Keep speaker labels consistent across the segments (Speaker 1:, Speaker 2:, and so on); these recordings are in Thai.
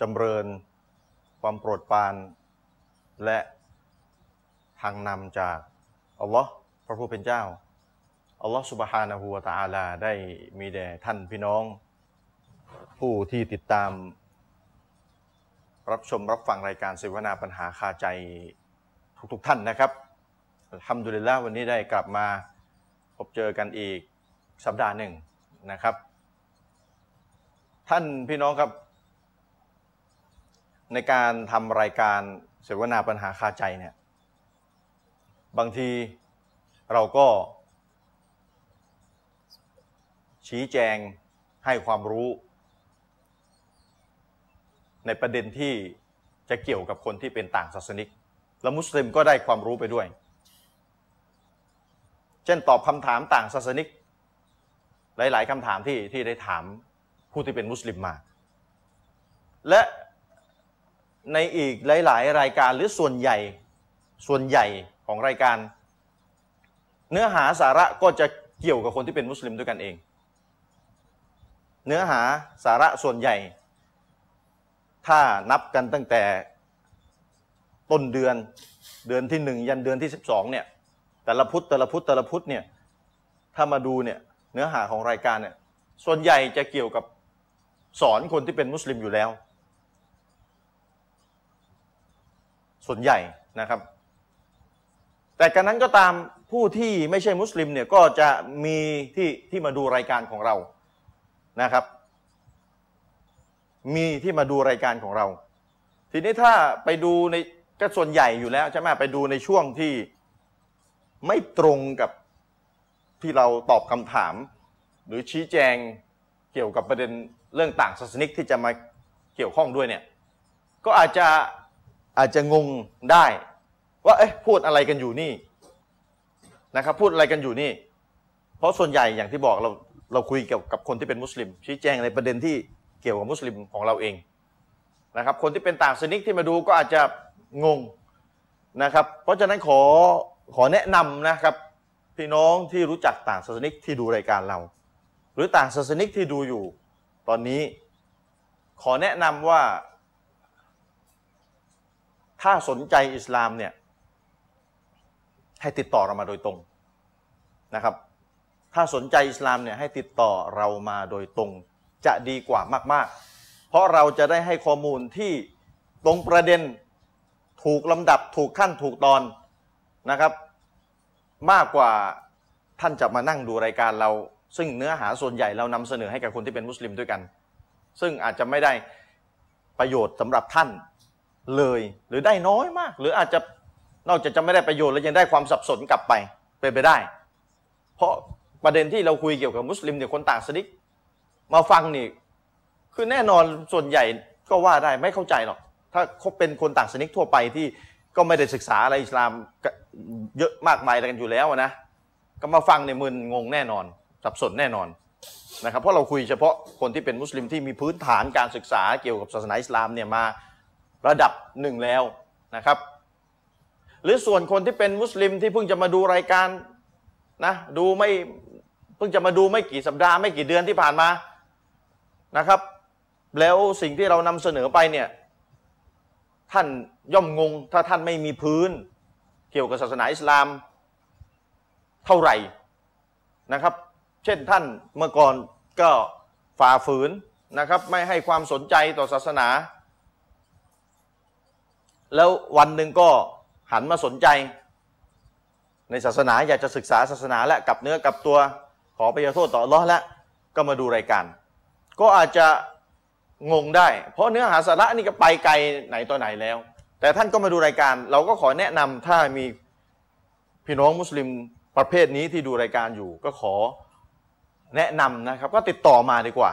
Speaker 1: จำเริญ ความโปรดปราน และทางนำจาก อัลลอฮ์พระผู้เป็นเจ้า อัลลอฮ์สุบฮานะฮูวะตะอาลา ได้มีแด่ท่านพี่น้อง ผู้ที่ติดตาม รับชมรับฟังรายการเสวนาปัญหาคาใจทุกๆท่านนะครับอัลฮัมดุลิลละวันนี้ได้กลับมาพบเจอกันอีกสัปดาห์หนึ่งนะครับ ท่านพี่น้องครับ ในการทำรายการเสวนาปัญหาคาใจเนี่ยบางทีเราก็ ชี้แจงให้ความรู้ ในประเด็นที่จะเกี่ยวกับคนที่เป็นต่างศาสนิก และมุสลิมก็ได้ความรู้ไปด้วย เช่นตอบคำถามต่างศาสนิก หลาย ๆคำถามที่ที่ได้ถามผู้ที่เป็นมุสลิมมา และในอีกหลาย ๆ รายการหรือส่วนใหญ่ส่วนใหญ่ของรายการ เนื้อหาสาระก็จะเกี่ยวกับคนที่เป็นมุสลิมด้วยกันเอง เนื้อหาสาระส่วนใหญ่ ถ้านับกันตั้งแต่ต้นเดือนเดือนที่หนึ่งยันเดือนที่สิบสองเนี่ยแต่ละพุธแต่ละพุธแต่ละพุธเนี่ยถ้ามาดูเนี่ยเนื้อหาของรายการเนี่ยส่วนใหญ่จะเกี่ยวกับสอนคนที่เป็นมุสลิมอยู่แล้ว ส่วนใหญ่นะครับ แต่การนั้นก็ตามผู้ที่ไม่ใช่มุสลิมเนี่ยก็จะมีที่ที่มาดูรายการของเรานะครับ มีที่มาดูรายการของเรา ทีนี้ถ้าไปดูในก็ส่วนใหญ่อยู่แล้วใช่ไหมไปดูในช่วงที่ไม่ตรงกับที่เราตอบคำถาม หรือชี้แจงเกี่ยวกับประเด็นเรื่องต่างศาสนิกที่จะมาเกี่ยวข้องด้วยเนี่ยก็อาจจะอาจจะงงได้ ว่าเอ๊ะพูดอะไรกันอยู่นี่นะครับพูดอะไรกันอยู่นี่ เพราะส่วนใหญ่อย่างที่บอกเราเราคุยเกี่ยวกับคนที่เป็นมุสลิม ชี้แจงในประเด็นที่เกี่ยวกับมุสลิมของเราเองนะครับ คนที่เป็นต่างศาสนิกที่มาดูก็อาจจะงงนะครับ เพราะฉะนั้นขอขอแนะนำนะครับ พี่น้องที่รู้จักต่างศาสนิกที่ดูรายการเรา หรือต่างศาสนิกที่ดูอยู่ตอนนี้ ขอแนะนำว่า ถ้าสนใจอิสลามเนี่ยให้ติดต่อเรามาโดยตรงนะครับ ถ้าสนใจอิสลามเนี่ยให้ติดต่อเรามาโดยตรงจะดีกว่ามาก ๆ เพราะเราจะได้ให้ข้อมูลที่ตรงประเด็นถูกลำดับถูกขั้นถูกตอนนะครับ มากกว่าท่านจะมานั่งดูรายการเรา ซึ่งเนื้อหาส่วนใหญ่เรานำเสนอให้กับคนที่เป็นมุสลิมด้วยกัน ซึ่งอาจจะไม่ได้ประโยชน์สำหรับท่านเลย หรือได้น้อยมาก หรืออาจจะนอกจากจะไม่ได้ประโยชน์แล้วยังได้ความสับสนกลับไปเป็นไปได้ เพราะประเด็นที่เราคุยเกี่ยวกับมุสลิมเนี่ยคนต่างสนิกมาฟังนี่คือแน่นอนส่วนใหญ่ก็ว่าได้ไม่เข้าใจหรอก ถ้าเขาเป็นคนต่างสนิกทั่วไปที่ก็ไม่ได้ศึกษาอะไรอิสลามก็เยอะมากมายอะไรกันอยู่แล้วอะนะ ก็มาฟังในยมึนงงแน่นอน สับสนแน่นอนนะครับเพราะเราคุยเฉพาะคนที่เป็นมุสลิมที่มีพื้นฐานการศึกษาเกี่ยวกับศาสนาอิสลามเนี่ยมาระดับหนึ่งแล้วนะครับ หรือส่วนคนที่เป็นมุสลิมที่เพิ่งจะมาดูรายการนะดูไม่เพิ่งจะมาดูไม่กี่สัปดาห์ไม่กี่เดือนที่ผ่านมานะครับ แล้วสิ่งที่เรานำเสนอไปเนี่ยท่านย่อมงงถ้าท่านไม่มีพื้น เกี่ยวกับศาสนาอิสลามเท่าไหร่นะครับ เช่นท่านเมื่อก่อนก็ฝ่าฝืนนะครับไม่ให้ความสนใจต่อศาสนา แล้ววันหนึ่งก็หันมาสนใจ ในศาสนาอยากจะศึกษาศาสนาและกลับเนื้อกลับตัวขอไปยโทษต่ออัลลอฮ์แล้วก็มาดูรายการ ก็อาจจะงงได้ เพราะเนื้อหาสาระนี่ก็ไปไกลไหนต่อไหนแล้ว แต่ท่านก็มาดูรายการ เราก็ขอแนะนำถ้ามีพี่น้องมุสลิมประเภทนี้ที่ดูรายการอยู่ ก็ขอแนะนำนะครับ ก็ติดต่อมาดีกว่า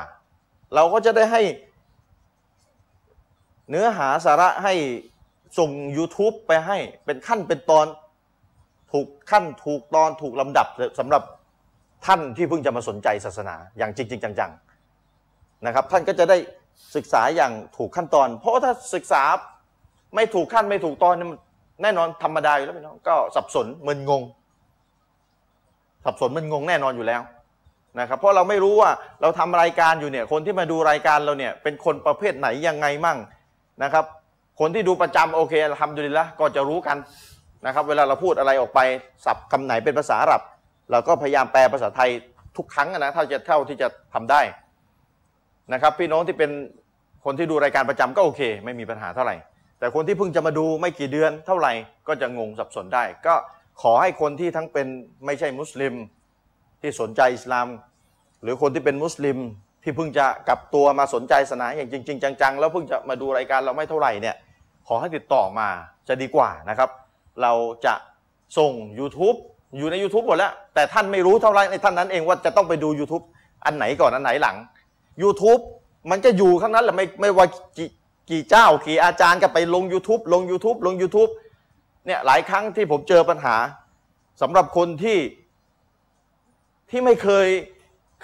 Speaker 1: เราก็จะได้ให้ เนื้อหาสาระให้ส่ง YouTube ไปให้เป็นขั้นเป็นตอนถูกขั้นถูกตอนถูกลำดับสำหรับท่านที่เพิ่งจะมาสนใจศาสนาอย่างจริง ๆ จังๆนะครับ ท่านก็จะได้ศึกษาอย่างถูกขั้นตอน เพราะว่าถ้าศึกษาไม่ถูกขั้นไม่ถูกตอนเนี่ยมันแน่นอนธรรมดาอยู่แล้วพี่น้องก็สับสนมึนงง สับสนมึนงงแน่นอนอยู่แล้ว นะครับเพราะเราไม่รู้ว่าเราทำรายการอยู่เนี่ยคนที่มาดูรายการเราเนี่ยเป็นคนประเภทไหนยังไงมั่งนะครับ คนที่ดูประจำโอเคทำดูดีละก็จะรู้กันนะครับ เวลาเราพูดอะไรออกไปศัพท์คำไหนเป็นภาษาอาหรับ เราก็พยายามแปลภาษาไทยทุกครั้งอะนะเท่าจะเท่าที่จะทำได้นะครับ พี่น้องที่เป็นคนที่ดูรายการประจำก็โอเค ไม่มีปัญหาเท่าไหร่ แต่คนที่เพิ่งจะมาดูไม่กี่เดือนเท่าไหร่ก็จะงงสับสนได้ ก็ขอให้คนที่ทั้งเป็นไม่ใช่มุสลิม ที่สนใจอิสลาม หรือคนที่เป็นมุสลิมที่เพิ่งจะกลับตัวมาสนใจศาสนาอย่างจริง ๆ จังๆ แล้วเพิ่งจะมาดูรายการเราไม่เท่าไหร่เนี่ยขอให้ติดต่อมาจะดีกว่านะครับ เราจะส่ง YouTube อยู่ใน YouTube หมดแล้ว แต่ท่านไม่รู้เท่าไหรในท่านนั้นเองว่าจะต้องไปดู YouTube อันไหนก่อนอันไหนหลัง YouTube มันก็อยู่ข้างนั้นแหละไม่ไม่ว่ากี่กี่เจ้ากี่อาจารย์ก็ไปลง YouTube ลง YouTube ลง YouTube เนี่ยหลายครั้งที่ผมเจอปัญหาสำหรับคนที่ ที่ไม่เคย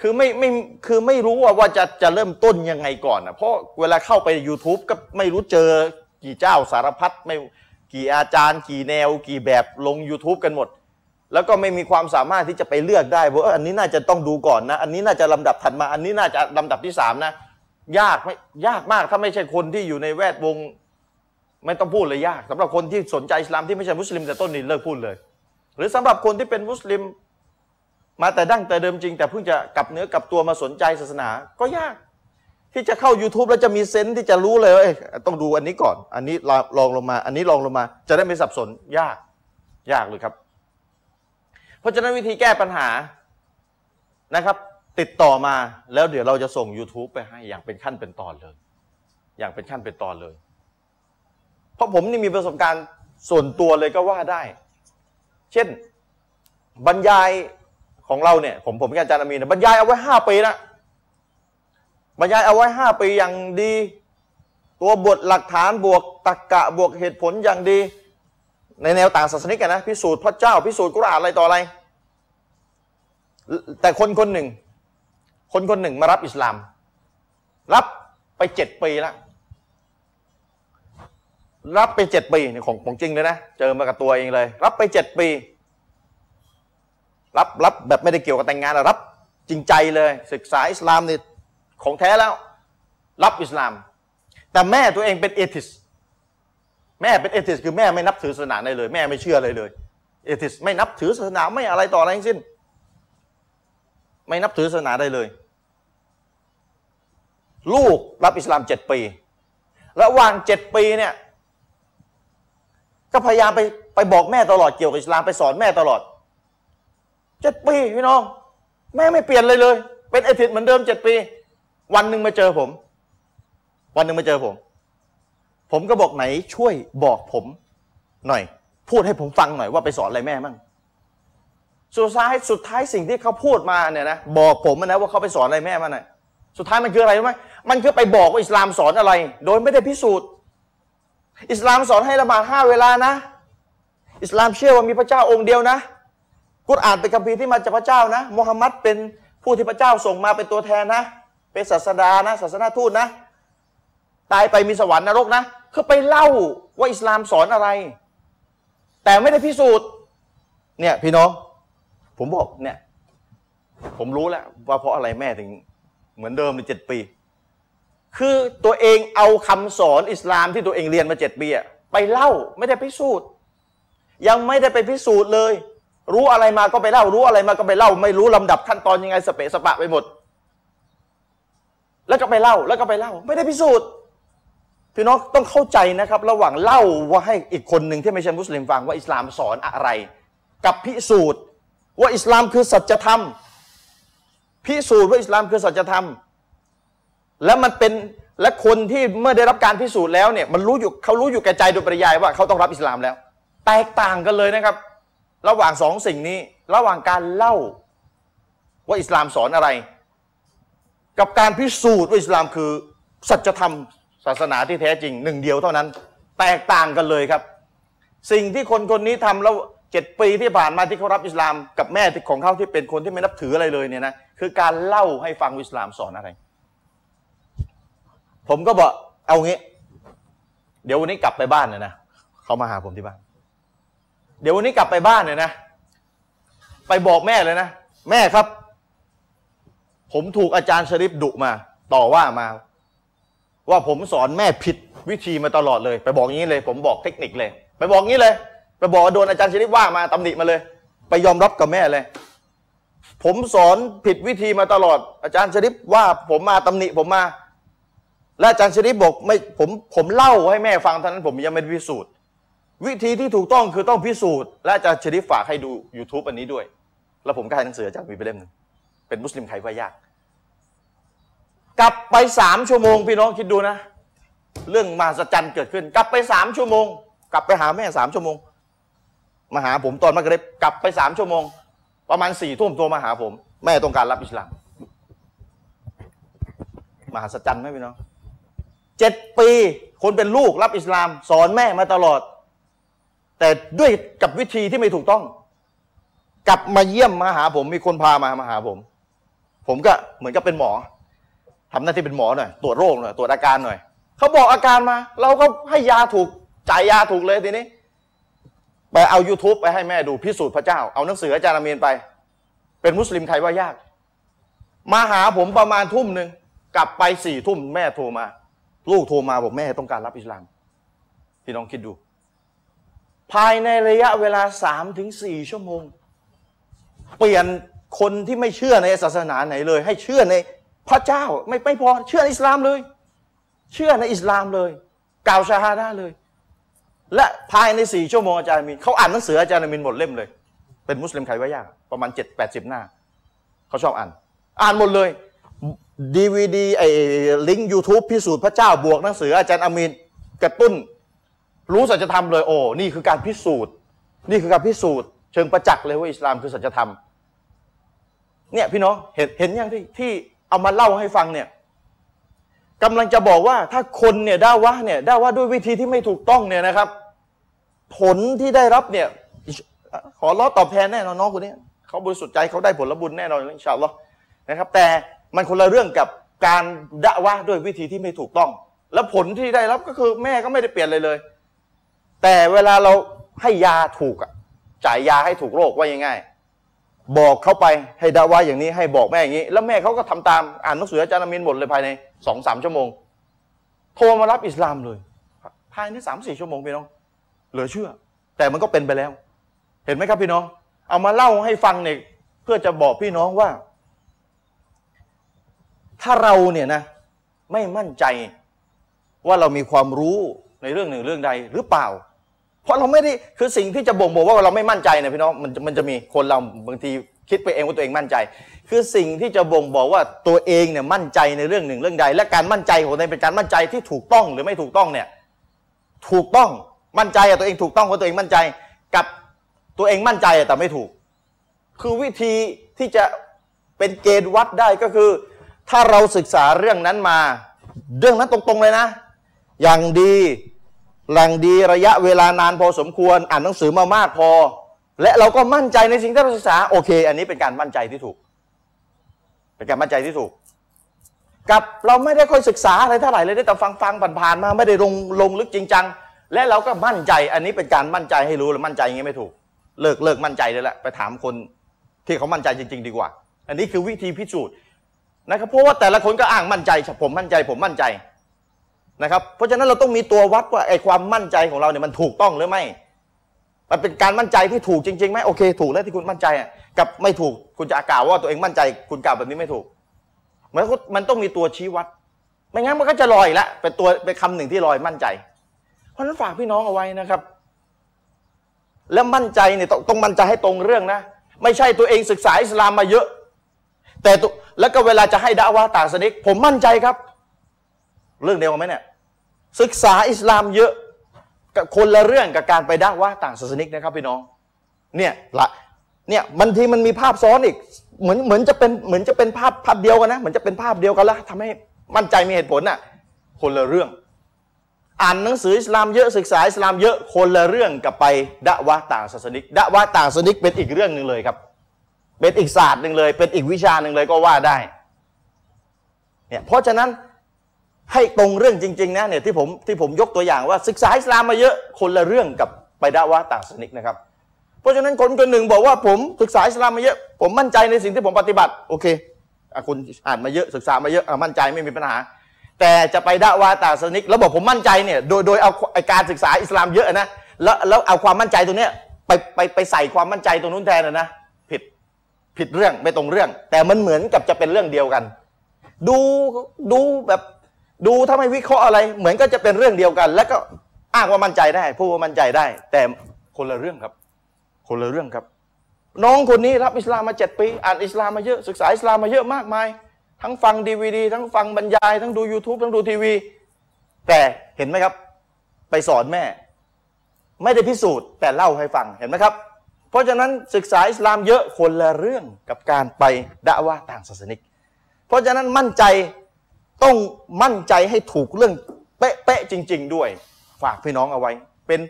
Speaker 1: คือไม่ไม่คือไม่รู้ว่าว่าจะจะเริ่มต้นยังไงก่อนอ่ะเพราะเวลาเข้าไป YouTube ก็ไม่รู้เจอกี่เจ้าสารพัดไม่กี่อาจารย์ กี่แนว กี่แบบลง YouTube กันหมด แล้วก็ไม่มีความสามารถที่จะไปเลือกได้ว่าเอออันนี้น่าจะต้องดูก่อนนะ อันนี้น่าจะลำดับถัดมา อันนี้น่าจะลำดับที่สามนะ ยากไม่ยากมากถ้าไม่ใช่คนที่อยู่ในแวดวง ไม่ต้องพูดเลยยากสำหรับคนที่สนใจอิสลามที่ไม่ใช่มุสลิมแต่ต้นนี่เลิกพูดเลย หรือสำหรับคนที่เป็นมุสลิม มาแต่ดั้งแต่เดิมจริงแต่เพิ่งจะกลับเนื้อกลับตัวมาสนใจศาสนาก็ยาก ที่จะเข้า YouTube แล้วจะมีเซนส์ที่จะรู้เลยว่าเอ้ยต้องดูอันนี้ก่อน อันนี้ลองลองลงมา อันนี้ลองลงมา จะได้ไม่สับสนยาก ยากเลยครับ เพราะฉะนั้นวิธีแก้ปัญหานะครับ ติดต่อมาแล้วเดี๋ยวเราจะส่ง YouTube ไปให้อย่างเป็นขั้นเป็นตอนเลย อย่างเป็นขั้นเป็นตอนเลย เพราะผมนี่มีประสบการณ์ส่วนตัวเลยก็ว่าได้ เช่น บรรยายของเราเนี่ย ผมผมกับอาจารย์อามีนนะบรรยายเอาไว้ห้าปีนะบรรยายเอาไว้ห้าปีอย่างดี ตัวบทหลักฐานบวกตรรกะบวกเหตุผลอย่างดี ในแนวต่างศาสนิกอะนะพิสูจน์พระเจ้าพิสูจน์กุรอานอะไรต่ออะไร แต่คนคนหนึ่ง คนคนหนึ่งมารับอิสลาม รับไปเจ็ดปีแล้ว รับไปเจ็ดปีนี่ของของจริงเลยนะ เจอมากับตัวเองเลย รับไปเจ็ดปี รับรับแบบไม่ได้เกี่ยวกับแต่งงานอะรับ จริงใจเลย ศึกษาอิสลามนี่ของแท้แล้ว รับอิสลาม แต่แม่ตัวเองเป็นเอทิส แม่เป็นเอทิส คือแม่ไม่นับถือศาสนาใดเลย แม่ไม่เชื่อเลยเลยเอทิสไม่นับถือศาสนาไม่อะไรต่ออะไรทั้งสิ้น ไม่นับถือศาสนาใดเลย ลูกรับอิสลามเจ็ดปีระหว่างเจ็ดปีเนี่ย ก็พยายามไปไปบอกแม่ตลอดเกี่ยวกับอิสลามไปสอนแม่ตลอด เจ็ดปีพี่น้อง แม่ไม่เปลี่ยนเลยเลย เป็นเอทิสเหมือนเดิมเจ็ดปี วันหนึ่งมาเจอผม วันหนึ่งมาเจอผม ผมก็บอกไหนช่วยบอกผมหน่อย พูดให้ผมฟังหน่อยว่าไปสอนอะไรแม่มั่งสุดท้ายสุดท้ายสิ่งที่เขาพูดมาเนี่ยนะบอกผมนะว่าเขาไปสอนอะไรแม่มาหน่อยสุดท้ายมันคืออะไรรู้ไหมมันคือไปบอกว่าอิสลามสอนอะไร โดยไม่ได้พิสูจน์ อิสลามสอนให้ละหมาดห้าเวลานะ อิสลามเชื่อว่ามีพระเจ้าองค์เดียวนะ กุรอานเป็นคัมภีร์ที่มาจากพระเจ้านะมูฮัมหมัดเป็นผู้ที่พระเจ้าส่งมาเป็นตัวแทนนะ เป็นศาสดานะศาสนาทูตนะ ตายไปมีสวรรค์นรกนะคือไปเล่าว่าอิสลามสอนอะไร แต่ไม่ได้พิสูจน์ เนี่ยพี่น้อง ผมบอกเนี่ย ผมรู้แล้วว่าเพราะอะไรแม่ถึงเหมือนเดิมในเจ็ดปี คือตัวเองเอาคำสอนอิสลามที่ตัวเองเรียนมาเจ็ดปีอะไปเล่าไม่ได้พิสูจน์ ยังไม่ได้ไปพิสูจน์เลย รู้อะไรมาก็ไปเล่า รู้อะไรมาก็ไปเล่า ไม่รู้ลำดับขั้นตอนยังไงสเปะสปะไปหมด แล้วก็ไปเล่าแล้วก็ไปเล่า ไม่ได้พิสูจน์พี่น้องต้องเข้าใจนะครับ ระหว่างเล่าว่าให้อีกคนหนึ่งที่ไม่ใช่มุสลิมฟังว่าอิสลามสอนอะไร กับพิสูจน์ว่าอิสลามคือสัจธรรม พิสูจน์ว่าอิสลามคือสัจธรรม และมันเป็นและคนที่เมื่อได้รับการพิสูจน์แล้วเนี่ยมันรู้อยู่เขารู้อยู่แก่ใจโดยปริยายว่าเขาต้องรับอิสลามแล้ว แตกต่างกันเลยนะครับ ระหว่างสองสิ่งนี้ ระหว่างการเล่าว่าอิสลามสอนอะไร กับการพิสูจน์ว่าอิสลามคือสัจธรรม ศาสนาที่แท้จริงหนึ่งเดียวเท่านั้น แตกต่างกันเลยครับ สิ่งที่คนคนนี้ทำแล้วเจ็ดปีที่ผ่านมาที่เขารับอิสลาม กับแม่ของเขาที่เป็นคนที่ไม่นับถืออะไรเลยเนี่ยนะคือการเล่าให้ฟังว่าอิสลามสอนอะไร ผมก็บอกเอางี้ เดี๋ยววันนี้กลับไปบ้านเนี่ยนะเขามาหาผมที่บ้าน เดี๋ยววันนี้กลับไปบ้านเนี่ยนะ ไปบอกแม่เลยนะแม่ครับ ผมถูกอาจารย์ชริฟดุมา ต่อว่ามา ว่าผมสอนแม่ผิดวิธีมาตลอดเลย ไปบอกอย่างนี้เลย ผมบอกเทคนิคเลย ไปบอกอย่างนี้เลย ไปบอกว่าโดนอาจารย์ชริฟว่ามาตำหนิมาเลย ไปยอมรับกับแม่เลย ผมสอนผิดวิธีมาตลอด อาจารย์ชริฟว่าผมมาตำหนิผมมา และอาจารย์ชริฟบอกไม่ผมผมเล่าให้แม่ฟังเท่านั้นผมยังไม่ได้พิสูจน์ วิธีที่ถูกต้องคือต้องพิสูจน์ และอาจารย์ชริฟฝากให้ดู YouTube อันนี้ด้วย แล้วผมก็ให้หนังสืออาจารย์มีไปเล่มหนึ่งเป็นมุสลิมไขว่ายาก กลับไปสามชั่วโมงพี่น้องคิดดูนะ เรื่องมหัศจรรย์เกิดขึ้น กลับไปสามชั่วโมง กลับไปหาแม่สามชั่วโมง มาหาผมตอนมักริบกลับไปสามชั่วโมง ประมาณสี่ทุ่มตัวมาหาผม แม่ต้องการรับอิสลามมหัศจรรย์ไหมพี่น้องเจ็ดปีคนเป็นลูกรับอิสลาม สอนแม่มาตลอด แต่ด้วยกับวิธีที่ไม่ถูกต้อง กลับมาเยี่ยมมาหาผมมีคนพามามาหาผม ผมก็เหมือนกับเป็นหมอ ทำหน้าที่เป็นหมอหน่อยตรวจโรคหน่อยตรวจอาการหน่อยเขาบอกอาการมา เราก็ให้ยาถูกจ่ายยาถูกเลยทีนี้ ไปเอา YouTube ไปให้แม่ดูพิสูจน์พระเจ้า เอาหนังสืออาจารย์อามีนไป เป็นมุสลิมใครว่ายาก มาหาผมประมาณทุ่มหนึ่งกลับไปสี่ทุ่มแม่โทรมา ลูกโทรมาบอกแม่ต้องการรับอิสลามพี่น้องคิดดู ภายในระยะเวลาสามถึงสี่ชั่วโมง เปลี่ยนคนที่ไม่เชื่อในศาสนาไหนเลย ให้เชื่อในพระเจ้าไม่ไม่พอเชื่อในอิสลามเลย เชื่อในอิสลามเลย กล่าวชาฮาดาเลย และภายในสี่ชั่วโมงอาจารย์อามินเขาอ่านหนังสืออาจารย์อามินหมดเล่มเลย เป็นมุสลิมไขว่ายากประมาณเจ็ดแปดสิบหน้า เขาชอบอ่าน อ่านหมดเลยดีวีดีไอ้ลิงก์ยูทูบพิสูจน์พระเจ้าบวกหนังสืออาจารย์อามินกระตุ้น รู้สัจธรรมเลยโอ้นี่คือการพิสูจน์ นี่คือการพิสูจน์ เชิงประจักษ์เลยว่าอิสลามคือสัจธรรม เนี่ยพี่น้องเห็นเห็นยังที่ที่เอามาเล่าให้ฟังเนี่ยกำลังจะบอกว่าถ้าคนเนี่ยด่าว่าเนี่ยด่าว่าด้วยวิธีที่ไม่ถูกต้องเนี่ยนะครับ ผลที่ได้รับเนี่ยอิชขอรอตอบแทนแน่นอนน้องคนนี้เขาบริสุทธิ์ใจเขาได้ผลบุญแน่นอนอินชาอัลลอฮ์นะครับ แต่มันคนละเรื่องกับการด่าว่าด้วยวิธีที่ไม่ถูกต้อง และผลที่ได้รับก็คือแม่ก็ไม่ได้เปลี่ยนเลยเลย แต่เวลาเราให้ยาถูกอะจ่ายยาให้ถูกโรคว่าง่ายๆ บอกเขาไปให้ดาว่าอย่างนี้ให้บอกแม่อย่างนี้ แล้วแม่เขาก็ทำตามอ่านหนังสืออาจารย์อามินหมดเลยภายในสองสามชั่วโมง โทรมารับอิสลามเลย ภายในสามสี่ชั่วโมงพี่น้องเหลือเชื่อ แต่มันก็เป็นไปแล้ว เห็นไหมครับพี่น้อง เอามาเล่าให้ฟังเนี่ยเพื่อจะบอกพี่น้องว่า ถ้าเราเนี่ยนะ ไม่มั่นใจว่าเรามีความรู้ในเรื่องหนึ่งเรื่องใดหรือเปล่า เพราะเราไม่ได้คือสิ่งที่จะบ่งบอกว่าเราไม่มั่นใจเนี่ยพี่น้องมันจะมันจะมีคนเราบางทีคิดไปเองว่าตัวเองมั่นใจ คือสิ่งที่จะบ่งบอกว่าตัวเองเนี่ยมั่นใจในเรื่องหนึ่งเรื่องใด และการมั่นใจของตัวเองเป็นการมั่นใจที่ถูกต้องหรือไม่ถูกต้องเนี่ยถูกต้องมั่นใจอะตัวเองถูกต้องว่าตัวเองมั่นใจ กับตัวเองมั่นใจอะแต่ไม่ถูก คือวิธีที่จะเป็นเกณฑ์วัดได้ก็คือ ถ้าเราศึกษาเรื่องนั้นมา เรื่องนั้นตรงๆเลยนะ อย่างดี แหล่งดีระยะเวลานานพอสมควรอ่านหนังสือมามากพอ และเราก็มั่นใจในสิ่งที่เราศึกษาโอเค อันนี้เป็นการมั่นใจที่ถูก เป็นการมั่นใจที่ถูก กับเราไม่ได้ค่อยศึกษาอะไรเท่าไหร่เลยได้แต่ฟังฟังๆผ่านๆมาไม่ได้ลงลงลึกจริงจังและเราก็มั่นใจอันนี้เป็นการมั่นใจให้รู้หรือมั่นใจอย่างงี้ไม่ถูก เลิกเลิกมั่นใจเลยแหละไปถามคนที่เขามั่นใจจริง ๆ ดีกว่า อันนี้คือวิธีพิสูจน์นะครับเพราะว่าแต่ละคนก็อ้างมั่นใจผมมั่นใจผมมั่นใจ นะครับเพราะฉะนั้นเราต้องมีตัววัดว่าไอ้ความมั่นใจของเราเนี่ยมันถูกต้องหรือไม่ มันเป็นการมั่นใจที่ถูกจริงๆไหมโอเค ถูกแล้วที่คุณมั่นใจอ่ะกับไม่ถูกคุณจะกล่าวว่าตัวเองมั่นใจ คุณกล่าวแบบนี้ไม่ถูกมันก็มันต้องมีตัวชี้วัด ไม่งั้นมันก็จะลอยละเป็นตัวเป็นคำหนึ่งที่ลอยมั่นใจ เพราะฉะนั้นฝากพี่น้องเอาไว้นะครับ แล้วมั่นใจเนี่ยต้องต้องมั่นใจให้ตรงเรื่องนะ ไม่ใช่ตัวเองศึกษาอิสลามมาเยอะ แต่ตัวแล้วก็เวลาจะให้ดะว่าต่างสนิกผมมั่นใจครับ เรื่องเดียวกันไหมเนี่ย ศึกษาอิสลามเยอะกับคนละเรื่องกับการไปด่าว่าต่างศาสนิกนะครับพี่น้อง เนี่ยละเนี่ยบางทีมันมีภาพซ้อนอีกเหมือนเหมือนจะเป็นเหมือนจะเป็นภาพภาพเดียวกันนะเหมือนจะเป็นภาพเดียวกันแล้วทำให้มั่นใจมีเหตุผลน่ะคนละเรื่อง อ่านหนังสืออิสลามเยอะศึกษาอิสลามเยอะคนละเรื่องกับไปดะวะต่างศาสนิกดะวะต่างศาสนิกเป็นอีกเรื่องหนึ่งเลยครับ เป็นอีกศาสตร์หนึ่งเลย เป็นอีกวิชาหนึ่งเลยก็ว่าได้เนี่ยเพราะฉะนั้นให้ตรงเรื่องจริงๆนะเนี่ยที่ผมที่ผมยกตัวอย่างว่าศึกษาอิสลามมาเยอะคนละเรื่องกับไปดะวะต่างศาสนิกนะครับ เพราะฉะนั้นคนคนหนึ่งบอกว่าผมศึกษาอิสลามมาเยอะผมมั่นใจในสิ่งที่ผมปฏิบัติ โอเคอ่ะคุณอ่านมาเยอะศึกษามาเยอะอ่ะมั่นใจไม่มีปัญหา แต่จะไปด่าวาตาสนิกแล้วบอกผมมั่นใจเนี่ยโดยโดยเอาไอ้การศึกษาอิสลามเยอะนะแล้วแล้วเอาความมั่นใจตรงเนี้ยไปไปไปใส่ความมั่นใจตรงนู้นแทนนะนะผิดผิดเรื่องไม่ตรงเรื่อง แต่มันเหมือนกับจะเป็นเรื่องเดียวกัน ดูดูแบบดูถ้าไม่วิเคราะห์อะไร เหมือนก็จะเป็นเรื่องเดียวกัน แล้วก็อ้างว่ามั่นใจได้พูดว่ามั่นใจได้ แต่คนละเรื่องครับ คนละเรื่องครับ น้องคนนี้รับอิสลามมาเจ็ดปี อ่านอิสลามมาเยอะศึกษาอิสลามมาเยอะมากมาย ทั้งฟังดีวดีทั้งฟังบรรยาย ทั้งดู YouTube ทั้งดูทีวี แต่เห็นไหมครับ ไปสอนแม่ ไม่ได้พิสูจน์แต่เล่าให้ฟังเห็นไหมครับ เพราะฉะนั้นศึกษาอิสลามเยอะคนละเรื่องกับการไปด่าว่าต่างศาสนิก เพราะฉะนั้นมั่นใจต้องมั่นใจให้ถูกเรื่องเป๊ะๆจริง ๆ ด้วย ฝากพี่น้องเอาไว้ เป็น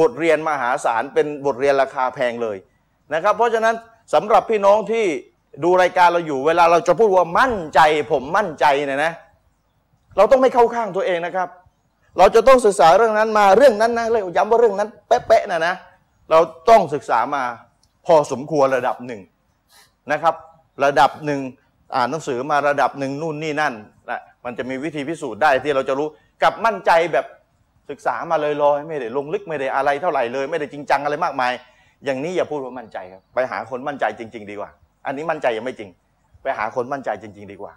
Speaker 1: บทเรียนมหาศาลเป็นบทเรียนราคาแพงเลยนะครับ เพราะฉะนั้นสำหรับพี่น้องที่ดูรายการเราอยู่ เวลาเราจะพูดว่ามั่นใจ ผมมั่นใจเนี่ยนะ เราต้องไม่เข้าข้างตัวเองนะครับ เราจะต้องศึกษาเรื่องนั้นมาเรื่องนั้นนะเรื่องย้ำว่าเรื่องนั้นเป๊ะๆนะนะเราต้องศึกษามาพอสมควรระดับหนึ่ง นะครับระดับหนึ่งอ่านหนังสือมาระดับหนึ่งนู่นนี่นั่นนะมันจะมีวิธีพิสูจน์ได้ที่เราจะรู้กับมั่นใจแบบศึกษามาลอยๆไม่ได้ลงลึกไม่ได้อะไรเท่าไหร่เลย ไม่ได้จริงจังอะไรมากมาย อย่างนี้อย่าพูดว่ามั่นใจครับไปหาคนมั่นใจจริง ๆ ดีกว่า อันนี้มั่นใจยังไม่จริง ไปหาคนมั่นใจจริง ๆ ดีกว่า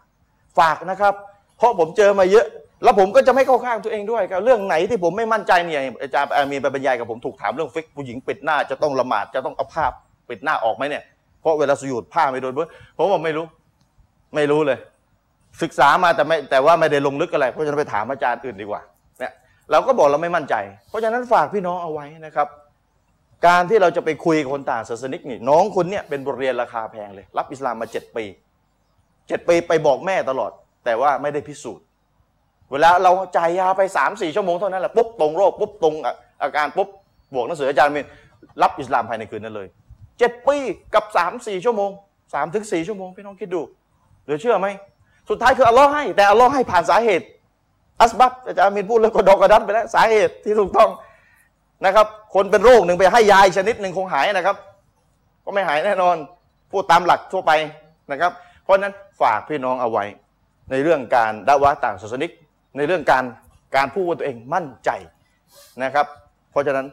Speaker 1: ฝากนะครับ เพราะผมเจอมาเยอะ แล้วผมก็จะไม่เข้าข้างตัวเองด้วยครับเรื่องไหนที่ผมไม่มั่นใจเนี่ยอาจารย์อามีนไปบรรยายกับผมถูกถามเรื่องฟิกผู้หญิงปิดหน้าจะต้องละหมาดจะต้องเอาผ้าปิดหน้าออกไหมเนี่ย เพราะเวลาสยุดผ้าไม่โดนเบอผมบอกไม่รู้ ไม่รู้เลย ศึกษามาแต่ไม่แต่ว่าไม่ได้ลงลึกอะไร เพราะฉะนั้นไปถามอาจารย์อื่นดีกว่าเนี่ยเราก็บอกเราไม่มั่นใจ เพราะฉะนั้นฝากพี่น้องเอาไว้นะครับ การที่เราจะไปคุยกับคนต่างศาสนิกนี่น้องคนเนี่ยเป็นบทเรียนราคาแพงเลย รับอิสลามมาเจ็ดปีเจ็ดปีไปบอกแม่ตลอด แต่ว่าไม่ได้พิสูจน์ เวลาเราจ่ายยาไป3ามสี่ชั่วโมงเท่านั้นแหละปุ๊บตรงโรคปุ๊บตรงอ่ะอาการปุ๊บบวกหนังสืออาจารย์มินรับอิสลามภายในคืนนั้นเลยเจ็ดปีกับ3ามสี่ชั่วโมง3ามถึงสี่ชั่วโมงพี่น้องคิดดู เหรือเชื่อไหม สุดท้ายคืออัลลอฮ์ให้ แต่อัลลอฮ์ให้ผ่านสาเหตุ อัสบับอาจารย์อามินพูดเรื่องกระดอกกระดัดไปแล้วสาเหตุที่ถูกต้องนะครับ คนเป็นโรคหนึ่งไปให้ยายชนิดหนึ่งคงหายนะครับ ก็ไม่หายแน่นอน พูดตามหลักทั่วไปนะครับ เพราะฉะนั้นฝากพี่น้องเอาไว้ ในเรื่องการดะวะต่างศาสนิก ในเรื่องการการพูดว่าตัวเองมั่นใจนะครับ เพราะฉะนั้น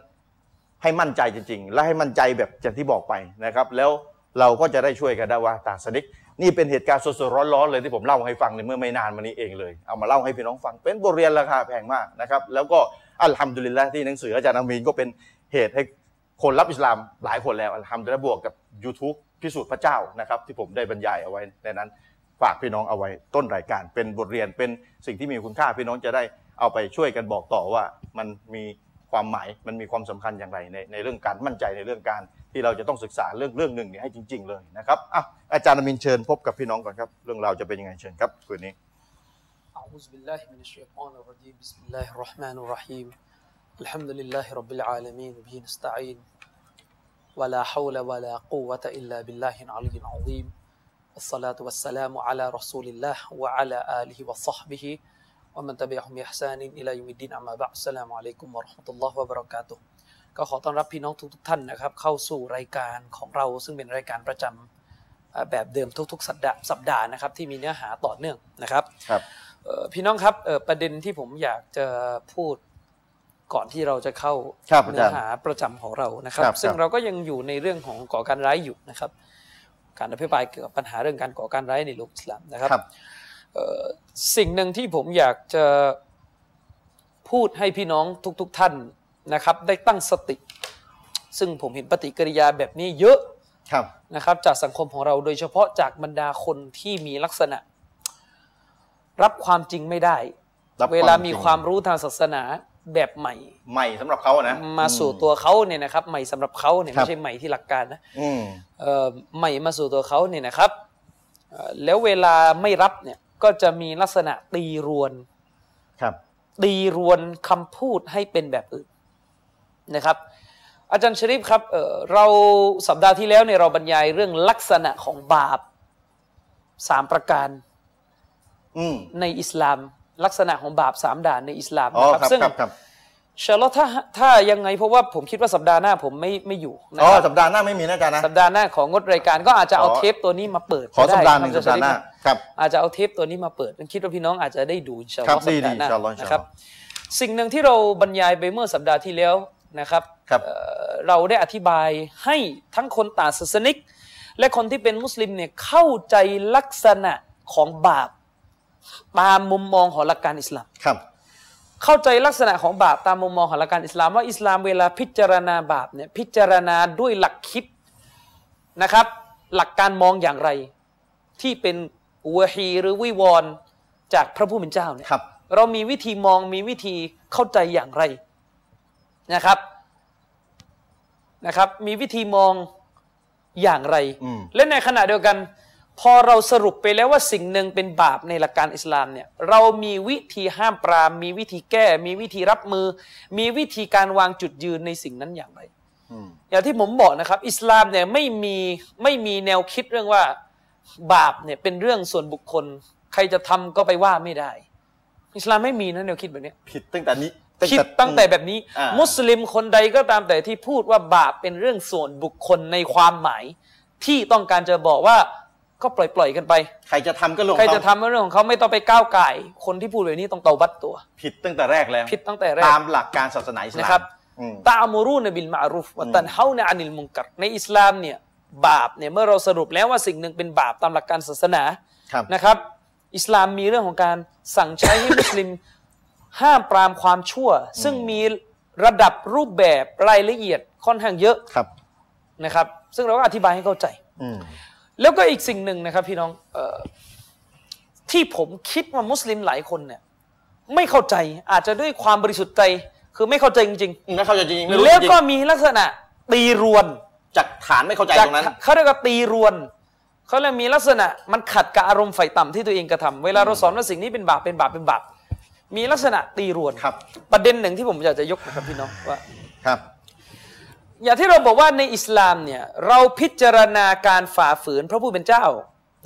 Speaker 1: ให้มั่นใจจริง ๆ และให้มั่นใจแบบอย่างที่บอกไปนะครับ แล้วเราก็จะได้ช่วยกันดะวะต่างศาสนิก นี่เป็นเหตุการณ์สดๆร้อนๆเลยที่ผมเล่าให้ฟังในเมื่อไม่นานมานี้เองเลย เอามาเล่าให้พี่น้องฟัง เป็นบทเรียนราคาแพงมากนะครับ แล้วก็อัลฮัมดุลิลละห์ที่หนังสืออาจารย์อามีนก็เป็นเหตุให้คนรับอิสลามหลายคนแล้วอัลฮัมดุลิลละห์บวกกับ YouTube พิสูจน์พระเจ้านะครับที่ผมได้บรรยายเอาไว้ในนั้น ฝากพี่น้องเอาไว้ต้นรายการ เป็นบทเรียนเป็นสิ่งที่มีคุณค่าพี่น้องจะได้เอาไปช่วยกันบอกต่อว่ามันมีความหมายมันมีความสำคัญอย่างไรในในเรื่องการมั่นใจในเรื่องการที่เราจะต้องศึกษาเรื่องเรื่องหนึ่งเนี่ยให้จริง ๆ เลยนะครับอ่ะอาจารย์อามินเชิญพบกับพี่น้องก่อนครับ เรื่องราวจะเป็นยังไงเชิญครับคืนนี้
Speaker 2: أعوذ بالله من الشيطان الرجيم بسم الله الرحمن الرحيم الحمد لله رب العالمين به نستعين ولا حول ولا قوة إلا بالله العلي العظيم الصلاة والسلام على رسول الله وعلى آله وصحبه ومن تبعهم بإحسان إلى يوم الدين أما بعد السلام عليكم ورحمة الله وبركاته ก็ขอต้อนรับพี่น้องทุกๆท่านนะครับ เข้าสู่รายการของเราซึ่งเป็นรายการประจำเอ่อแบบเดิมทุกๆ สัปดาห์สัปดาห์นะครับที่มีเนื้อหาต่อเนื่องนะครับ
Speaker 1: ครับ
Speaker 2: เอ่อพี่น้องครับเอ่อประเด็นที่ผมอยากจะพูดก่อนที่เราจะเข้า
Speaker 1: ครับอา
Speaker 2: เนื้
Speaker 1: จาร
Speaker 2: อ
Speaker 1: ย์
Speaker 2: หาประจำของเรานะครับ
Speaker 1: ครับ
Speaker 2: ซึ่
Speaker 1: ค
Speaker 2: ง
Speaker 1: รับ
Speaker 2: เราก็ยังอยู่ในเรื่องของก่อการร้ายอยู่นะครับ การอภิปรายเกี่ยวกับปัญหาเรื่องการก่อการร้ายในโลกอิสลามนะครับ
Speaker 1: ครับ
Speaker 2: เอ่อสิ่งหนึ่งที่ผมอยากจะพูดให้พี่น้องทุก ๆท่านนะครับ ได้ตั้งสติ ซึ่งผมเห็นปฏิกิริยาแบบนี้เยอะ
Speaker 1: ครับ
Speaker 2: นะครับ จากสังคมของเราโดยเฉพาะจากบรรดาคนที่มีลักษณะ รับความจริงไม่ได้
Speaker 1: รับความจริง
Speaker 2: เวลามีความรู้ทางศาสนาแบบใหม่
Speaker 1: ใหม่สำหรับเขาอะนะ
Speaker 2: มาสู่ตัวเขาเนี่ยนะครับใหม่สำหรับเขาเนี่ย
Speaker 1: ครับ
Speaker 2: ไม่ใช่ใหม่ที่หลักการนะ
Speaker 1: อืม
Speaker 2: เอ่อใหม่มาสู่ตัวเขาเนี่ยนะครับเอ่อแล้วเวลาไม่รับเนี่ยก็จะมีลักษณะตีรวน
Speaker 1: ครับ
Speaker 2: ตีรวนคำพูดให้เป็นแบบอื่นนะครับ อาจารย์ชริฟครับเอ่อเราสัปดาห์ที่แล้วเนี่ยเราบรรยายเรื่องลักษณะของบาปสามประการ
Speaker 1: อืม
Speaker 2: ในอิสลาม ลักษณะของบาปสามด่านในอิสลาม
Speaker 1: อ๋อ
Speaker 2: นะครับ ซึ่ง
Speaker 1: ครับครับ
Speaker 2: อินชาอัลลอฮ์ถ้าถ้ายังไงเพราะว่าผมคิดว่าสัปดาห์หน้าผมไม่ไม่อยู่นะ
Speaker 1: อ๋อ
Speaker 2: ครับ
Speaker 1: สัปดาห์หน้าไม่มีนะอาจารย์นะ
Speaker 2: สัปดาห์หน้าของงดรายการก็อาจจะเอา
Speaker 1: ขอ
Speaker 2: เทปตัวนี้มาเปิด
Speaker 1: ขอ
Speaker 2: ก็ไ
Speaker 1: สัปดาห์หนึ่ง
Speaker 2: ครั
Speaker 1: สัปดา
Speaker 2: บ
Speaker 1: ห์หน้าครับ
Speaker 2: อาจจะเอาเทปตัวนี้มาเปิดผมคิดว่าพี่น้องอาจจะได้ดูอินชาอัล
Speaker 1: ค
Speaker 2: ล
Speaker 1: รั
Speaker 2: อบ ฮ์สัปดาห์
Speaker 1: ดีๆ
Speaker 2: หน้า
Speaker 1: อินชาอัลลอฮ์อินชาอัลลอฮ์
Speaker 2: นะครับ สิ่งหนึ่งที่เราบรรยายไปเมื่อสัปดาห์ที่แล้วนะครับ
Speaker 1: ครับ
Speaker 2: เอ่อเราได้อธิบายให้ทั้งคนต่างศาสนิก และคนที่เป็นมุสลิมเนี่ยเข้าใจลักษณะของบาป ตามมุมมองของหลักการอิสลาม
Speaker 1: ครับ
Speaker 2: เข้าใจลักษณะของบาปตามมุมมองของหลักการอิสลามว่าอิสลามเวลาพิจารณาบาปเนี่ยพิจารณาด้วยหลักคิดนะครับ หลักการมองอย่างไร ที่เป็นวะฮีหรือวิวรณ์จากพระผู้เป็นเจ้าเนี่ย
Speaker 1: ครับ
Speaker 2: เรามีวิธีมองมีวิธีเข้าใจอย่างไรนะครับนะครับ มีวิธีมองอย่างไร
Speaker 1: อืม
Speaker 2: และในขณะเดียวกัน พอเราสรุปไปแล้วว่าสิ่งหนึ่งเป็นบาปในหลักการอิสลามเนี่ยเรามีวิธีห้ามปราม มีวิธีแก้ มีวิธีรับมือ มีวิธีการวางจุดยืนในสิ่งนั้นอย่างไร
Speaker 1: อืม
Speaker 2: อย่างที่ผมบอกนะครับ อิสลามเนี่ยไม่มีไม่มีแนวคิดเรื่องว่าบาปเนี่ยเป็นเรื่องส่วนบุคคล ใครจะทำก็ไปว่าไม่ได้ อิสลามไม่มีนะแนวคิดแบบเนี้ย
Speaker 1: ผิดตั้งแต่นี้
Speaker 2: คิดตั้งแต่แบบนี้
Speaker 1: อ่ามุ
Speaker 2: มุสลิมคนใดก็ตามแต่ที่พูดว่าบาปเป็นเรื่องส่วนบุคคลในความหมาย ที่ต้องการจะบอกว่าก็ปล่อยๆกันไป
Speaker 1: ใครจะทำก็ลง
Speaker 2: ใครจะทำเรื่องของเขาไม่ต้องไปก้าวไก่ายคนที่พูดแบบนี้ต้องเตาบัตตัว
Speaker 1: ผิดตั้งแต่แรกแล้ว
Speaker 2: ผิดตั้งแต่แรก
Speaker 1: ตามหลักการศาสนาอิสลาม
Speaker 2: นะครับ
Speaker 1: อืม
Speaker 2: ตาอามรูนบิลมารูฟวะตันเฮานะอานิลมุงกัรในอิสลามเนี่ยบาปเนี่ยเมื่อเราสรุปแล้วว่าสิ่งหนึ่งเป็นบาปตามหลักการศาสนา
Speaker 1: ครับ
Speaker 2: นะครับ อิสลามมีเรื่องของการสั่งใช้ ให้ มุสลิมห้ามปรามความชั่ว ซึ่งมีระดับรูปแบบรายละเอียดค่อนข้างเยอะ
Speaker 1: ครับ
Speaker 2: นะครับ ซึ่งเราก็อธิบายให้เข้าใจ
Speaker 1: อืม
Speaker 2: แล้วก็อีกสิ่งหนึ่งนะครับพี่น้องเออที่ผมคิดว่ามุสลิมหลายคนเนี่ยไม่เข้าใจอาจจะด้วยความบริสุทธิ์ใจคือไม่เข้าใจจริง ๆ
Speaker 1: นะเขาใจจริงๆไม่รู้
Speaker 2: แล้ว
Speaker 1: จริง
Speaker 2: ก็มีลักษณะตีรวน
Speaker 1: จากฐานไม่เข้าใจ
Speaker 2: จาก
Speaker 1: ตรงนั้น
Speaker 2: เขาเรียกว่าตีรวน เขาเลยมีลักษณะมันขัดกับอารมณ์ฝ่ายต่ำที่ตัวเองกระทำเวลาเราสอนว่าสิ่งนี้เป็นบาปเป็นบาปเป็นบาปมีลักษณะตีรวน
Speaker 1: ครับ
Speaker 2: ประเด็นหนึ่งที่ผมอยากจะยกนะครับพี่น้องว่า
Speaker 1: ครับ
Speaker 2: อย่างที่เราบอกว่าในอิสลามเนี่ยเราพิจารณาการฝ่าฝืนพระผู้เป็นเจ้า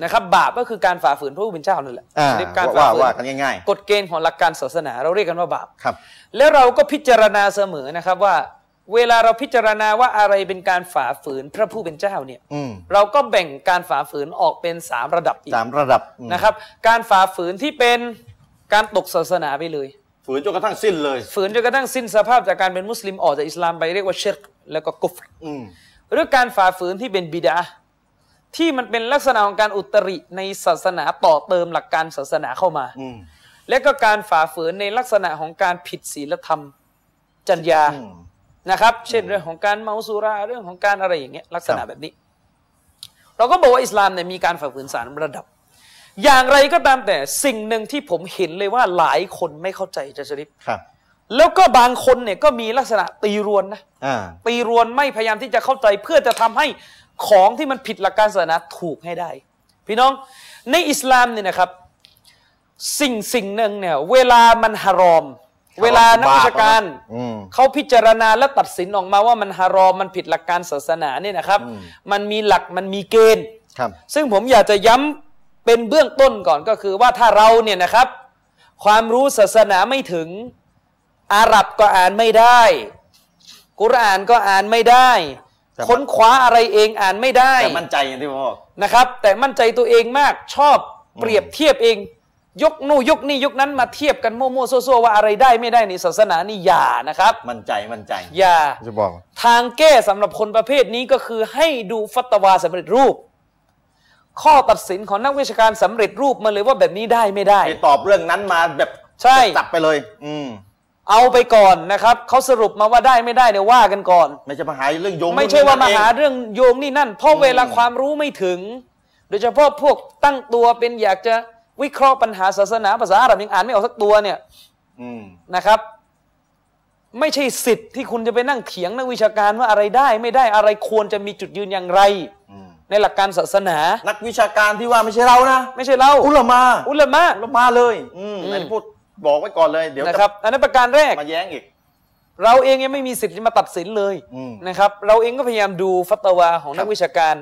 Speaker 2: นะครับ บาปก็คือการฝ่าฝืนพระผู้เป็นเจ้านั่นแหละ
Speaker 1: อ่า
Speaker 2: เรียกการ
Speaker 1: ว่า
Speaker 2: ฝ่าฝืน
Speaker 1: ว่ากันง่ายๆ
Speaker 2: กฎเกณฑ์ของหลักการศาสนา เราเรียกกันว่าบาป
Speaker 1: ครับ
Speaker 2: แล้วเราก็พิจารณาเสมอนะครับว่า เวลาเราพิจารณาว่าอะไรเป็นการฝ่าฝืนพระผู้เป็นเจ้าเนี่ย
Speaker 1: อืม
Speaker 2: เราก็แบ่งการฝ่าฝืนออกเป็นสามระดับอีก
Speaker 1: สามระดับอืม
Speaker 2: นะครับ การฝ่าฝืนที่เป็นการตกศาสนาไปเลย
Speaker 1: ฝืนจนกระทั่งสิ้นเลย
Speaker 2: ฝืนจนกระทั่งสิ้นสภาพจากการเป็นมุสลิมออกจากอิสลามไปเรียกว่าเชิรกแล้วก็กุฟร
Speaker 1: อืม
Speaker 2: หรือการฝ่าฝืนที่เป็นบิดาที่มันเป็นลักษณะของการอุตริในศาสนาต่อเติมหลักการศาสนาเข้ามา
Speaker 1: อืม
Speaker 2: และก็การฝ่าฝืนในลักษณะของการผิดศีลธรรม จรรยา
Speaker 1: อืม
Speaker 2: นะครับ เช่นเรื่องของการเมาสุราเรื่องของการอะไรอย่างเงี้ยลักษณะแบบนี้ เราก็บอกว่าอิสลามเนี่ยมีการฝ่าฝืนสารระดับ อย่างไรก็ตามแต่สิ่งหนึ่งที่ผมเห็นเลยว่าหลายคนไม่เข้าใจจะชริป
Speaker 1: ครับ
Speaker 2: แล้วก็บางคนเนี่ยก็มีลักษณะตีรวนนะ
Speaker 1: อ่า
Speaker 2: ตีรวนไม่พยายามที่จะเข้าใจเพื่อจะทำให้ของที่มันผิดหลักการศาสนาถูกให้ได้ พี่น้องในอิสลามเนี่ยนะครับ สิ่งสิ่งหนึ่งเนี่ยเวลามันฮารอม เวลานักวิชาการ
Speaker 1: อืม
Speaker 2: เขาพิจารณาและตัดสินออกมาว่ามันฮารอมมันผิดหลักการศาสนาเนี่ยนะครับ
Speaker 1: อืม
Speaker 2: มันมีหลักมันมีเกณฑ์
Speaker 1: ครับ
Speaker 2: ซึ่งผมอยากจะย้ำเป็นเบื้องต้นก่อนก็คือว่าถ้าเราเนี่ยนะครับ ความรู้ศาสนาไม่ถึง อาหรับก็อ่านไม่ได้ กุรอานก็อ่านไม่ได้
Speaker 1: แต่มัน
Speaker 2: ค้นคว้าอะไรเองอ่านไม่ได้
Speaker 1: แต่มั่นใจอย่างที่ผมบอก
Speaker 2: นะครับ แต่มั่นใจตัวเองมากชอบเปรียบเทียบเอง ยกนู่นยกนี่ยกนั้นมาเทียบกันมั่วๆซั่วๆว่าอะไรได้ไม่ได้ในศาสนานี่อย่านะครับ
Speaker 1: มั่นใจ มั่นใจ
Speaker 2: อย่า
Speaker 1: จะบอก
Speaker 2: ทางแก้สำหรับคนประเภทนี้ก็คือให้ดูฟัตวาสำเร็จรูป ข้อตัดสินของนักวิชาการสำเร็จรูปมาเลยว่าแบบนี้ได้ไม่ได้
Speaker 1: ไปตอบเรื่องนั้นมาแบบ
Speaker 2: ใช่
Speaker 1: จับไปเลย อืม
Speaker 2: เอาไปก่อนนะครับ เขาสรุปมาว่าได้ไม่ได้เนี่ยว่ากันก่อน
Speaker 1: ไม่ใช่มาหาเรื่องโยง
Speaker 2: ไม่ใช่ว่ามาหา
Speaker 1: เรื่อง
Speaker 2: เรื่องโยงนี่นั่น เพราะเวลาความรู้ไม่ถึง โดยเฉพาะพวกตั้งตัวเป็นอยากจะวิเคราะห์ปัญหาศาสนาภาษาอาหรับยังอ่านไม่ออกสักตัวเนี่ย
Speaker 1: อืม
Speaker 2: นะครับ ไม่ใช่สิทธิ์ที่คุณจะไปนั่งเถียงนักวิชาการว่าอะไรได้ไม่ได้อะไรควรจะมีจุดยืนอย่างไร
Speaker 1: อืม
Speaker 2: ในหลักการศาสนา
Speaker 1: นักวิชาการที่ว่าไม่ใช่เรานะ
Speaker 2: ไม่ใช่เรา
Speaker 1: อุลามา
Speaker 2: อุลามะ
Speaker 1: อุลามาเลย อืมอันนี้พูด บอกไว้ก่อนเลย เดี๋ยว
Speaker 2: นะ
Speaker 1: จะ
Speaker 2: ครับอันนั้นประการแรก
Speaker 1: มาแย้งอีก
Speaker 2: เราเองยังไม่มีสิทธิ์ที่มาตัดสินเลย
Speaker 1: อืม
Speaker 2: นะครับเราเองก็พยายามดูฟัตวาของ
Speaker 1: ค
Speaker 2: นัก
Speaker 1: รับ
Speaker 2: วิชาการ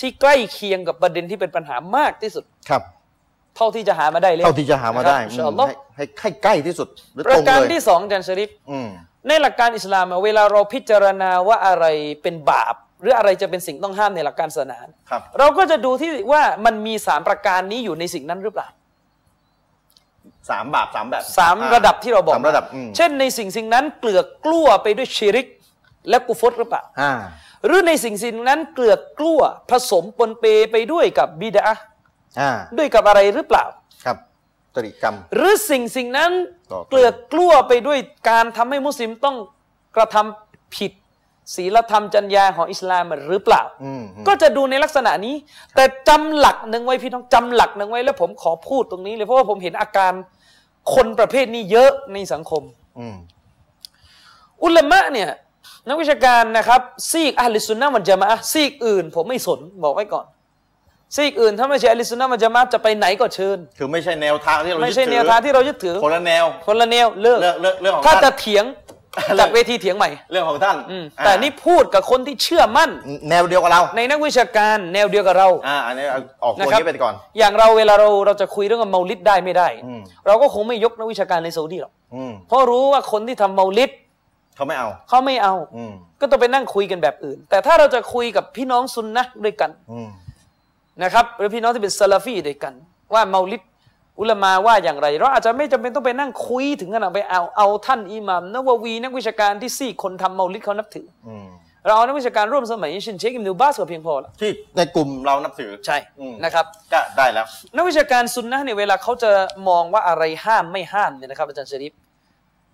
Speaker 2: ที่ใกล้เคียงกับประเด็นที่เป็นปัญหามากที่สุด
Speaker 1: ครับ
Speaker 2: เท่าที่จะหามาได้เลย
Speaker 1: เท่าที่จะหามาได้
Speaker 2: นะครับ
Speaker 1: อืม
Speaker 2: อินชาอัลลอฮ์
Speaker 1: ให้ให้ให้ใกล้ที่สุดหรือ
Speaker 2: ป
Speaker 1: ต
Speaker 2: ระ
Speaker 1: รง
Speaker 2: การ
Speaker 1: เลย
Speaker 2: ที่สองอาจารย์ชริฟ
Speaker 1: อืม
Speaker 2: ในหลักการอิสลามอะเวลาเราพิจารณาว่าอะไรเป็นบาป หรืออะไรจะเป็นสิ่งต้องห้ามในหลักการศาสนา
Speaker 1: ครับ
Speaker 2: เราก็จะดูที่ว่ามันมีสามประการนี้อยู่ในสิ่งนั้นหรือเปล่า
Speaker 1: สามบาปสามแบบ
Speaker 2: สาม
Speaker 1: อ่
Speaker 2: ระดับที่เราบอก
Speaker 1: สามระดับอืม
Speaker 2: เช่นในสิ่งสิ่งนั้นเกลือกกลัวไปด้วยชิริก และกุฟรหรือเปล่า
Speaker 1: อ่า
Speaker 2: หรือในสิ่งสิ่งนั้นเกลือกกลัวผสมปนเปไปด้วยกับบิดา
Speaker 1: อ่า
Speaker 2: ด้วยกับอะไรหรือเปล่า
Speaker 1: ครับตริกรรม
Speaker 2: หรือสิ่งสิ่งนั้น
Speaker 1: ต่อไป
Speaker 2: เกลือกกลัวไปด้วยการทำให้มุสลิมต้องกระทำผิดศีลธรรมจรรยาของอิสลามหรือเปล่า
Speaker 1: อืมอืม
Speaker 2: ก็จะดูในลักษณะนี้ แต่จำหลักหนึ่งไว้พี่น้องจำหลักหนึ่งไว้แล้วผมขอพูดตรงนี้เลยเพราะว่าผมเห็นอาการคนประเภทนี้เยอะในสังคม
Speaker 1: อืม
Speaker 2: อุลามะเนี่ยนักวิชาการนะครับซีกอะลิสุนนะมันจะมาอะฮ์ซีกอื่น ผมไม่สนบอกไว้ก่อน ซีกอื่นถ้าไม่ใช่อะลิสุนนะมันจะมาอะฮ์จะไปไหนก็เชิญ
Speaker 1: คือไม่ใช่แนวทางที่เรา
Speaker 2: ไม่ใช่
Speaker 1: ยึดถือ
Speaker 2: แนวทางที่เรายึดถือ
Speaker 1: คนละแนว
Speaker 2: คนละแนวเลิก
Speaker 1: เลิกเลิกเรื่องของ
Speaker 2: ถ้า
Speaker 1: ท่าน
Speaker 2: จะเถียง
Speaker 1: เลิก
Speaker 2: จัดเวทีเถียงใหม่
Speaker 1: เรื่องของท่าน
Speaker 2: อืม
Speaker 1: อ่า
Speaker 2: แต่นี่พูดกับคนที่เชื่อมั่น
Speaker 1: แนวเดียวกับเรา
Speaker 2: ในนักวิชาการแนวเดียวกับเรา
Speaker 1: อ่าอันนี้เอาออกตัว
Speaker 2: นะครับ
Speaker 1: นี้ไปก่อน
Speaker 2: อย่างเราเวลาเราเราจะคุยเรื่องเมาลิดได้ไม่ได้
Speaker 1: อืม
Speaker 2: เราก็คงไม่ยกนักวิชาการในซาอุดีหรอก
Speaker 1: อืม
Speaker 2: เพราะรู้ว่าคนที่ทำเมาลิด
Speaker 1: เขาไม่เอา
Speaker 2: เขาไม่เอา
Speaker 1: อืม
Speaker 2: ก็ต้องไปนั่งคุยกันแบบอื่น แต่ถ้าเราจะคุยกับพี่น้องซุนนะห์ด้วยกัน
Speaker 1: อืม
Speaker 2: นะครับหรือพี่น้องที่เป็นซาลาฟีด้วยกัน ว่าเมาลิดอุลามาว่าอย่างไร เราอาจจะไม่จำเป็นต้องไปนั่งคุยถึงขนาดไปเอาเอาท่านอิหมัมนววีนักวิชาการที่สี่คนทำเมาลิดเขานับถือ
Speaker 1: อืม
Speaker 2: เราเอานักวิชาการร่วมสมัยเช่นเชคอิมนูบาสก็เพียงพอละ
Speaker 1: ที่ในกลุ่มเรานับถือ
Speaker 2: ใช่
Speaker 1: อืม
Speaker 2: นะครับ
Speaker 1: ก็ได้แล้ว
Speaker 2: นักวิชาการซุนนะห์เนี่ยเวลาเขาจะมองว่าอะไรห้ามไม่ห้ามเนี่ยนะครับอาจารย์ชริฟ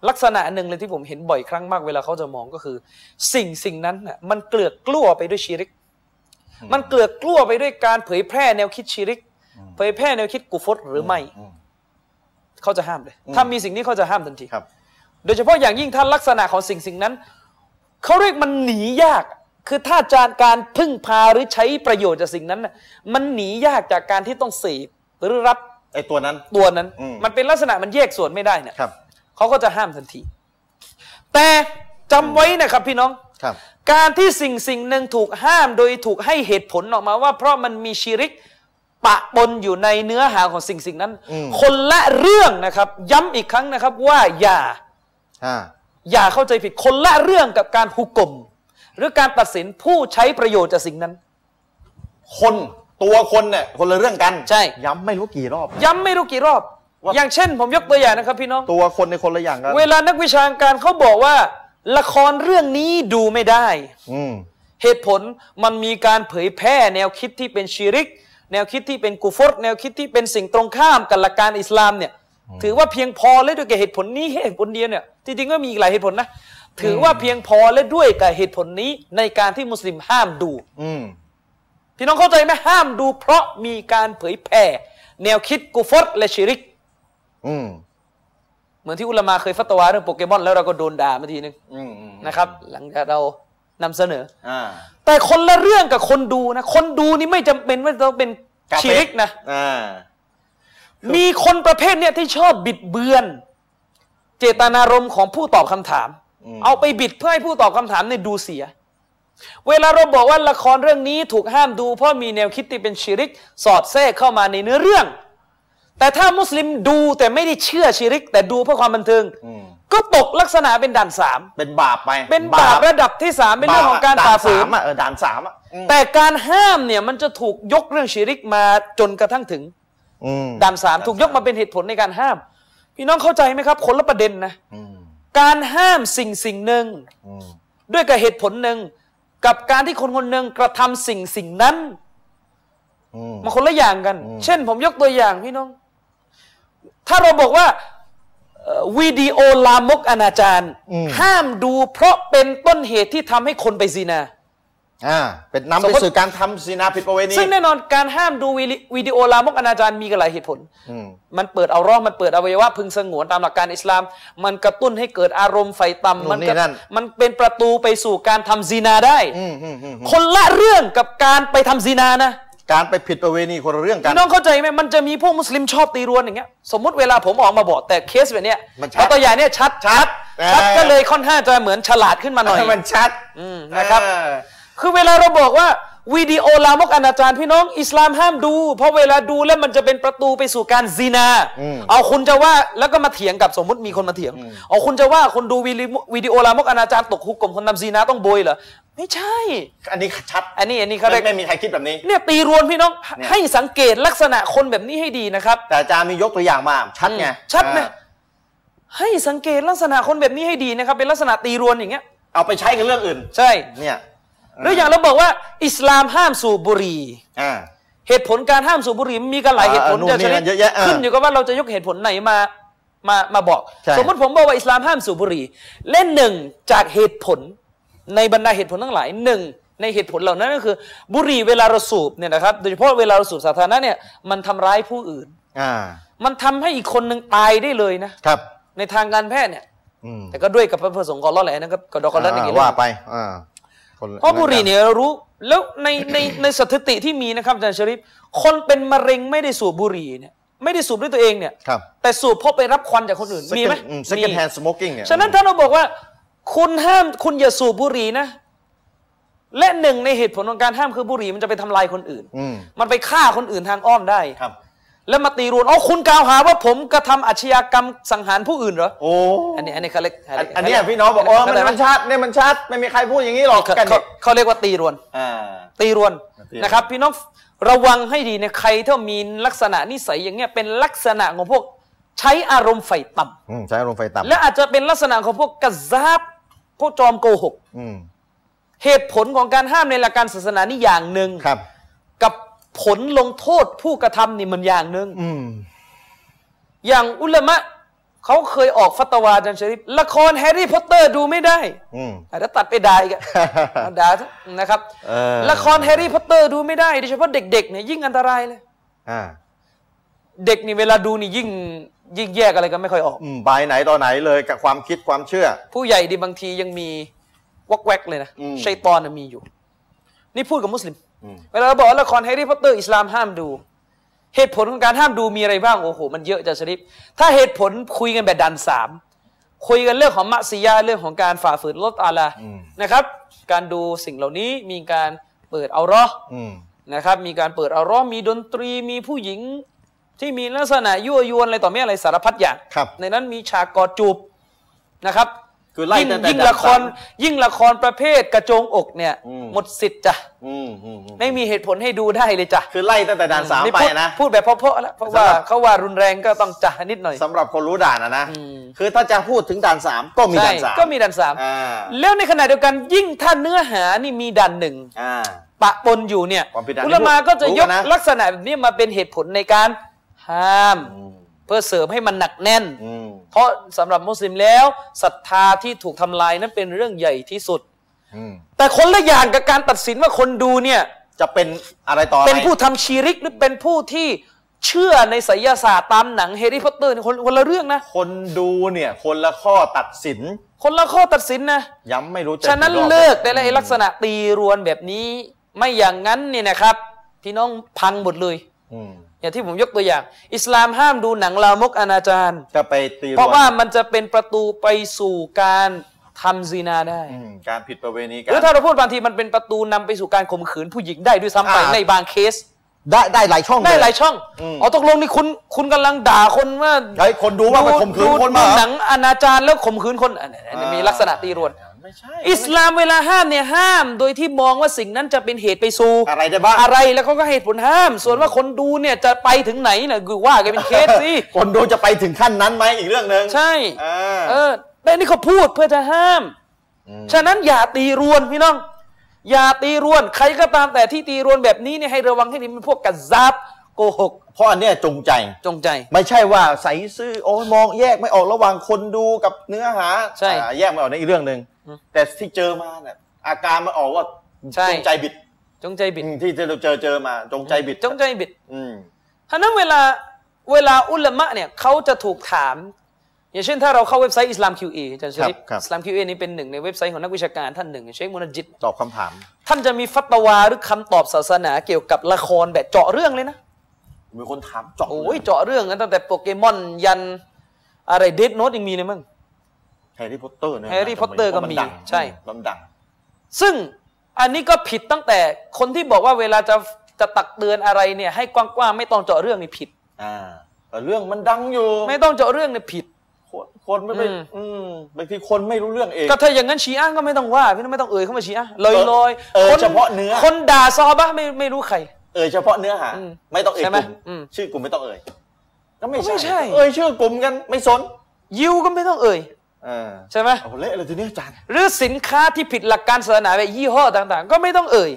Speaker 2: ลักษณะหนึ่งเลยที่ผมเห็นบ่อยครั้งมากเวลาเขาจะมองก็คือ สิ่งสิ่งนั้นน่ะมันเกลือกกลัวไปด้วยชีริก มันเกลือกกลัวไปด้วยการเผยแพร่แนวคิดชีริก เผยแพร่แนวคิดกุฟรหรือไม่
Speaker 1: อืม
Speaker 2: เขาจะห้ามเลย
Speaker 1: อืม
Speaker 2: ถ้ามีสิ่งนี้เขาจะห้ามทันที
Speaker 1: ครับ
Speaker 2: โดยเฉพาะอย่างยิ่งถ้าลักษณะของสิ่งสิ่งนั้นเขาเรียกมันหนียาก คือถ้าจานการพึ่งพาหรือใช้ประโยชน์จากสิ่งนั้นน่ะมันหนียากจากการที่ต้องเสพหรือรับ
Speaker 1: ไอตัวนั้น
Speaker 2: ตัวนั้น
Speaker 1: อืม
Speaker 2: มันเป็นลักษณะมันแยกส่วนไม่ได้เนี่ย
Speaker 1: ครับ
Speaker 2: เขาก็จะห้ามทันที แต่จำไว้นะครับพี่น้อง
Speaker 1: ครับ
Speaker 2: การที่สิ่งสิ่งหนึ่งถูกห้ามโดยถูกให้เหตุผลออกมาว่า เพราะมันมีชีริกปะปนอยู่ในเนื้อหาของสิ่งสิ่งนั้น
Speaker 1: อืม
Speaker 2: คนละเรื่องนะครับ ย้ำอีกครั้งนะครับว่าอย่า
Speaker 1: อ่า
Speaker 2: อย่าเข้าใจผิดคนละเรื่องกับการหุกกลมหรือการตัดสินผู้ใช้ประโยชน์จากสิ่งนั้น
Speaker 1: คนตัวคนเนี่ยคนละเรื่องกัน
Speaker 2: ใช่
Speaker 1: ย้ำไม่รู้กี่รอบ
Speaker 2: ย้ำไม่รู้กี่รอบ
Speaker 1: ว่า
Speaker 2: อย่างเช่น ผมยกตัวอย่างนะครับพี่น้อง
Speaker 1: ตัวคนในคนละอย่างกัน
Speaker 2: เวลานักวิชาการเขาบอกว่า ละครเรื่องนี้ดูไม่ได้
Speaker 1: อืม
Speaker 2: เหตุผลมันมีการเผยแพร่แนวคิดที่เป็นชีริก แนวคิดที่เป็นกูฟรแนวคิดที่เป็นสิ่งตรงข้ามกับหลักการอิสลามเนี่ย ถือว่าเพียงพอและด้วยกับเหตุผลนี้เหตุผลเดียวเนี่ยจริงๆก็มีอีกหลายเหตุผลนะถือว่าเพียงพอและด้วยกับเหตุผลนี้ในการที่มุสลิมห้ามดู
Speaker 1: อืม
Speaker 2: พี่น้องเข้าใจไหมห้ามดู เพราะมีการเผยแพร่แนวคิดกูฟรและชีริก
Speaker 1: อืม
Speaker 2: เหมือนที่อุลามาเคยฟัตวาเรื่องโปเกมอนแล้วเราก็โดนด่ามาทีนึง
Speaker 1: อืมอืม
Speaker 2: นะครับหลังจากเรานำเสนอ
Speaker 1: อ่า
Speaker 2: แต่คนละเรื่องกับคนดูนะ คนดูนี่ไม่จำเป็นว่าจะต้องเป็น
Speaker 1: กาเฟ
Speaker 2: ชีริกนะ
Speaker 1: อ่า
Speaker 2: มีคนประเภทเนี่ยที่ชอบบิดเบือน เจตนารมณ์ของผู้ตอบคำถาม
Speaker 1: อืม
Speaker 2: เอาไปบิดเพื่อให้ผู้ตอบคำถามเนี่ยดูเสีย เวลาเราบอกว่าละครเรื่องนี้ถูกห้ามดู เพราะมีแนวคิดที่เป็นชีริก สอดแทรกเข้ามาในเนื้อเรื่อง แต่ถ้ามุสลิมดูแต่ไม่ได้เชื่อชีริก แต่ดูเพื่อความบันเทิง
Speaker 1: อืม
Speaker 2: ก็ตกลักษณะเป็นด่านสาม
Speaker 1: เป็นบาปไป
Speaker 2: เป็นบาประดับที่สามเป็นเรื่องของการฝ่าฝืน
Speaker 1: ด่นสมอ่ะเออด่านสามอ่ะอืม
Speaker 2: แต่การห้ามเนี่ยมันจะถูกยกเรื่องชิริกมาจนกระทั่งถึง
Speaker 1: อืม
Speaker 2: ด่านสามถูกยกมาเป็นเหตุผลในการห้าม พี่น้องเข้าใจไหมครับคนละประเด็นนะ
Speaker 1: อืม
Speaker 2: การห้ามสิ่งสิ่งหนึ่ง
Speaker 1: อืม
Speaker 2: ด้วยกับเหตุผลหนึ่ง กับการที่คนคนหนึ่งกระทำสิ่งสิ่งนั้น
Speaker 1: อืม
Speaker 2: มันคนละอย่างกัน
Speaker 1: อืม
Speaker 2: เช่นผมยกตัวอย่างพี่น้อง ถ้าเราบอกว่าเอ่อวิดีโอลามกอนาจารห้ามดูเพราะเป็นต้นเหตุที่ทำให้คนไปซีนา
Speaker 1: อ่าเป็นนำ
Speaker 2: สม
Speaker 1: ไป
Speaker 2: มติ
Speaker 1: สู่การทำศีนาผิดประเวณี
Speaker 2: ซึ่งแน่นอนการห้ามดูวิลิวิดีโอลามกอนาจารมีกันหลายเหตุผล
Speaker 1: อืม
Speaker 2: มันเปิดเอาร่องมันเปิดอวัยวะพึงสงวนตามหลักการอิสลาม มันกระตุ้นให้เกิดอารมณ์ไฟต่ำ
Speaker 1: นู่
Speaker 2: มัน น
Speaker 1: นี่
Speaker 2: กระ
Speaker 1: นั่น
Speaker 2: มันเป็นประตูไปสู่การทำซีนาได้
Speaker 1: อืมอืมอืมอืม
Speaker 2: คนละเรื่องกับการไปทำซีนานะ
Speaker 1: การไปผิดประเวณีคนละเรื่องกัน
Speaker 2: พี่น้องเข้าใจไหมมันจะมีพวกมุสลิมชอบตีรวนอย่างเงี้ย สมมติเวลาผมออกมาบอกแต่เคสแบบเนี้ย
Speaker 1: มันชัด
Speaker 2: เพราะตัวอย่างเนี้ยชัดชัด
Speaker 1: เออ
Speaker 2: ชัดก็เลยค่อนข้างจะเหมือนฉลาดขึ้นมาหน่อย
Speaker 1: ให้มันชัด
Speaker 2: อืมนะครับ
Speaker 1: เออ
Speaker 2: คือเวลาเราบอกว่าวิดีโอลามกอนาจารพี่น้องอิสลามห้ามดู เพราะเวลาดูแล้วมันจะเป็นประตูไปสู่การซินา
Speaker 1: อืม
Speaker 2: เอาคุณจะว่าแล้วก็มาเถียงกับสมมติมีคนมาเถียง
Speaker 1: อืม
Speaker 2: เอาคุณจะว่าคนดูวิลิวิดีโอลามกอนาจารตกคุกกลมคนทำซินาต้องโบยเหรอไม่ใช่
Speaker 1: อันนี้ชัด
Speaker 2: อันนี้อันนี้เขา
Speaker 1: ไม่
Speaker 2: เรียก
Speaker 1: ไม่มีใครคิดแบบนี้
Speaker 2: เนี่ยตีรวนพี่น้อง
Speaker 1: เนี่ย
Speaker 2: ให้สังเกตลักษณะคนแบบนี้ให้ดีนะครับ
Speaker 1: แต่อาจารย์มียกตัวอย่างมาชัดไง
Speaker 2: ชัดไหม
Speaker 1: เออ
Speaker 2: ให้สังเกตลักษณะคนแบบนี้ให้ดีนะครับ เป็นลักษณะตีรวนอย่างเงี้ย
Speaker 1: เอาไปใช้กับเรื่องอื่น
Speaker 2: ใช่
Speaker 1: เนี่ย
Speaker 2: หรืออย่างเราบอกว่า อิสลามห้ามสูบบุหรี่
Speaker 1: อ่า
Speaker 2: เหตุผลการห้ามสูบบุหรี่มีกันหลาย
Speaker 1: อ่า
Speaker 2: เหตุผล
Speaker 1: นู่น
Speaker 2: จะช
Speaker 1: นี่
Speaker 2: นิด
Speaker 1: นั่นเยอะแยะอ่า
Speaker 2: ขึ้นอยู่กับว่าเราจะยกเหตุผลไหนมามามาบอก
Speaker 1: ใช่
Speaker 2: สมมติผมบอกว่าอิสลามห้ามสูบบุหรี่เล่นหนึ่งจากเหตุผลในบรรดาเหตุผลทั้งหลายหนึ่งในเหตุผลเหล่านั้นก็คือ บุหรี่เวลาเราสูบเนี่ยนะครับโดยเฉพาะเวลาเราสูบสาธารณะเนี่ยมันทำร้ายผู้อื่น
Speaker 1: อ่า
Speaker 2: มันทำให้อีกคนหนึ่งตายได้เลยนะครับ ในทางการแพทย์เนี่ย
Speaker 1: อืม
Speaker 2: แต่ก็ด้วยกับพระประสงค์ของอัลเลอแหละนั่นก็กอดอกอลเลออย่างนี้
Speaker 1: ว่า
Speaker 2: ว่า
Speaker 1: ไปอ่าคน
Speaker 2: เพราะบุหรีเนี่ยรู้แล้วในในในสถิติที่มีนะครับอาจารย์ชริฟคนเป็นมะเร็งไม่ได้สูบบุหรี่เนี่ยไม่ได้สูบด้วยตัวเองเนี่ย
Speaker 1: ครับ
Speaker 2: แต่สูบเพราะไปรับควันจากคนอื่นมีไหม
Speaker 1: เซคันด์แฮน
Speaker 2: มี
Speaker 1: ด์สโมกิ้งเนี่ย
Speaker 2: ฉะนั้นถ้าเราบอกว่า คุณห้ามคุณอย่าสูบบุหรี่นะ และหนึ่งในเหตุผลของการห้ามคือบุหรี่มันจะไปทำลายคนอื่น
Speaker 1: อืม
Speaker 2: มันไปฆ่าคนอื่นทางอ้อมได้
Speaker 1: ครับ
Speaker 2: แล้วมาตีรวนอ๋อคุณกล่าวหาว่าผมกระทำอาชญากรรมสังหารผู้อื่นเหรอ
Speaker 1: โอ้
Speaker 2: อันนี้อันนี้เขาเรียก
Speaker 1: อันอันเนี้ยพี่น้องบอก
Speaker 2: เข
Speaker 1: โอ้มัน
Speaker 2: เรียกะไร
Speaker 1: มันชัดเนี่ยมันชัด ไม่มีใครพูดอย่างนี้หรอก
Speaker 2: เขา
Speaker 1: กัน
Speaker 2: เขาเขาเรียกว่าตีรวน
Speaker 1: อ่า
Speaker 2: ตีรวน
Speaker 1: ตีรวน
Speaker 2: นะครับ พี่น้องระวังให้ดีนะใครที่มีลักษณะนิสัยอย่างเงี้ยเป็นลักษณะของพวกใช้อารมณ์ไฟต่ำ
Speaker 1: อืมใช้อารมณ์ไฟต่ำ
Speaker 2: และอาจจะเป็นลักษณะของพวกกะซาบพวกจอมโกหก
Speaker 1: อืม
Speaker 2: เหตุผลของการห้ามในหลักการศาสนานี่อย่างหนึ่ง
Speaker 1: ครับ
Speaker 2: กับผลลงโทษผู้กระทำนี่มันอย่างหนึ่ง
Speaker 1: อืม
Speaker 2: อย่างอุลามะเขาเคยออกฟัตวาอาจันชริฟละครแฮร์รี่พอตเตอร์ดูไม่ได้
Speaker 1: อืม
Speaker 2: อาจจะตัดไปด่าอีกอะ ด่าซะนะครับ
Speaker 1: เออ
Speaker 2: ละครแฮร์รี่พอตเตอร์ดูไม่ได้โดยเฉพาะเด็กๆเนี่ยยิ่งอันตรายเลย
Speaker 1: อ่า
Speaker 2: เด็กนี่เวลาดูนี่ยิ่งยิ่งแยกอะไรกันไม่ค่อยออก
Speaker 1: อืมบายไหนต่อไหนเลยกับความคิดความเชื่อ
Speaker 2: ผู้ใหญ่ดีบางทียังมีวักแวกเลยนะ
Speaker 1: อืม
Speaker 2: ชัยตอนน่ะมีอยู่ นี่พูดกับมุสลิม
Speaker 1: อืม
Speaker 2: เวลาเราบอกว่าละครแฮร์รี่พอตเตอร์อิสลามห้ามดู เหตุผลของการห้ามดูมีอะไรบ้าง โอ้โห มันเยอะจะชริปถ้าเหตุผลคุยกันแบบดันสามคุยกันเรื่องของมะซียาเรื่องของการฝ่าฝืนลดอาลา
Speaker 1: อืม
Speaker 2: นะครับ การดูสิ่งเหล่านี้มีการเปิดเอาเราะห์
Speaker 1: อืม
Speaker 2: นะครับ มีการเปิดเอาเราะห์มีดนตรีมีผู้หญิง ที่มีลักษณะยั่วยวนอะไรต่อไม่อะไรสารพัดอย่าง
Speaker 1: ครับ
Speaker 2: ในนั้นมีฉากกอดจูบนะครับ
Speaker 1: คือไล่
Speaker 2: ยิ่ง
Speaker 1: ตั้งแต่
Speaker 2: ยิ่ง
Speaker 1: ด่าน
Speaker 2: ละคร
Speaker 1: สาม
Speaker 2: ยิ่งละครประเภทกระโจงอกเนี่ย
Speaker 1: อืม
Speaker 2: หมดสิทธิ์จ้ะ
Speaker 1: อืมอืมอืม
Speaker 2: ไม่มีเหตุผลให้ดูได้เลยจ้ะ
Speaker 1: คือไล่ตั้งแต่ด่านสาม
Speaker 2: นี่
Speaker 1: ไป
Speaker 2: พูด
Speaker 1: นะ
Speaker 2: พูดแบบเพราะๆแล้วเพราะว่า
Speaker 1: สำหรับ
Speaker 2: เขาว่ารุนแรงก็ต้องจ่านิดหน่อย
Speaker 1: สำหรับคนรู้ด่านอะนะ
Speaker 2: อืม
Speaker 1: คือถ้าจะพูดถึงด่านสามก็มี
Speaker 2: ใช่
Speaker 1: ด่านสาม
Speaker 2: ก็มีดันสาม
Speaker 1: อ่า
Speaker 2: แล้วในขณะเดียวกันยิ่งถ้าเนื้อหานี่มีดันหนึ่ง
Speaker 1: อ่า
Speaker 2: ปะปนอยู่เนี่ย
Speaker 1: ความผิดด่าน
Speaker 2: อุลามาก็จะ
Speaker 1: รู้
Speaker 2: ย
Speaker 1: กั
Speaker 2: ก
Speaker 1: นนะ
Speaker 2: ลักษณะแบบนี้มาเป็นเหตุผลในการห้าม
Speaker 1: อืม
Speaker 2: เพื่อเสริมให้มันหนักแน่น
Speaker 1: อืม
Speaker 2: เพราะสำหรับมุสลิมแล้วศรัทธาที่ถูกทำลายนั้นเป็นเรื่องใหญ่ที่สุด
Speaker 1: อืม
Speaker 2: แต่คนละอย่างกับการตัดสินว่าคนดูเนี่ย
Speaker 1: จะเป็นอะไรต่ออะไร
Speaker 2: เป็นผู้ทำชีริกหรือเป็นผู้ที่เชื่อในไสยศาสตร์ตามหนังแฮร์รี่พอตเตอร์คนคนละเรื่องนะ
Speaker 1: คนดูเนี่ย คนละข้อตัดสิน
Speaker 2: คนละข้อตัดสินนะ
Speaker 1: ย้ำไม่รู้จะ
Speaker 2: ฉะนั้น
Speaker 1: รอบ
Speaker 2: เลิกได้แล้วไอ้ลักษณะตีรวนแบบนี้ไม่อย่างนั้นเนี่ยนะครับ พี่น้องพังหมดเลย
Speaker 1: อืม
Speaker 2: อย่างที่ผมยกตัวอย่าง อิสลามห้ามดูหนังลามกอนาจาร
Speaker 1: จะไปตี
Speaker 2: เพราะว่ามันจะเป็นประตูไปสู่การทำซีนาได้
Speaker 1: อืมการผิดประเวณีกั
Speaker 2: หรือถ้าเราพูดบางทีมันเป็นประตูนำไปสู่การข่มขืนผู้หญิงได้ด้วยซ้ำไปในบางเคส
Speaker 1: ได้ได้หลายช่อง
Speaker 2: ได้
Speaker 1: เ
Speaker 2: หลายช่อง
Speaker 1: อืม
Speaker 2: อ๋อตกลงนี่คุณคุณกำลังด่าคนว่า
Speaker 1: ไอ้คนดูว่าไปข่มขืน
Speaker 2: ดู
Speaker 1: คนมา
Speaker 2: ดู
Speaker 1: เหรอ
Speaker 2: หนังอนาจารแล้วข่มขืนคนอันนี้อันนี้มีลักษณะตีรวน
Speaker 1: ไม่ใช่
Speaker 2: อิสลามเวลาห้ามเนี่ยห้าม โดยที่มองว่าสิ่งนั้นจะเป็นเหตุไปสู่
Speaker 1: อะไรได้บ้าง
Speaker 2: อะไรแล้วเขาก็เหตุผลห้าม ส่วนว่าคนดูเนี่ยจะไปถึงไหนน่ะคือว่ากันเป็นเคสสิ
Speaker 1: คนดูจะไปถึงขั้นนั้นไหมอีกเรื่องหนึ่ง
Speaker 2: ใช่
Speaker 1: อ่า
Speaker 2: เออแต่นี่เขาพูดเพื่อจะห้าม
Speaker 1: อืม
Speaker 2: ฉะนั้นอย่าตีรวนพี่น้อง อย่าตีรวน ใครก็ตามแต่ที่ตีรวนแบบนี้เนี่ยให้ระวังให้ดีเป็นพวกกัซซับโกหก
Speaker 1: เพราะอันเนี้ยจงใจ
Speaker 2: จงใจ
Speaker 1: ไม่ใช่ว่าใสซื่อโอ้ยมองแยกไม่ออกระหว่างคนดูกับเนื้อหา
Speaker 2: ใช่
Speaker 1: อ่าแยกไม่ออกในอีกเรื่องหนึ่ง
Speaker 2: อืม
Speaker 1: แต่ที่เจอมาเนี่ยอาการมันออกว่า
Speaker 2: ใช่
Speaker 1: จงใจบิด
Speaker 2: จงใจบิด
Speaker 1: อืมที่เราเจอเจอมาจงใจบิด
Speaker 2: จงใจบิด
Speaker 1: อืม
Speaker 2: ฉะนั้นเวลาเวลาอุลามะเนี่ยเขาจะถูกถาม อย่างเช่นถ้าเราเข้าเว็บไซต์อิสลาม QA อาจารย์ชลิป
Speaker 1: ครับครับ
Speaker 2: อิสลาม QA นี่เป็นหนึ่งในเว็บไซต์ของนักวิชาการท่านหนึ่งเชคมุนจิต
Speaker 1: ตอบคำถาม
Speaker 2: ท่านจะมีฟัตวาหรือคำตอบศาสนาเกี่ยวกับละครแบบเจาะเรื่องเลยนะ
Speaker 1: มีคนถามเจาะ
Speaker 2: โอ้ยเจาะเรื่องกันตั้งแต่โปเกมอนยันอะไรเดดโนตยังมีเลยมั้ง
Speaker 1: แฮร์รี่พอตเตอร์เนี่ย
Speaker 2: Harry Potter ก็มีใช่
Speaker 1: มันดัง
Speaker 2: ซึ่งอันนี้ก็ผิดตั้งแต่คนที่บอกว่าเวลาจะจะตักเตือนอะไรเนี่ยให้กว้างๆไม่ต้องเจาะเรื่องนี่ผิด
Speaker 1: อ่าแต่เรื่องมันดังอยู่
Speaker 2: ไม่ต้องเจาะเรื่องเนี่ยผิด
Speaker 1: คนคนไม่ไป
Speaker 2: อืม
Speaker 1: อืมบางทีคนไม่รู้เรื่องเอง
Speaker 2: ก็ถ้าอย่างนั้นชีอะห์ก็ไม่ต้องว่าพี่น้องไม่ต้องเอ่ยเข้ามาชีอะห์ลอยลอยๆ
Speaker 1: เออ
Speaker 2: คน
Speaker 1: เฉพาะเนื้อ
Speaker 2: คนด่าซอฮาบะห์ไม่ไม่รู้ใคร
Speaker 1: เอ่ยเฉพาะเนื้อหา
Speaker 2: อืม
Speaker 1: ไม่ต้องเอ่ย
Speaker 2: ใช่
Speaker 1: ก
Speaker 2: ไหม
Speaker 1: ลุ่ม
Speaker 2: อืม
Speaker 1: ชื่อกลุ่มไม่ต้องเอ่ยก็ไม่
Speaker 2: ก็ไม่ใช่
Speaker 1: เอ่ยชื่อกลุ่มกันไม่สน
Speaker 2: ยิวก็ไม่ต้องเอ่ย
Speaker 1: เออ
Speaker 2: ใช่ไหม
Speaker 1: เอาเละเลยทีนี้อาจารย์
Speaker 2: หรือสินค้าที่ผิดหลักการศาสนาแบบยี่ห้อต่างๆ ก็ไม่ต้องเอ่ย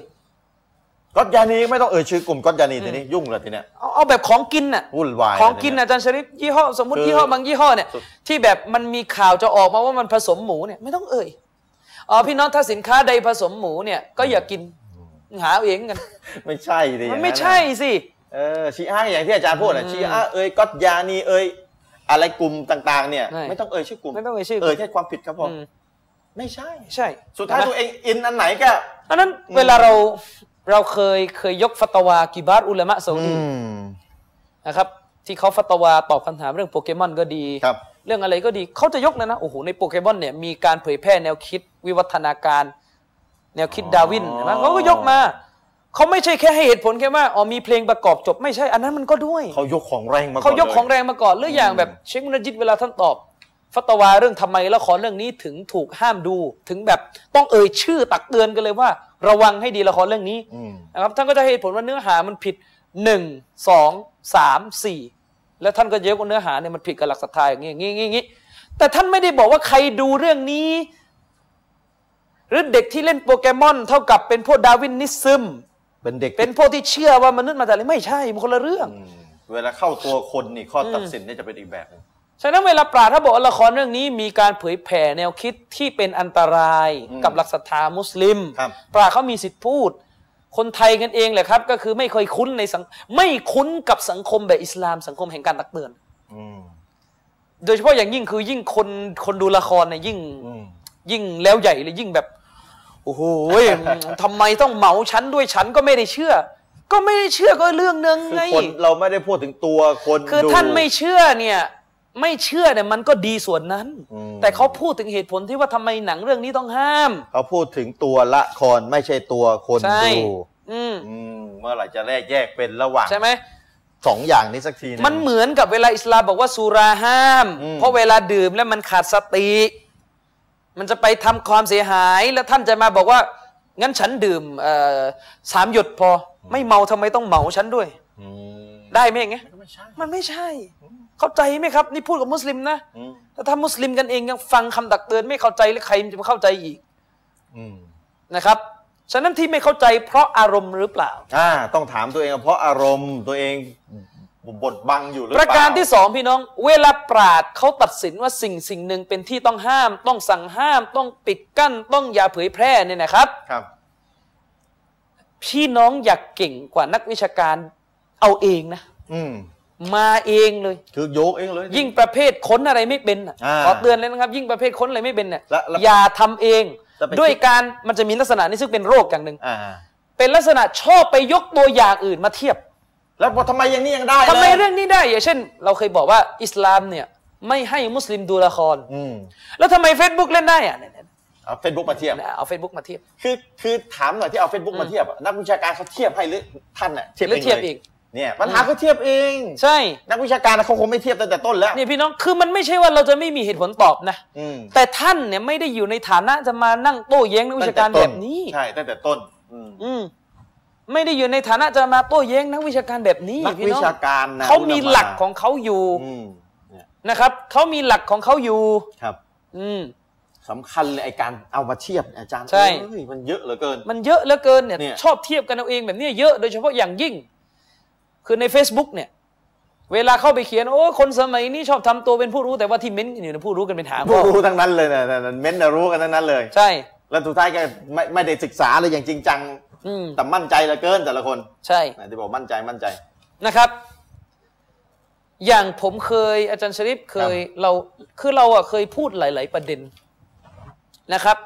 Speaker 1: ก๊อตยานีไม่ต้องเอ่ยชื่อกลุ่มก๊อตยานีทีนี้ยุ่งเลยทีเนี้ย
Speaker 2: เอาเอาแบบของกินน่ะ
Speaker 1: วุ่นวาย
Speaker 2: ของกิน
Speaker 1: เลย
Speaker 2: น่ะอาจารย์ชริปยี่ห้อสมมติ
Speaker 1: คือ
Speaker 2: ยี่ห้อบางยี่ห้อเนี่ย
Speaker 1: สุด
Speaker 2: ที่แบบมันมีข่าวจะออกมาว่ามันผสมหมูเนี่ยไม่ต้องเอ่ยอ๋อพี่น้องถ้าสินค้าใดผสมหมูเนี่ยก็อย่ากินหาเอาเองกั
Speaker 1: ที
Speaker 2: น
Speaker 1: เนี้ยไม่ใช่ดิอ
Speaker 2: มัน
Speaker 1: ย่าง
Speaker 2: ไม่
Speaker 1: อะ
Speaker 2: ใช่สิ
Speaker 1: เออชีอะห์อย่างที่อาจารย์พูดอะชีอะห์เอ่ยก๊อตยานีเอ่ยอะไรกลุ่มต่าง ๆ เนี่ย
Speaker 2: ใช่
Speaker 1: ไม่ต้องเอ่ยชื่อกลุ่ม
Speaker 2: ไม่ต้องเอ่ยชื่อกลุ่ม
Speaker 1: เอ่ยแค่ความผิดครับผม
Speaker 2: อืม
Speaker 1: ไม่ใช่
Speaker 2: ไม่ใช่
Speaker 1: สุดท้าย
Speaker 2: นะ
Speaker 1: ตัวเองอินอันไหนก็
Speaker 2: อันนั้นเวลาเราเราเคยเคยยกฟัตวากิบาร์อุลามะซาอุดีนะครับที่เขาฟัตวาตอบคำถามเรื่องโปเกมอนก็ดี
Speaker 1: ครับ
Speaker 2: เรื่องอะไรก็ดีเขาจะยกเลยนะโอ้โหในโปเกมอนเนี่ยมีการเผยแพร่แนวคิดวิวัฒนาการ แนวคิดดาร์วินเห็นะเขาก็ยกมาเขาไม่ใช่แค่ให้เหตุผลแค่ว่าอ๋อมีเพลงประกอบจบไม่ใช่อันนั้นมันก็ด้วย
Speaker 1: เขายกของแรงมา
Speaker 2: เขายก
Speaker 1: นล
Speaker 2: ของแรงมาก่อนหรืออย่าง
Speaker 1: อืม
Speaker 2: แบบเชคมุนจิตเวลาท่านตอบ ฟัตวาเรื่องทำไมละครเรื่องนี้ถึงถูกห้ามดูถึงแบบต้องเอ่ยชื่อตักเตือนกันเลยว่า ระวังให้ดีละครเรื่องนี้
Speaker 1: อืม
Speaker 2: นะครับท่านก็จะให้เหตุผลว่าเนื้อหามันผิดหนึ่งสองสามสี่แล้วท่านก็เยอะว่าเนื้อหาเนี่ยมันผิดกับหลักศรัทธาอย่างนี้อย่างนี้อย่างนี้อย่างนี้แต่ท่านไม่ได้บอกว่าใครดูเรื่องนี้ หรือเด็กที่เล่นโปเกมอน เท่ากับเป็นพวกดาร์วินนิซึม
Speaker 1: เป็นเด็ก
Speaker 2: เป็นพวกที่เชื่อว่ามนุษย์มาแต่ไหนไม่ใช่มันคนละเรื่อง
Speaker 1: อืมเวลาเข้าตัวคนนี่ข้อตัดสินเนี่ยจะเป็นอีกแบบหนึ่ง
Speaker 2: ฉะนั้นเวลาปราชญ์ถ้าบอกว่าละครเรื่องนี้มีการเผยแผ่แนวคิดที่เป็นอันตรายกับหลักศรัทธามุสลิม
Speaker 1: ครับ
Speaker 2: ปราชญ์เขามีสิทธิ์พูด คนไทยกันเองแหละครับ ก็คือไม่เคยคุ้นในสังไม่คุ้นกับสังคมแบบอิสลาม สังคมแห่งการตักเตือน
Speaker 1: อืม
Speaker 2: โดยเฉพาะอย่างยิ่งคือยิ่งคนคนดูละครเนี่ยยิ่ง
Speaker 1: อืม
Speaker 2: ยิ่งแล้วใหญ่เลยยิ่งแบบ โอ้โหย ทำไมต้องเหมาฉันด้วยฉันก็ไม่ได้เชื่อ ก็ไม่ได้เชื่อก็เรื่องหนึง
Speaker 1: คือ
Speaker 2: ไง
Speaker 1: คนเราไม่ได้พูดถึงตัวคน
Speaker 2: คือ
Speaker 1: ดู
Speaker 2: ท่านไม่เชื่อเนี่ยไม่เชื่อเนี่ยมันก็ดีส่วนนั้น
Speaker 1: อืม
Speaker 2: แต่เขาพูดถึงเหตุผลที่ว่าทำไมหนังเรื่องนี้ต้องห้าม
Speaker 1: เขาพูดถึงตัวละครไม่ใช่ตัวคน
Speaker 2: ใช่
Speaker 1: ดู
Speaker 2: อืม
Speaker 1: อืมเมื่อไหร่จะแยกแยกเป็นระหว่าง
Speaker 2: ใช่ไหม
Speaker 1: สองอย่างนี้สักทีหง
Speaker 2: มันเหมือนกับเวลาอิสลามบอกว่าสุราห้าม
Speaker 1: อืม
Speaker 2: เพราะเวลาดื่มแล้วมันขาดสติ มันจะไปทำความเสียหายแล้วท่านจะมาบอกว่า งั้นฉันดื่มเอ่อสามหยดพอ ไม่เมาทำไมต้องเหมาฉันด้วย
Speaker 1: อืม
Speaker 2: ได้ไหมอย่างเงี้ย
Speaker 1: มันก็ไม่ใช่
Speaker 2: มันไม่ใช่ เข้าใจไหมครับ นี่พูดกับมุสลิมนะ
Speaker 1: อืม
Speaker 2: แต่ถ้ามุสลิมกันเองยังฟังคำตักเตือนไม่เข้าใจแล้วใครมันจะมาเข้าใจอีก
Speaker 1: อืม
Speaker 2: นะครับ ฉะนั้นที่ไม่เข้าใจเพราะอารมณ์หรือเปล่า
Speaker 1: อ่าต้องถามตัวเองเพราะอารมณ์ตัวเองบทบังอยู่หรือ
Speaker 2: ป
Speaker 1: เประ ล่า
Speaker 2: การที่สองพี่น้อง เวลาปราดเขาตัดสินว่าสิ่งสิ่งหนึ่งเป็นที่ต้องห้าม ต้องสั่งห้าม ต้องปิดกั้น ต้องอย่าเผยแพร่เนี่ยนะครับ
Speaker 1: ครับ
Speaker 2: พี่น้องอยากเก่งกว่านักวิชาการเอาเองนะ
Speaker 1: อืม
Speaker 2: มาเองเลย
Speaker 1: คือโยกเองเลย
Speaker 2: ยิ่งประเภทค้นอะไรไม่เป็นน่ะ
Speaker 1: อ่า
Speaker 2: ขอเตือนเลยนะครับ ยิ่งประเภทค้นอะไรไม่เป็นเนี่ย
Speaker 1: และและ
Speaker 2: อย่าทำเอง
Speaker 1: แล้วไป
Speaker 2: ด้วยการมันจะมีลักษณะนี้ซึ่งเป็นโรคอย่างหนึ่ง
Speaker 1: อ่า
Speaker 2: เป็นลักษณะชอบไปยกตัวอย่างอื่นมาเทียบ
Speaker 1: แล้วบอกทำไมอย่างนี้ยังได้
Speaker 2: ทำไม
Speaker 1: ลย
Speaker 2: เรื่องนี้ได้อย่างเช่น เราเคยบอกว่าอิสลามเนี่ยไม่ให้มุสลิมดูละคร
Speaker 1: อืม
Speaker 2: แล้วทำไม Facebook เล่นได้อ่ะเนี่ยเนี่ย
Speaker 1: เอาเฟซบุ๊กมาเทียบ
Speaker 2: เนี่ยเอา Facebook มาเทียบ
Speaker 1: คือคือถามหน่อยที่เอาเฟซบุ๊กมาเทียบอะนักวิชาการเขาเทียบให้หรือท่านน่ะเทียบ
Speaker 2: หรือเทียบ
Speaker 1: ล
Speaker 2: อีก
Speaker 1: เนี่ยปัญหาเขาเทียบเอง
Speaker 2: ใช่
Speaker 1: นักวิชาการน่ะเขาคงไม่เทียบตั้งแต่ต้นแล้ว
Speaker 2: เนี่ยพี่น้องคือมันไม่ใช่ว่าเราจะไม่มีเหตุผลตอบนะ
Speaker 1: อืม
Speaker 2: แต่ท่านเนี่ยไม่ได้อยู่ในฐานะจะมานั่งโต้แย้งนักวิชาการแบบนี้
Speaker 1: ใช่ตั้งแต่ต้นอืม
Speaker 2: อืมไม่ได้อยู่ในฐานะจะมาโต้แย้งนักวิชาการแบบนี้
Speaker 1: นัก
Speaker 2: พี่
Speaker 1: วิ
Speaker 2: น้อง
Speaker 1: ชาการนะ
Speaker 2: เขามีหลัก
Speaker 1: ะ
Speaker 2: ของเขาอยู่
Speaker 1: อืมเนี่ย
Speaker 2: นะครับเขามีหลักของเขาอยู่
Speaker 1: ครับ
Speaker 2: อืม
Speaker 1: สำคัญเลยไอการเอามาเทียบเนี่ยอาจารย์
Speaker 2: ใช่
Speaker 1: เอ้ยมันเยอะเหลือเกิน
Speaker 2: มันเยอะเหลือเกินเนี่ย
Speaker 1: เนี่ย
Speaker 2: ชอบเทียบกันเอาเองแบบเนี้ยเยอะโดยเฉพาะอย่างยิ่ง คือใน Facebook เนี่ย เวลาเข้าไปเขียน โอ้คนสมัยนี้ชอบทำตัวเป็นผู้รู้แต่ว่าที่เม้นต์กันอยู่เนี่ยผู้รู้กันเป็นหาง
Speaker 1: ผู้รู้ทั้งนั้นเลยนะนะนะเม้นต์นะรู้กันทั้งนั้นเลย
Speaker 2: ใช่
Speaker 1: แล้วสุดท้ายก็ไม่ไม่ได้ศึกษาเลยอย่างจริงจัง
Speaker 2: อืม
Speaker 1: แต่มั่นใจเหลือเกินแต่ละคน
Speaker 2: ใช่
Speaker 1: นะที่บอกมั่นใจมั่นใจ
Speaker 2: นะครับ อย่างผมเคยอาจารย์ชริปเคยเราคือเราอ่ะเคยพูดหลาย ๆ ประเด็นนะครับ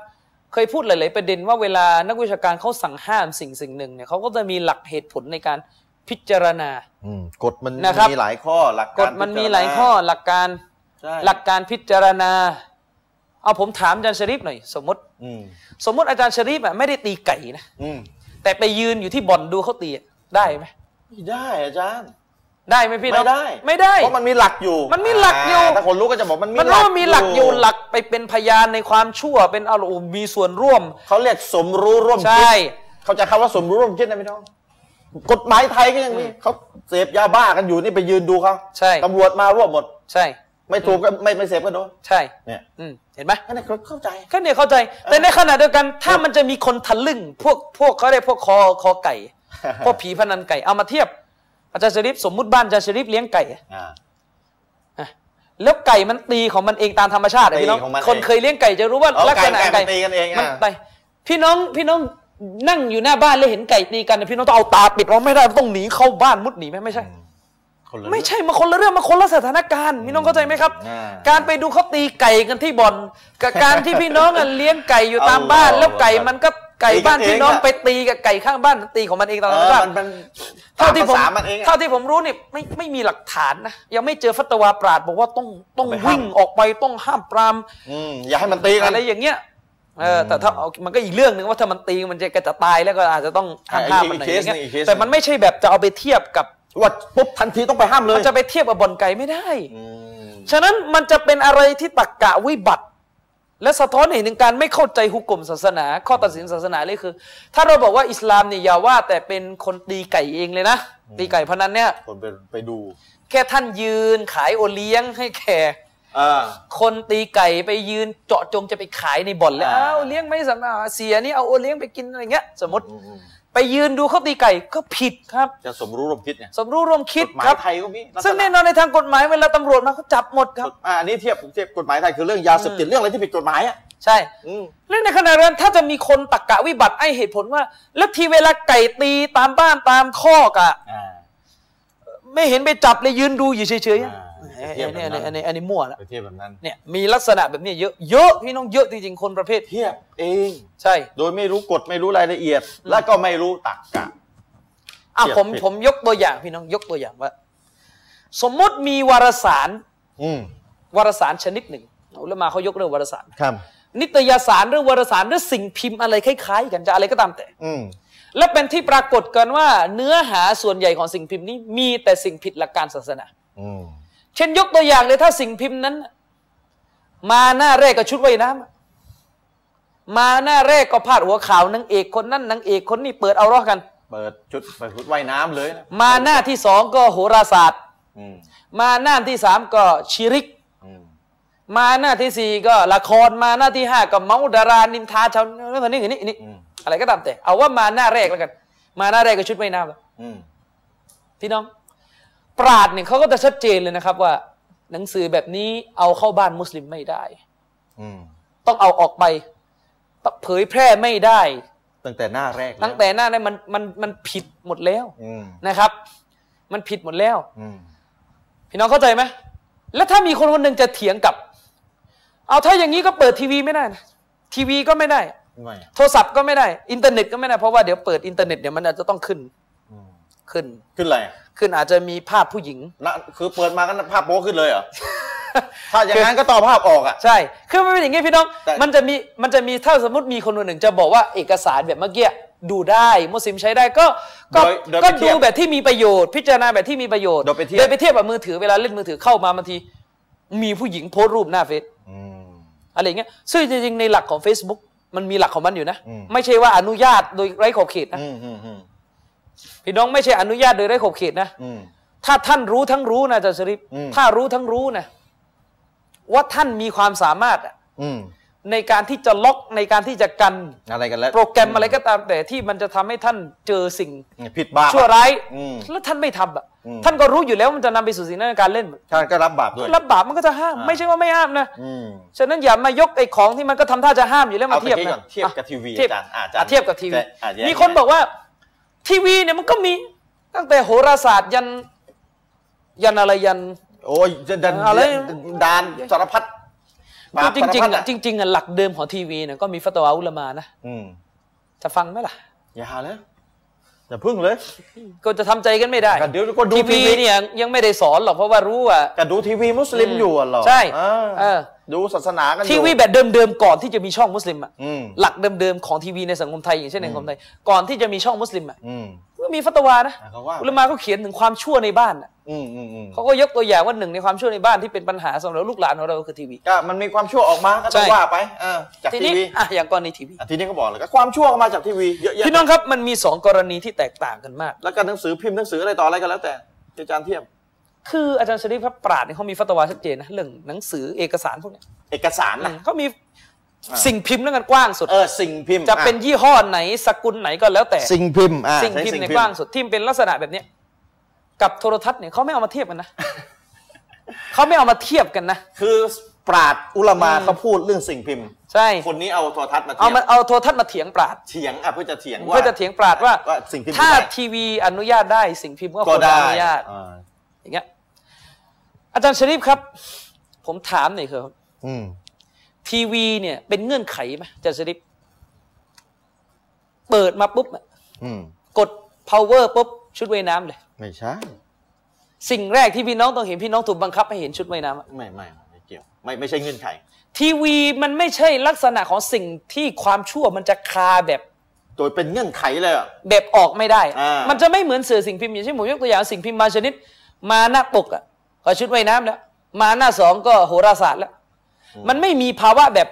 Speaker 2: เคยพูดหลาย ๆ ประเด็นว่าเวลานักวิชาการเขาสั่งห้ามสิ่งสิ่งหนึ่งเนี่ยเขาก็จะมีหลักเหตุผลในการพิจารณา
Speaker 1: อืมกฎมัน
Speaker 2: นะครับ
Speaker 1: มีหลายข้อหลัก
Speaker 2: ก
Speaker 1: การ
Speaker 2: ฎมัน
Speaker 1: พิ
Speaker 2: มี
Speaker 1: จรณ
Speaker 2: หลายข้อหลักการ
Speaker 1: ใช่
Speaker 2: หลักการพิจารณา เอาผมถามอาจารย์ชริปหน่อยสมมติ
Speaker 1: อืม
Speaker 2: สมมติอาจารย์ชริปอ่ะไม่ได้ตีไก่นะ
Speaker 1: อืม
Speaker 2: แต่ไปยืนอยู่ที่บ่อนดูเขาตีอ่ะได้ไหม
Speaker 1: ไม่ได้อาจารย์
Speaker 2: ได้ไหมพี่น้อง
Speaker 1: ไม่ได้
Speaker 2: ไม่ได้
Speaker 1: เพราะมันมีหลักอยู่
Speaker 2: มันมีหลักอยู่
Speaker 1: าถ้าคนรู้ก็จะบอกมันมี
Speaker 2: มัน
Speaker 1: หลัก
Speaker 2: ว่ามีหลักอยู่หลักไปเป็นพยานในความชั่วเป็นอารมณ์มีส่วนร่วม
Speaker 1: เขาเรียกสมรู้ร่วมคิ
Speaker 2: ใช่
Speaker 1: ดเขาจะคำว่าสมรู้ร่วมคิดนะพี่น้อง กฎหมายไทยก็ยังมีเขาเสพยาบ้ากันอยู่นี่ไปยืนดูเขา
Speaker 2: ใช่
Speaker 1: ตำรวจมารวบหมด
Speaker 2: ใช่
Speaker 1: ไม่ถูกก็ไม่ไม่เสพก็โดน
Speaker 2: ใช่
Speaker 1: เนี่ย
Speaker 2: อืมเห็นไหม
Speaker 1: นั่นแหละเขาเข้าใจ
Speaker 2: ก็เนี่ยเข้าใจ แต่ในขณะเดียวกันถ้ามันจะมีคนทะลึ่ง พวกพวกเขาเรียกพวกคอคอไก่ พวกผีพนันไก่เอามาเทียบ อาจารย์ชริฟสมมุติบ้านอาจารย์ชริฟเลี้ยงไก่อะ
Speaker 1: อ่า
Speaker 2: อ่ะแล้วไก่มันตีของมันเองตามธรรมชาติอะพี่น้อง
Speaker 1: ตีของมันเอง
Speaker 2: คนเคยเลี้ยงไก่จะรู้ว่า
Speaker 1: เอา
Speaker 2: ลักษณะ
Speaker 1: ไก่ไก่
Speaker 2: ไก่
Speaker 1: มันตีกันเองอ่ะ
Speaker 2: มันไป พี่น้องพี่น้องนั่งอยู่หน้าบ้านแล้วเห็นไก่ตีกันนะพี่น้องต้องเอาตาปิดเราไม่ได้ต้องหนีเข้าบ้านมุดหนีไหมไม่ใช่
Speaker 1: คนละเรื่อง
Speaker 2: ไม่ใช่มาคนละเรื่องมาคนละสถานการณ์พี่น้องเข้าใจไหมครับ
Speaker 1: อ่า
Speaker 2: การไปดูเขาตีไก่กันที่บ่อนกับการที่พี่น้องอ่ะ เลี้ยงไก่อยู่ตามบ้าน
Speaker 1: เอา
Speaker 2: แล้วไก่มันก็ไก่
Speaker 1: ตีกัน
Speaker 2: บ้านพี่น้อง
Speaker 1: เองอะ
Speaker 2: ไปตีกับไก่ข้างบ้านตีของมันเองตาม
Speaker 1: เอ
Speaker 2: ธรรม
Speaker 1: อ
Speaker 2: ชาติ
Speaker 1: มันมัน
Speaker 2: เท่าที่ผ
Speaker 1: ภ
Speaker 2: ม
Speaker 1: ษนเองอะ
Speaker 2: เท่าที่ผมรู้เนี่ยไม่ไม่มีหลักฐานนะยังไม่เจอฟัตวาปราดบอกว่าต้องต้อง
Speaker 1: ไปห้าม
Speaker 2: วิ่งออกไปต้องห้ามปราม
Speaker 1: อืมอย่าให้มันตีกัน
Speaker 2: อะไรอย่างเงี้ยเออแต่ถ้าเอามันก็อีกเรื่องหนึ่งว่าถ้ามันตีมันจะก็จะตายแล้วก็อาจจะต้องห้าม
Speaker 1: อ่า
Speaker 2: ห้าม
Speaker 1: อีก
Speaker 2: มันหน่อย
Speaker 1: เค
Speaker 2: อ
Speaker 1: ส
Speaker 2: ย่างเงี้ย
Speaker 1: หนึ่งอีกเคสหนึ่ง
Speaker 2: แต่มันไม่ใช่แบบจะเอาไปเทียบกับ
Speaker 1: ว่าปุ๊บทันทีต้องไปห้ามเลย
Speaker 2: มันจะไปเทียบกับบ่อนไก่ไม่ได้
Speaker 1: อืม
Speaker 2: ฉะนั้นมันจะเป็นอะไรที่ตักกะวิบัติ และสะท้อนให้เห็นถึงการไม่เข้าใจฮุกกลมศาสนา ข้อตัดสินศาสนาเลยคือ ถ้าเราบอกว่าอิสลามเนี่ยอย่าว่าแต่เป็นคนตีไก่เองเลยนะ ตีไก่พนันเนี่ย
Speaker 1: คนไปไปดู
Speaker 2: แค่ท่านยืนขายโอเลี้ยงให้แขก
Speaker 1: อ่า
Speaker 2: คนตีไก่ไปยืนเจาะจงจะไปขายในบ่อนแล้ว
Speaker 1: อ่า
Speaker 2: เอาเลี้ยงไม่สำนักเสียนี่เอาโอเลี้ยงไปกินอะไรเงี้ย สมมติ
Speaker 1: อืมอืม
Speaker 2: ไปยืนดูเขาตีไก่ก็ผิดครับ
Speaker 1: จะสมรู้ร่วมคิดเนี่ย
Speaker 2: สมรู้ร่วมคิด
Speaker 1: กฎหมา
Speaker 2: ค
Speaker 1: ย
Speaker 2: รับ
Speaker 1: ไทยก็มีลักษณะ
Speaker 2: ซึ่งแน่นอนในทางกฎหมายเวลาตำรวจมาเขาจับหมดครับ
Speaker 1: อ่าอันนี้เทียบเทียบกฎหมายไทยคือเรื่องยาเสพติดเรื่องอะไรที่ผิดกฎหมายอ่ะ
Speaker 2: ใช่
Speaker 1: อืม
Speaker 2: เรื่องในขณะเดียวกันถ้าจะมีคนตักกะวิบัติไอเหตุผลว่า แล้วทีเวลาไก่ตีตามบ้านตามข้อกอะ
Speaker 1: อ่า
Speaker 2: ไม่เห็นไปจับเลยยืนดูอยู่เฉยๆอะ
Speaker 1: อ่า
Speaker 2: เอ้ย
Speaker 1: เทียบแบ
Speaker 2: อันนี้
Speaker 1: บ
Speaker 2: อัน
Speaker 1: นั้
Speaker 2: นี้
Speaker 1: น
Speaker 2: อันนี้อันนี้มั่วละ
Speaker 1: ไปเทียบแบบนั้น
Speaker 2: เนี่ยมีลักษณะแบบนี้เยอะเยอะพี่น้องเยอะจริงๆคนประเภท
Speaker 1: เทียบเอง
Speaker 2: ใช่
Speaker 1: โดยไม่รู้กฎไม่รู้รายละเอียด และก็ไม่รู้ตรรกะ
Speaker 2: อ่ะ
Speaker 1: เทียบ
Speaker 2: ผม
Speaker 1: ผิด
Speaker 2: ผมยกตัวอย่างพี่น้องยกตัวอย่างว่า สมมติมีวารสาร
Speaker 1: อืม
Speaker 2: วารสารชนิดหนึ่งอุลามาเขายกเรื่องวารสาร
Speaker 1: ครับ
Speaker 2: นิตยสารหรือวารสารหรือสิ่งพิมพ์อะไรคล้ายๆ กันจะอะไรก็ตามแต่
Speaker 1: อืม
Speaker 2: และเป็นที่ปรากฏกันว่า เนื้อหาส่วนใหญ่ของสิ่งพิมพ์นี้มีแต่สิ่งผิดหลักการศาสนา
Speaker 1: อืม
Speaker 2: เช่นยกตัวอย่างเลยถ้าสิ่งพิมพ์นั้น มาหน้าแรกก็ชุดว่ายน้ำมาหน้าแรกก็พาดหัวข่าวนางเอกคนนั้นนางเอกคนนี้เปิดเอาร้อกัน
Speaker 1: เปิดชุดไปชุดว่ายน้ำเลยนะ
Speaker 2: มาหน้าที่สองก็โหราศาสตร์
Speaker 1: อืม
Speaker 2: มาหน้าที่สามก็ชิริก
Speaker 1: อืม
Speaker 2: มาหน้าที่สี่ก็ละครมาหน้าที่ห้าก็เมาดารานินทาชาวนั่นนี่นี่นี่
Speaker 1: อืม
Speaker 2: อะไรก็ตามแต่ เอาว่ามาหน้าแรกแล้วกัน มาหน้าแรกก็ชุดว่ายน้ำ
Speaker 1: อืม
Speaker 2: พี่น้อง ปราดเนี่ยเขาก็จะชัดเจนเลยนะครับว่า หนังสือแบบนี้เอาเข้าบ้านมุสลิมไม่ได้
Speaker 1: อืม
Speaker 2: ต้องเอาออกไปต้องเผยแพร่ไม่ได้
Speaker 1: ตั้งแต่หน้าแรกล้ว
Speaker 2: ตั้งแต่หน้านั้นมันมันมันผิดหมดแล้ว
Speaker 1: อืม
Speaker 2: นะครับ มันผิดหมดแล้ว
Speaker 1: อืม
Speaker 2: พี่น้องเข้าใจไหมแล้วถ้ามีคนคนหนึ่งจะเถียงกลับ เอาถ้าอย่างนี้ก็เปิดทีวีไม่ได้นะทีวีก็ไม่ได้
Speaker 1: ไม่อะ
Speaker 2: โทรศัพท์ก็ไม่ได้ อินเทอร์เน็ตก็ไม่ได้เพราะว่าเดี๋ยวเปิดอินเทอร์เน็ตเดี๋ยวมันอาจจะต้องขึ้น
Speaker 1: อืม
Speaker 2: ขึ้น
Speaker 1: ขึ้นอะไรอะ
Speaker 2: ขึ้นอาจจะมีภาพผู้หญิง
Speaker 1: นะคือเปิดมาก็ภาพโป๊ขึ้นเลย เหรอ ถ้าอย่างนั้นก็ต่อภาพออกอ่ะ
Speaker 2: ใช่ คือมันเป็นอย่างงี้พี่น้อง
Speaker 1: แต่
Speaker 2: มันจะมี มันจะมี ถ้าสมมติมีคนคนหนึ่งจะบอกว่าเอกสารแบบเมื่อกี้ดูได้ มุสลิมใช้ได้ก็ ก็
Speaker 1: โดยโดย
Speaker 2: ก็
Speaker 1: ไปเที
Speaker 2: ดู
Speaker 1: ยบ
Speaker 2: แบบที่มีประโยชน์ พิจารณาแบบที่มีประโยชน์
Speaker 1: โดยไปเทียบ
Speaker 2: ไปเทียบกับมือถือ เวลาเล่นมือถือเข้ามาบางที มีผู้หญิงโพสต์รูปหน้าเฟซ
Speaker 1: อืม
Speaker 2: อะไรอย่างเงี้ย ซึ่งจริงๆ ในหลักของ Facebook มันมีหลักของมันอยู่นะ
Speaker 1: อืม
Speaker 2: ไม่ใช่ว่าอนุญาตโดยไร้ขอบเขตนะ
Speaker 1: อืมอืมอืม
Speaker 2: พี่น้องไม่ใช่อนุญาตโดยไร้ขอบเขตนะ
Speaker 1: อืม
Speaker 2: ถ้าท่านรู้ทั้งรู้นะอาจารย์ชริป
Speaker 1: อืม
Speaker 2: ถ้ารู้ทั้งรู้นะ ว่าท่านมีความสามารถอะ
Speaker 1: อืม
Speaker 2: ในการที่จะล็อกในการที่จะกัน
Speaker 1: อะไรกันแล้ว
Speaker 2: โปรแกรมอะไรก็ตามแต่ที่มันจะทำให้ท่านเจอสิ่ง
Speaker 1: ผิดบ้าง
Speaker 2: ชั่วร้าย
Speaker 1: อืม
Speaker 2: แล้วท่านไม่ทำอ่ะ
Speaker 1: อืม
Speaker 2: ท่านก็รู้อยู่แล้วมันจะนำไปสู่สิ่งนั้นการเล่น
Speaker 1: ท่านก็รับบาปด้วย
Speaker 2: รับบาปมันก็จะห้าม
Speaker 1: อ่า
Speaker 2: ไม่ใช่ว่าไม่ห้ามนะ
Speaker 1: อืม
Speaker 2: ฉะนั้นอย่ามายกไอ้ของที่มันก็ทำท่าจะห้ามอยู่แล้วมา
Speaker 1: เอา
Speaker 2: เทียบ
Speaker 1: ตะกี้ก่อ
Speaker 2: นะ
Speaker 1: นเทียบกับ
Speaker 2: อ่ะ
Speaker 1: ทีวี
Speaker 2: เทียบ
Speaker 1: อาจารย์อ่ะอาจารย์
Speaker 2: อ่ะเทียบกับทีวี
Speaker 1: แต่อ่ะแยก
Speaker 2: มีคนบอกว่า ทีวีเนี่ยมันก็มีตั้งแต่โหราศาสตร์ยัน ยันอะไรยัน
Speaker 1: โอ้ยจะดัน
Speaker 2: อะไร
Speaker 1: ดานสารพัดปรา
Speaker 2: คื
Speaker 1: บ
Speaker 2: อจริง
Speaker 1: สาพัด
Speaker 2: ๆอ่ะจริงๆอ่ะหลักเดิมของทีวีเนี่ยก็มีฟัตวาอุลามานะ
Speaker 1: อืม
Speaker 2: จะฟังไหมล่ะ
Speaker 1: อย่าเลยอย่าพึ่งเลย
Speaker 2: ก็จะทำใจกันไม่ได้
Speaker 1: ก็เดี๋ยวก็ดู
Speaker 2: ที
Speaker 1: ที
Speaker 2: วี
Speaker 1: วี
Speaker 2: เนี่ยยังไม่ได้สอนหรอกเพราะว่ารู้ว่า
Speaker 1: ก็ดูทีวีมุสลิมอยู่อ่ะเหรอ
Speaker 2: ใช่
Speaker 1: อ่า
Speaker 2: เออ
Speaker 1: ดูศาสนากันอยู่
Speaker 2: ทีวีแบบเดิมๆก่อนที่จะมีช่องมุสลิมอ่ะ
Speaker 1: อืม
Speaker 2: หลักเดิมๆของทีวีในสังคมไทยอย่างเช่นในสังคมไทยก่อนที่จะมีช่องมุสลิมอ่ะ
Speaker 1: อืม
Speaker 2: ก็มีฟัตวานะ
Speaker 1: อ่ะเขาว่า
Speaker 2: อุลามาก็เขียนถึงความชั่วในบ้านอ่ะ
Speaker 1: อืมอืมอืม
Speaker 2: เขาก็ยกตัวอย่างว่าหนึ่งในความชั่วในบ้านที่เป็นปัญหาสำหรับลูกหลานของเราก็คือทีวี
Speaker 1: ก็มันมีความชั่วออกมาก็
Speaker 2: ใช่
Speaker 1: ต้องว่าไปเออจาก
Speaker 2: ที
Speaker 1: ที
Speaker 2: นี้
Speaker 1: วี
Speaker 2: อ่ะอย่างกรณีทีวี
Speaker 1: อ่ะทีนี้ก็บอกเลยก็ความชั่วออกมาจากทีวีเยอะแยะ
Speaker 2: พี่น้องครับมันมีสองกรณีที่แตกต่างกันมาก
Speaker 1: แล้วก็หนังสือพิมพ์หนังสืออะไรต่ออะไรก็แล้วแต่ที่อาจารย์เทียบ
Speaker 2: คืออาจารย์ชริฟครับปราดเนี่ยเขามีฟัตวาชัดเจนนะเรื่องหนังสือเอกสารพวกเนี้ย
Speaker 1: เอกสารนะ
Speaker 2: เขามีสิ่งพิมพ์เรื่องกันกว้างสุด
Speaker 1: เออสิ่งพิมพ์
Speaker 2: จะ
Speaker 1: อ่
Speaker 2: เป็นยี่ห้อไหนสกุลไหนก็แล้วแต่
Speaker 1: สิ่งพิมพ์อ่ะ
Speaker 2: สิ่ง
Speaker 1: ใช้
Speaker 2: พิมพ์ในกว้างสุดที่มันเป็นลักษณะแบบเนี้ยกับโทรทัศน์เนี่ยเขาไม่เอามาเทียบกัน นะ เขาไม่เอามาเทียบกันนะ
Speaker 1: คือปราดอุลามาเขาพูดเรื่องสิ่งพิมพ์
Speaker 2: ใช่
Speaker 1: คนนี้เอาโทรทัศน์มาเที
Speaker 2: เอา
Speaker 1: ยบ
Speaker 2: มาเอาโทรทัศน์มาเถียงปราด
Speaker 1: เถียงอ่ะเพื่อจะเถียงว่า
Speaker 2: เพื่อจะเถียงปราดว่า
Speaker 1: ว่าสิ่งพิมพ์
Speaker 2: ถ้า
Speaker 1: ได้
Speaker 2: ทีวีอนุญาตได้สิ่งพิมพ์ก็ค
Speaker 1: ก็
Speaker 2: วร
Speaker 1: ได้
Speaker 2: อนุญาต
Speaker 1: อ่า
Speaker 2: อย่างเงี้ยอาจารย์ชริฟครับ ผมถามหน่อยเถอะครับ
Speaker 1: อืม
Speaker 2: ทีวีเนี่ยเป็นเงื่อนไขไหมอาจารย์ชริฟเปิดมาปุ๊บอะ
Speaker 1: อืม
Speaker 2: กด power ปุ๊บชุดว่ายน้ำเลย
Speaker 1: ไม่ใช่
Speaker 2: สิ่งแรกที่พี่น้องต้องเห็นพี่น้องถูกบังคับให้เห็นชุดว่ายน้ำอะ
Speaker 1: ไม่ไม่ไม่เกี่ยวไม่ไม่ใช่เงื่อนไข
Speaker 2: ทีวีมันไม่ใช่ลักษณะของสิ่งที่ความชั่วมันจะคาแบบ
Speaker 1: โดยเป็นเงื่อนไขเลยอ่ะ
Speaker 2: แบบออกไม่ได้อะ
Speaker 1: อ่ามั
Speaker 2: มันจะไม่เหมือนสื่อสิ่งพิมพ์อย่างเช่นผมยกตัวอย่างสิ่งพิมพ์มาชนิด มาหน้าปกอะก็ชุดว่ายน้ำแล้ว มาหน้าสองก็โหราศาสตร์แล้ว มันไม่มีภาวะแบบ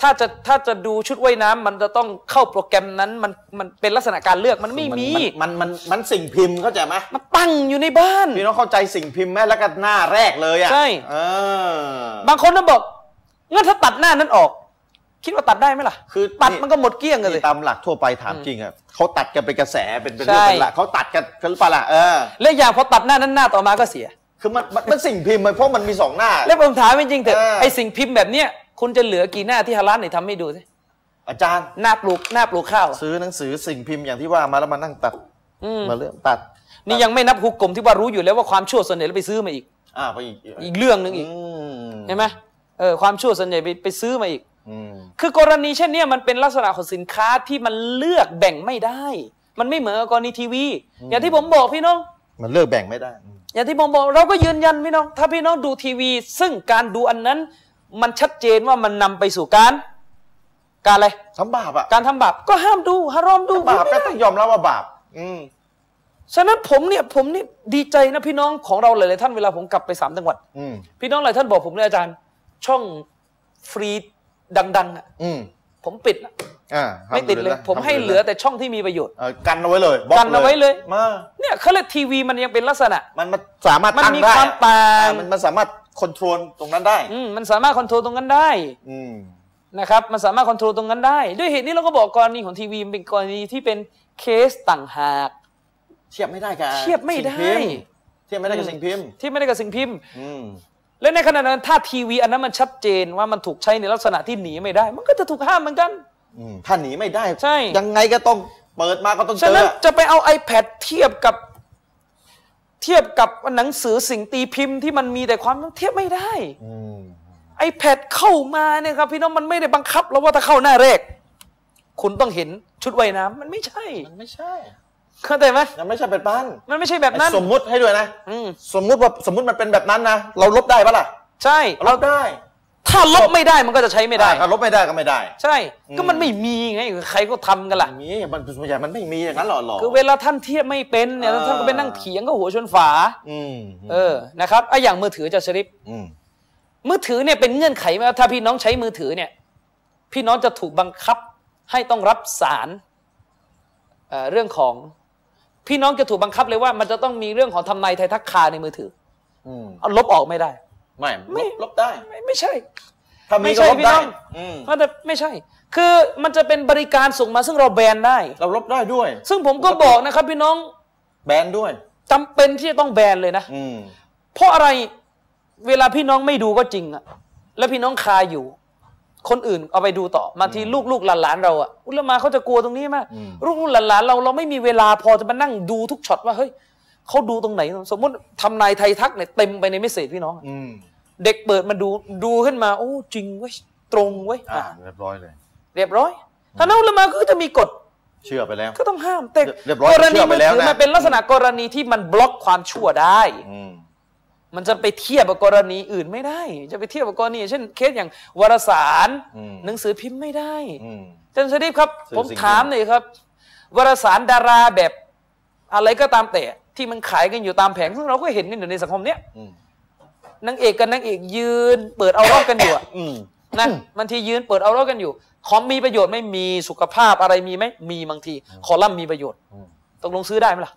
Speaker 2: ถ้าจะถ้าจะดูชุดว่ายน้ำมันจะต้องเข้าโปรแกรมนั้นมันมันเป็นลักษณะการเลือกมันไม่มี
Speaker 1: มันมันมันมันสิ่งพิมพ์เข้าใจไหม
Speaker 2: มันตั้งอยู่ในบ้าน
Speaker 1: พี่น้องเข้าใจสิ่งพิมพ์ไหมแล้วก็หน้าแรกเลยอ่ะ
Speaker 2: ใช่
Speaker 1: เออ
Speaker 2: บางคนน่ะบอกงั้นถ้าตัดหน้านั้นออก คิดว่าตัดได้ไหมล่ะ
Speaker 1: คือ
Speaker 2: ตัด
Speaker 1: นี่
Speaker 2: มันก็หมดเกลี้ยงกันเลย
Speaker 1: นี่ตามหลักทั่วไปถามจริงอ่ะเขาตัดกันเป็นกระแสเป็นเป็น
Speaker 2: ใช่
Speaker 1: เรื่องเป็นละเขาตัดกันกันหรือเปล่าล่ะเออ
Speaker 2: และอย่างพอตัดหน้านั้นหน้าต่อมาก็เสีย
Speaker 1: คือมันมันมันสิ่งพิมพ์มันเพราะมันมีสองหน้า
Speaker 2: แล้วผมถามจริงๆเถอะ
Speaker 1: เออ
Speaker 2: ไอสิ่งพิมพ์แบบเนี้ยคุณจะเหลือกี่หน้าที่ฮารันไหนทำให้ดูสิ
Speaker 1: อาจารย์
Speaker 2: หน้าปลูกหน้าปลูกข้าวอะ
Speaker 1: ซื้อหนังสือสิ่งพิมพ์อย่างที่ว่ามาแล้วมานั่งตัด
Speaker 2: อืม
Speaker 1: มาเริ่มตัด
Speaker 2: นี่ยังไม่นับฮุกกลมที่ว่ารู้อยู่แล้วว่าความชั่วส่วนใหญ่แล้วไปซื้อมาอีก
Speaker 1: อ่าไปอีก
Speaker 2: อีกเรื่องหนึ่งอีก
Speaker 1: อื
Speaker 2: เห็นไหมเออความชั่วส่วนใหญ่ไปไปซื้อมาอีก
Speaker 1: อืม
Speaker 2: คือกรณีเช่นเนี้ยมันเป็นลักษณะของสินค้าที่มันเลือกแบ่งไม่ได้ มันไม่เหมือนกับกรณีทีวี อย่างที่ผมบอกพี่น้อง
Speaker 1: มันเลิกแบ่งไม่ได้อืม
Speaker 2: อย่างที่ผมบอกเราก็ยืนยันพี่น้อง ถ้าพี่น้องดูทีวี ซึ่งการดูอันนั้น มันชัดเจนว่ามันนำไปสู่การ การอะไร
Speaker 1: ทำบาปอ่ะ
Speaker 2: การทำบาปก็ห้ามดูฮารอมดู
Speaker 1: บาป
Speaker 2: ไม่
Speaker 1: ก็
Speaker 2: ได้
Speaker 1: ต้องยอมรับว่าบาป อืม
Speaker 2: ฉะนั้นผมเนี่ยผมนี่ดีใจนะพี่น้องของเราหลายๆท่านเวลาผมกลับไปสามจังหวัด
Speaker 1: อืม
Speaker 2: พี่น้องหลายท่านบอกผมเลยอาจารย์ ช่องฟรีดังๆอะ
Speaker 1: อืม
Speaker 2: ผมปิดละ
Speaker 1: อ่า
Speaker 2: ไม่ติดเลย ผมให้เหลือแต่ช่องที่มีประโยชน์
Speaker 1: เอ่อกันเอาไว้เลยบล็
Speaker 2: กันเอาไว้เลย
Speaker 1: มา
Speaker 2: เนี่ยเขาเรียกทีวีมันยังเป็นลักษณะ
Speaker 1: มันมันสามารถ
Speaker 2: มัน
Speaker 1: ตั้ง
Speaker 2: มี
Speaker 1: ได้
Speaker 2: ความ
Speaker 1: อ่ะ
Speaker 2: ต่าง
Speaker 1: อ่มันมันสามารถคอนโทรลตรงนั้นได้
Speaker 2: อืมมันสามารถคอนโทรลตรงนั้นได้
Speaker 1: อืม
Speaker 2: นะครับมันสามารถคอนโทรลตรงนั้นได้ ด้วยเหตุนี้เราก็บอกกรณีของทีวีมันเป็นกรณีที่เป็นเคสต่างหาก
Speaker 1: เทียบไม่ได้กับ
Speaker 2: เทียบไม่ได้
Speaker 1: สิ่งพิมพ์เทียบไม่ได้กับสิ่งพิมพ์
Speaker 2: ที่ไม่ได้กับสิ่งพิมพ์
Speaker 1: อืม
Speaker 2: และในขณะนั้นถ้าทีวีอันนั้นมันชัดเจนว่ามันถูกใช้ในลักษณะที่หนีไม่ได้ มันก็จะถูกห้ามเหมือนกัน
Speaker 1: อืม ถ้าหนีไม่ได้
Speaker 2: ใช่
Speaker 1: ยังไงก็ต้องเปิดมาก็ต้องเจ
Speaker 2: ฉะ
Speaker 1: อ
Speaker 2: นั้นจะไปเอา iPad เทียบกับเทียบกับหนังสือสิ่งตีพิมพ์ที่มันมีแต่ความเทียบไม่ได้
Speaker 1: อืม
Speaker 2: iPad เข้ามาเนี่ยครับพี่น้องมันไม่ได้บังคับเราว่าถ้าเข้าหน้าแรก คุณต้องเห็นชุดว่ายน้ำมันไม่ใช่
Speaker 1: มันไม่ใช่
Speaker 2: เข้าใจไหม
Speaker 1: มันไม่ใช่เป็นบ้าน
Speaker 2: มันไม่ใช่แบบนั้น
Speaker 1: สมมุติให้ด้วยนะ
Speaker 2: อืม
Speaker 1: สมมุติว่าสมมุติมันเป็นแบบนั้นนะ เราลบได้ปะล่ะ
Speaker 2: ใช่
Speaker 1: ลบได้
Speaker 2: ถ้าลบไม่ได้มันก็จะใช้ไม่ได้
Speaker 1: อ่ะถ้าลบไม่ได้ก็ไม่ได้
Speaker 2: ใช่
Speaker 1: อืม
Speaker 2: ก็มันไม่มีไงใครก็ทำกันล่ะ
Speaker 1: มีมันส่วนใหญ่มันไม่มีอย่างนั้นหรอกหรอ
Speaker 2: คือเวลาท่านเทียบไม่เป็นเนี่ย
Speaker 1: อ่า
Speaker 2: ท่านก็ไปนั่งเถียงก็หัวชนฝา
Speaker 1: อืม
Speaker 2: เออนะครับไอะอย่างมือถือจะชริป
Speaker 1: อืม
Speaker 2: มือถือเนี่ยเป็นเงื่อนไขไหมว่าถ้าพี่น้องใช้มือถือเนี่ย พี่น้องจะถูกบังคับให้ต้องรับสารเอ่อเรื่องของ พี่น้องจะถูกบังคับเลยว่า มันจะต้องมีเรื่องของทำนายไทยทักคาในมือถือ
Speaker 1: อืม
Speaker 2: เอาลบออกไม่ได้
Speaker 1: ไม่
Speaker 2: ไม่
Speaker 1: ลบลบได้
Speaker 2: ไม่ไม่ใช่
Speaker 1: ถ้ามี
Speaker 2: ไม่
Speaker 1: ก็
Speaker 2: ใช่
Speaker 1: ลบ
Speaker 2: พี่
Speaker 1: ได้
Speaker 2: น้อง
Speaker 1: อืม
Speaker 2: มันจะไม่ใช่ คือมันจะเป็นบริการส่งมาซึ่งเราแบนได้
Speaker 1: เราลบได้ด้วย
Speaker 2: ซึ่งผมก็บอกนะครับพี่น้อง
Speaker 1: แบนด้วย
Speaker 2: จำเป็นที่จะต้องแบนเลยนะ
Speaker 1: อืม
Speaker 2: เพราะอะไรเวลาพี่น้องไม่ดูก็จริงอะแล้วพี่น้องคาอยู่ คนอื่นเอาไปดูต่อมาทีลูกลูกหลานหลานเราอะอุลามาเขาจะกลัวตรงนี้มาก
Speaker 1: อืม
Speaker 2: ลูกลูกหลานหลานเราเราไม่มีเวลาพอจะมานั่งดูทุกช็อตว่าเฮ้ย เขาดูตรงไหน สมมติทำนายไทยทักเนี่ยเต็มไปในเมสเซจพี่น้องอะ
Speaker 1: อืม
Speaker 2: เด็กเปิดมาดูดูขึ้นมา โอ้จริงเว้ยตรงเว้ย
Speaker 1: อ่า
Speaker 2: อ่ะ
Speaker 1: เรียบร้อยเลย
Speaker 2: เรียบร้อยท่านอุลามาก็จะมีกฎ
Speaker 1: เชื่อไปแล้ว
Speaker 2: ก็ต้องห้ามแต่
Speaker 1: เรียบร้อย
Speaker 2: กร
Speaker 1: เชื่
Speaker 2: ณี
Speaker 1: อไป
Speaker 2: มือ
Speaker 1: แล้ว
Speaker 2: ถือ
Speaker 1: นะ
Speaker 2: มันเป็นลักษณะกรณีที่มันบล็อกความชั่วได้
Speaker 1: อืม
Speaker 2: มันจะไปเทียบกับกรณีอื่นไม่ได้ จะไปเทียบกับกรณีเช่นเคสอย่างวารสาร
Speaker 1: อืม
Speaker 2: หนังสือพิมพ์ไม่ได้
Speaker 1: อืม
Speaker 2: ท่านชริฟครับ
Speaker 1: สื่อ
Speaker 2: ผม
Speaker 1: สิ่งพิมพ์
Speaker 2: ถามหน่อยครับ วารสารดาราแบบอะไรก็ตามแต่ที่มันขายกันอยู่ตามแผงซึ่งเราก็เห็นกันอยู่ในสังคมเนี้ย
Speaker 1: อืม
Speaker 2: นางเอกกับนางเอกยืน เปิดเอารอบกันอยู่อะ
Speaker 1: อืม
Speaker 2: นะบางทียืนเปิดเอารอบกันอยู่คอมมีประโยชน์ไหม่มีสุขภาพอะไรมีไหมมีบางที คอลัมน์มีประโยชน์
Speaker 1: อืม
Speaker 2: ตกลงซื้อได้ไหมล่ะ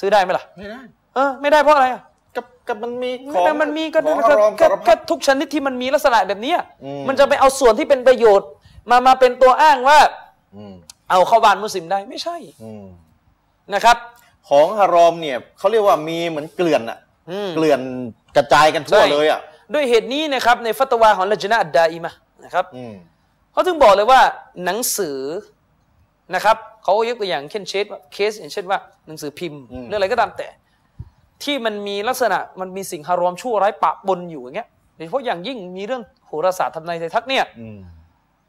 Speaker 2: ซื้อได้ไหมล่ะ
Speaker 1: ไม่ได้
Speaker 2: เออ ไม่ได้เพราะอะไรอ่ะ
Speaker 1: กับกับมันมี
Speaker 2: แต่มันมีก็
Speaker 1: ข
Speaker 2: นั่
Speaker 1: อน ง
Speaker 2: แหละครับ
Speaker 1: อารมณ์
Speaker 2: ก็
Speaker 1: สาร
Speaker 2: ก็
Speaker 1: พัด
Speaker 2: ทุกชนิดที่มันมีลักษณะแบบเนี้ย
Speaker 1: อืม
Speaker 2: มันจะไปเอาส่วนที่เป็นประโยชน์ มามาเป็นตัวอ้างว่า
Speaker 1: อืม
Speaker 2: เอาเข้าบ้านมุสลิมได้ไม่ใช่
Speaker 1: อืม
Speaker 2: นะครับ
Speaker 1: ของฮารอมเนี่ยเขาเรียกว่ามีเหมือนเกลื่อนอะ
Speaker 2: อืม
Speaker 1: เกลื่อนกระจายกันทั่ว
Speaker 2: ใช่
Speaker 1: เลยอะ
Speaker 2: ด้วยเหตุนี้นะครับ ในฟัตวาของลัจนะอัดดาอิมะห์นะครับ
Speaker 1: อืม
Speaker 2: เขาถึงบอกเลยว่าหนังสือนะครับเขายกตัวอย่างเช่นเชสเคสอย่างเช่นว่าหนังสือพิมพ์หรืออะไรก็ตามแต่ ที่มันมีลักษณะมันมีสิ่งฮารอมชั่วร้ายปะปนอยู่อย่างเงี้ยโดยเฉพาะอย่างยิ่งมีเรื่องโหราศาสตร์ทำนายไทยทักเนี่ย
Speaker 1: อืม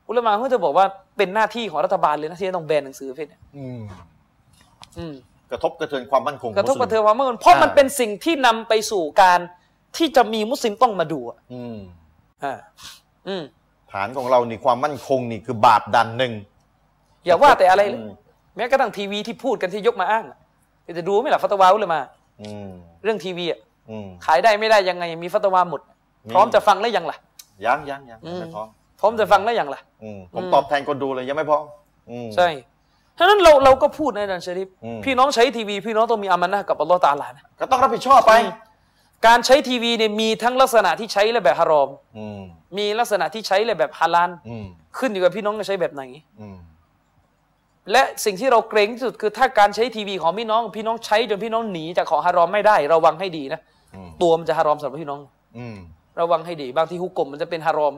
Speaker 2: อุลามาเขาจะบอกว่าเป็นหน้าที่ของรัฐบาลเลยนะที่จะต้องแบนหนังสือประเภทเนี่ย
Speaker 1: อืม
Speaker 2: อืม
Speaker 1: กระทบกระเทือนความมั่นคง
Speaker 2: กระทบ
Speaker 1: มุสลิม
Speaker 2: กระเทือนความมั่นคงเพราะ
Speaker 1: อ่ามั
Speaker 2: มันเป็นสิ่งที่นำไปสู่การที่จะมีมุสลิมต้องมาดูอะ
Speaker 1: อืม
Speaker 2: อ่าอืม
Speaker 1: ฐานของเรานี่ความมั่นคงนี่คือบาปดันหนึ่ง
Speaker 2: อย่าว่าแต่อะไรเลย
Speaker 1: อืม
Speaker 2: แม้กระทั่งทีวีที่พูดกันที่ยกมาอ้างอะจะดูไหมล่ะฟัตวาอุลามา
Speaker 1: อืม
Speaker 2: เรื่องทีวีอะ
Speaker 1: อืม
Speaker 2: ขายได้ไม่ได้ยังไงมีฟัตวาหมด
Speaker 1: มี
Speaker 2: พร้อมจะฟังแล้วยังล่ะ
Speaker 1: ยังยังยังยังไม่
Speaker 2: อืม
Speaker 1: พร้อม
Speaker 2: พร้อมจะฟังแล้วยังล่ะ
Speaker 1: อืมผม
Speaker 2: อืม
Speaker 1: ตอบแทนคนดูเลยยังไม่พร้อมอืม
Speaker 2: ใช่ฉะนั้นเราเราก็พูดในะอาจารย์ชริฟ
Speaker 1: อืม
Speaker 2: พี่น้องใช้ทีวี พี่น้องต้องมีอามันนะกับอัลลอฮ์ตะอาลานะ
Speaker 1: ก็ต้องรับผิดชอบไป
Speaker 2: อืม การใช้ทีวีเนี่ยมีทั้งลักษณะที่ใช้และแบบฮารอม
Speaker 1: อืม
Speaker 2: มีลักษณะที่ใช้และแบบฮาลาน
Speaker 1: อืม
Speaker 2: ขึ้นอยู่กับพี่น้องจะใช้แบบไหน
Speaker 1: อืม
Speaker 2: และสิ่งที่เราเกรงที่สุดคือถ้าการใช้ทีวีของพี่น้อง พี่น้องใช้จนพี่น้องหนีจากของฮารอมไม่ได้ระวังให้ดีนะ
Speaker 1: อืม
Speaker 2: ตัวมันจะฮารอมสำหรับพี่น้อง
Speaker 1: อืม
Speaker 2: ระวังให้ดี บางที่ฮุกกลมมันจะเป็นฮารอม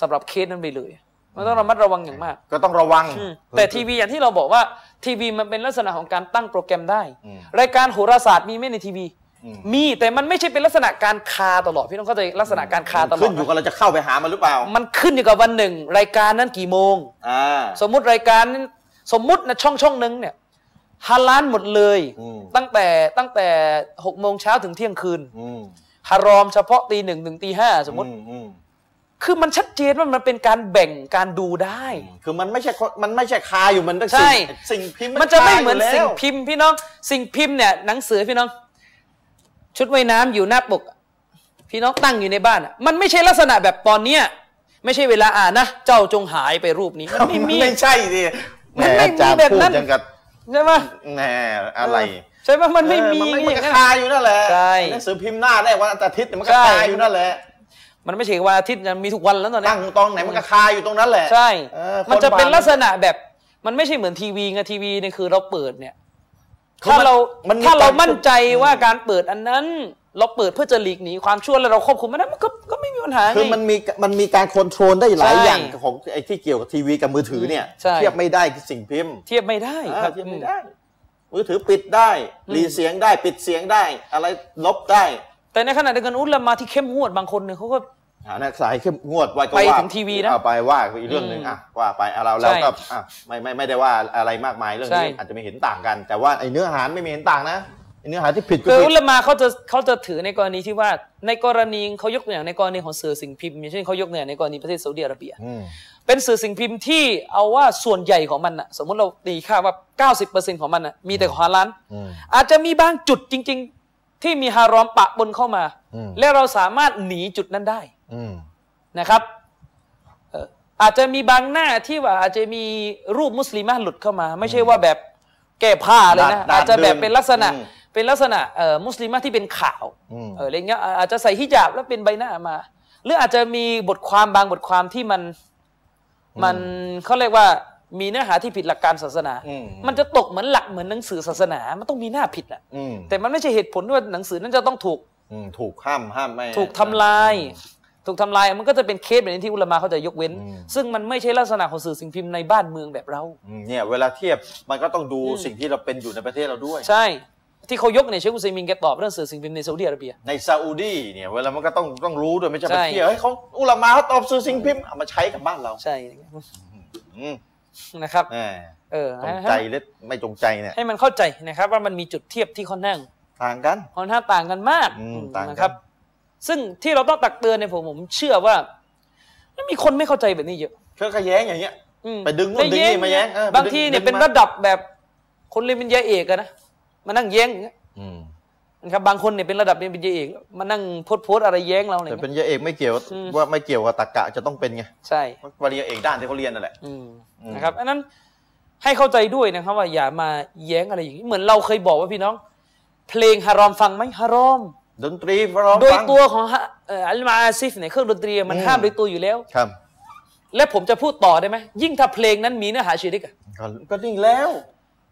Speaker 2: สำหรับเคสนั้นไปเลยมันต้องระมัดระวังอย่างมาก
Speaker 1: ก็ต้องระวัง
Speaker 2: อืมแต่ทีวีอย่างที่เราบอกว่าทีวีมันเป็นลักษณะของการตั้งโปรแกรมได้
Speaker 1: อืม
Speaker 2: รายการโหราศาสตร์มีไหมในทีวี
Speaker 1: อืม
Speaker 2: มีแต่มันไม่ใช่เป็นลักษณะการคาตลอดพี่น้องเข้าใจลักษณะการคาตลอด
Speaker 1: ขึ้นอยู่กับเราจะเข้าไปหามันหรือเปล่า
Speaker 2: มันขึ้นอยู่กับวันหนึ่ง รายการนั้นกี่โมง
Speaker 1: อ่า
Speaker 2: สมมุติรายการนั้นสมมุตินะช่องช่องหนึงเนี่ยฮาลานหมดเลย
Speaker 1: อืม
Speaker 2: ตั้งแต่ตั้งแต่หกโมงเช้าถึงเที่ยงคืน
Speaker 1: อืม
Speaker 2: ฮารอมเฉพาะตีหนึ่งถึงตีห้าสมมติ
Speaker 1: อือืม
Speaker 2: คือมันชัดเจนว่ามันเป็นการแบ่งการดูได้
Speaker 1: อืมคือมันไม่ใช่คนมันไม่ใช่คาอยู่มันต้อง
Speaker 2: ใช่
Speaker 1: สิ่งสิ่งพิมพ์
Speaker 2: มันจะไม่เหมือน
Speaker 1: คายู่
Speaker 2: สิ่ง
Speaker 1: แล้ว
Speaker 2: พิมพ์พี่น้อง สิ่งพิมพ์เนี่ยหนังสือพี่น้อง ชุดว่ายน้ำอยู่หน้าปก พี่น้องตั้งอยู่ในบ้านอะมันไม่ใช่ลักษณะแบบตอนเนี้ยไม่ใช่เวลาอ่านนะเจ้าจงหายไปรูปนี้มันไม่มี
Speaker 1: ไม่ใช่ดิแหม
Speaker 2: มันไม่มี
Speaker 1: อาจารย์
Speaker 2: แบบ
Speaker 1: พูด
Speaker 2: นั้น
Speaker 1: จังกับ
Speaker 2: ใช่ไหม
Speaker 1: แหมอะไร
Speaker 2: ใช่ไหมมันไม่มี
Speaker 1: เออมัน
Speaker 2: อย่าง
Speaker 1: ก็
Speaker 2: นั้น
Speaker 1: คาอยู่นั่นแหละ
Speaker 2: ใช่
Speaker 1: หนังสือพิมพ์หน้าได้วันอาทิตย์เนี่ยมันก็
Speaker 2: ใช่
Speaker 1: คาอยู่นั่นแหละ
Speaker 2: มันไม่ใช่วันอาทิตย์นะมีทุกวันแล้วตอนเนี้
Speaker 1: ตั้
Speaker 2: ย
Speaker 1: งตรงไหนมันก็คาอยู่ตรงนั้นแหละ
Speaker 2: ใช่
Speaker 1: เออ
Speaker 2: มันจะเป็น
Speaker 1: คบา
Speaker 2: ลักษณะแบบ มันไม่ใช่เหมือนทีวีไงทีวีเนี่ยคือเราเปิดเนี่ย
Speaker 1: คือ
Speaker 2: ถ้าน เราม
Speaker 1: น
Speaker 2: ถ้าเรา
Speaker 1: ก
Speaker 2: มั่นใจว่าการเปิดอันนั้น เราเปิดเพื่อจะหลีกหนีความชั่วแล้วเราควบคุมมันได้มันก็ก็ไม่มีปัญหาไง
Speaker 1: คือมันมีมันมีการคอนโทรลได้หลาย
Speaker 2: ใช่
Speaker 1: อย่างของไอ้ที่เกี่ยวกับทีวีกับมือถือเนี่ย
Speaker 2: ใช่
Speaker 1: เทียบไม่ได้กับสิ่งพิมพ์
Speaker 2: เทียบไม่ได้ค
Speaker 1: อ่า
Speaker 2: รับ
Speaker 1: เทียบไม่ได้ มือถือปิดได้รีเสียงได้ปิดเสียงได้ อะไรลบได้
Speaker 2: แต่ในขณะเดียวกันอุลามาที่เข้มงวดบางคนเนี่ยเขาก็
Speaker 1: หานักสายเข้มงวดว่าก็
Speaker 2: ไป
Speaker 1: ว่า
Speaker 2: ถึงทีวีนะ
Speaker 1: เอาไปว่าอีกเรื่องหนึ่ง
Speaker 2: อืม
Speaker 1: อ่ะว่าไปเอาเราแล้ว
Speaker 2: ใช่
Speaker 1: ก็อ่ะไม่ไม่ไม่ได้ว่าอะไรมากมายเรื่องนี้
Speaker 2: ใช่
Speaker 1: อาจจะไม่เห็นต่างกัน แต่ว่าไอ้เนื้อหาไม่มีเห็นต่างนะไอ้เนื้อหาที่ผิดก็
Speaker 2: คือ
Speaker 1: ผิ
Speaker 2: อุ
Speaker 1: ด
Speaker 2: ลามาเขาจะเขาจะถือในกรณีที่ว่า ในกรณีเขายกตัวอย่างในกรณีของสื่อสิ่งพิมพ์อย่างเช่นเขายกเนี่ยในกรณีประเทศซาอุดิอาระเบีย
Speaker 1: อืม
Speaker 2: เป็นสื่อสิ่งพิมพ์ที่เอาว่าส่วนใหญ่ของมันอะสมมติเราตีค่าว่า 90%ของมันอะมีแต่ของฮาลาน
Speaker 1: อืม
Speaker 2: อาจจะมีบางจุดจริง ๆ ที่มีฮารอมปะปนเข้ามา
Speaker 1: อืม
Speaker 2: และเราสามารถหนีจุดนั้นได้
Speaker 1: อืม
Speaker 2: นะครับเอ่ออาจจะมีบางหน้าที่ว่าอาจจะมีรูปมุสลิมะห์หลุดเข้ามา ไม่ใช่ว่าแบบแก้ผ้าเลยนะอาจจะแบบเป็นลักษณะเป็นลักษณะเอ่อมุสลิมะห์ที่เป็นข่าว
Speaker 1: อืม
Speaker 2: เอออะไรเงี้ยอาอาจจะใส่ฮิญาบแล้วเป็นใบหน้ามา หรืออาจจะมีบทความบางบทความที่มันมันเขาเรียกว่ามีเนื้อหาที่ผิดหลักการศาสนา มันจะตกเหมือนหลักเหมือนหนังสือศาสนา มันต้องมีหน้าผิดอะ
Speaker 1: อืม
Speaker 2: แต่มันไม่ใช่เหตุผลที่ว่าหนังสือนั้นจะต้องถูก
Speaker 1: อืมถูกห้ามห้ามไม่
Speaker 2: ถูกทำลาย ถูกทำลายมันก็จะเป็นเคสแบบนี้ที่อุลามาเขาจะยกเว้น
Speaker 1: อืม
Speaker 2: ซึ่งมันไม่ใช่ลักษณะของสื่อสิ่งพิมพ์ในบ้านเมืองแบบเรา
Speaker 1: อืมเนี่ยเวลาเทียบมันก็ต้องดูสิ่งที่เราเป็นอยู่ในประเทศเราด้วย
Speaker 2: ใช่ ที่เขายกเนี่ยเชคอุซัยมินแกตอบเรื่องสื่อสิ่งพิมพ์ในซาอุดีอาระเบีย
Speaker 1: ในซาอุดีเนี่ยเวลามันก็ต้องต้องรู้ด้วยไม่ใช่ไป
Speaker 2: ใช่
Speaker 1: เที่ยวเฮ้ยเขาอุลามาเขาตอบสื่อสิ่งพิมพ์เอามาใช้กับบ้านเรา
Speaker 2: ใช่
Speaker 1: อืม
Speaker 2: นะครับ
Speaker 1: แหม
Speaker 2: เออ
Speaker 1: จ
Speaker 2: ให้
Speaker 1: งใจ
Speaker 2: ให้
Speaker 1: หรือไม่จงใจเนี่ย
Speaker 2: ให้มันเข้าใจนะครับว่ามันมีจุดเทียบที่ค่อนข้าง
Speaker 1: ต่างกัน
Speaker 2: ค่อนข้างต่างกันมาก
Speaker 1: อืมต่างกัน
Speaker 2: นะครับ ซึ่งที่เราต้องตักเตือนเนี่ยผมผมเชื่อว่ามันมีคนไม่เข้าใจแบบนี้เยอะ
Speaker 1: เครื่องขัดแย้งอย่างเงี้ย
Speaker 2: อืม
Speaker 1: ไปดึงนู่นดึงนี่มาแย้งเออไปดึง
Speaker 2: บางทีเนี่ย
Speaker 1: ดึงมา
Speaker 2: เป็นระดับแบบคนเรียนปริญญาเอกอะนะมานั่งแย้งอย่างเงี้ย
Speaker 1: อืม
Speaker 2: นะครับบางคนเนี่ยเป็นระดับเรียนปริญญาเอกมานั่งโพสต์โพสต์อะไรแย้งเราอะไร
Speaker 1: แต่เป็
Speaker 2: เงี้
Speaker 1: นยา
Speaker 2: ย
Speaker 1: เอกไม่เกี่ยว
Speaker 2: อืม
Speaker 1: ว่าไม่เกี่ยวกับตรรกะจะต้องเป็นไง
Speaker 2: ใช่
Speaker 1: เพราะปริญญาเอกด้านที่เขาเรียนนั่นแหละ
Speaker 2: อืม
Speaker 1: อืม
Speaker 2: นะครับอันนั้นให้เข้าใจด้วยนะครับ ว่าอย่ามาแย้งอะไรอย่างนี้เหมือนเราเคยบอกว่าพี่น้อง เพลงฮารอมฟังไหมฮารอม
Speaker 1: ดนตรีร้อง
Speaker 2: โดย
Speaker 1: ฟัง
Speaker 2: ตัวของฮะเอ่ออัลมาอาซิฟเนี่ยเครื่องดนตรีอะมัน
Speaker 1: อืม
Speaker 2: ห้ามโดยตัวอยู่แล้ว
Speaker 1: ครับ
Speaker 2: และผมจะพูดต่อได้ไหมยิ่งถ้าเพลงนั้นมีเนื้อหาชีริกอะ
Speaker 1: ก็ก็นิ่งแล้ว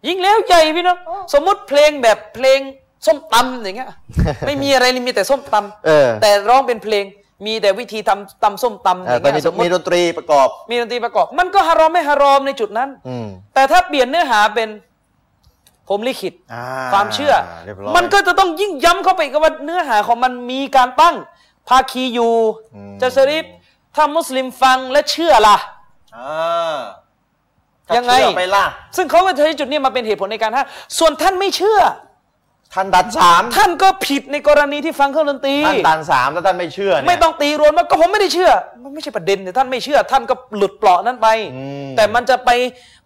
Speaker 2: ยิ่งแล้วใหญ่พี่น้องสมมุติเพลงแบบเพลงส้มตำอย่างเงี้ย ไม่มีอะไรเลยมีแต่ส้มต
Speaker 1: เออ
Speaker 2: ำแต่ร้องเป็นเพลงมีแต่วิธีทำตำส้มตำอ
Speaker 1: อ่า
Speaker 2: ย่าง
Speaker 1: ตอน
Speaker 2: เงี้
Speaker 1: นี้
Speaker 2: ยสมม
Speaker 1: มี
Speaker 2: ติ
Speaker 1: ดนตรีประกอบ
Speaker 2: มีดนตรีประกอบ มันก็ฮารอมไม่ฮารอมในจุดนั้น
Speaker 1: อืม
Speaker 2: แต่ถ้าเปลี่ยนเนื้อหาเป็นผมลิขิต
Speaker 1: อ่
Speaker 2: ความเชื่อ
Speaker 1: รียบร้อย
Speaker 2: มันก็จะต้องยิ่งย้ำเข้าไปอีกับว่าเนื้อหาของมันมีการตั้งภาคีอยู่
Speaker 1: อืม
Speaker 2: จะสริฟถ้ามุสลิมฟังและเชื่อล่ะ
Speaker 1: อ่าถ้า
Speaker 2: ยังไง
Speaker 1: เชื่อไปล่ะ
Speaker 2: ซึ่งเขาก็ใช้จุดเนี้ยมาเป็นเหตุผลในการห้ามส่วนท่านไม่เชื่อ
Speaker 1: ท่านดันสาม
Speaker 2: ท่านก็ผิดในกรณีที่ฟังเครื่องดนตรี
Speaker 1: ท่านดันสามแล้วท่านไม่เชื่อเนี่ย
Speaker 2: ไม่ต้องตีรวนว่าก็ผมไม่ได้เชื่อ มันไม่ใช่ประเด็นเนี่ยท่านไม่เชื่อ ท่านก็หลุดเปลาะนั้นไป
Speaker 1: อืม
Speaker 2: แต่มันจะไป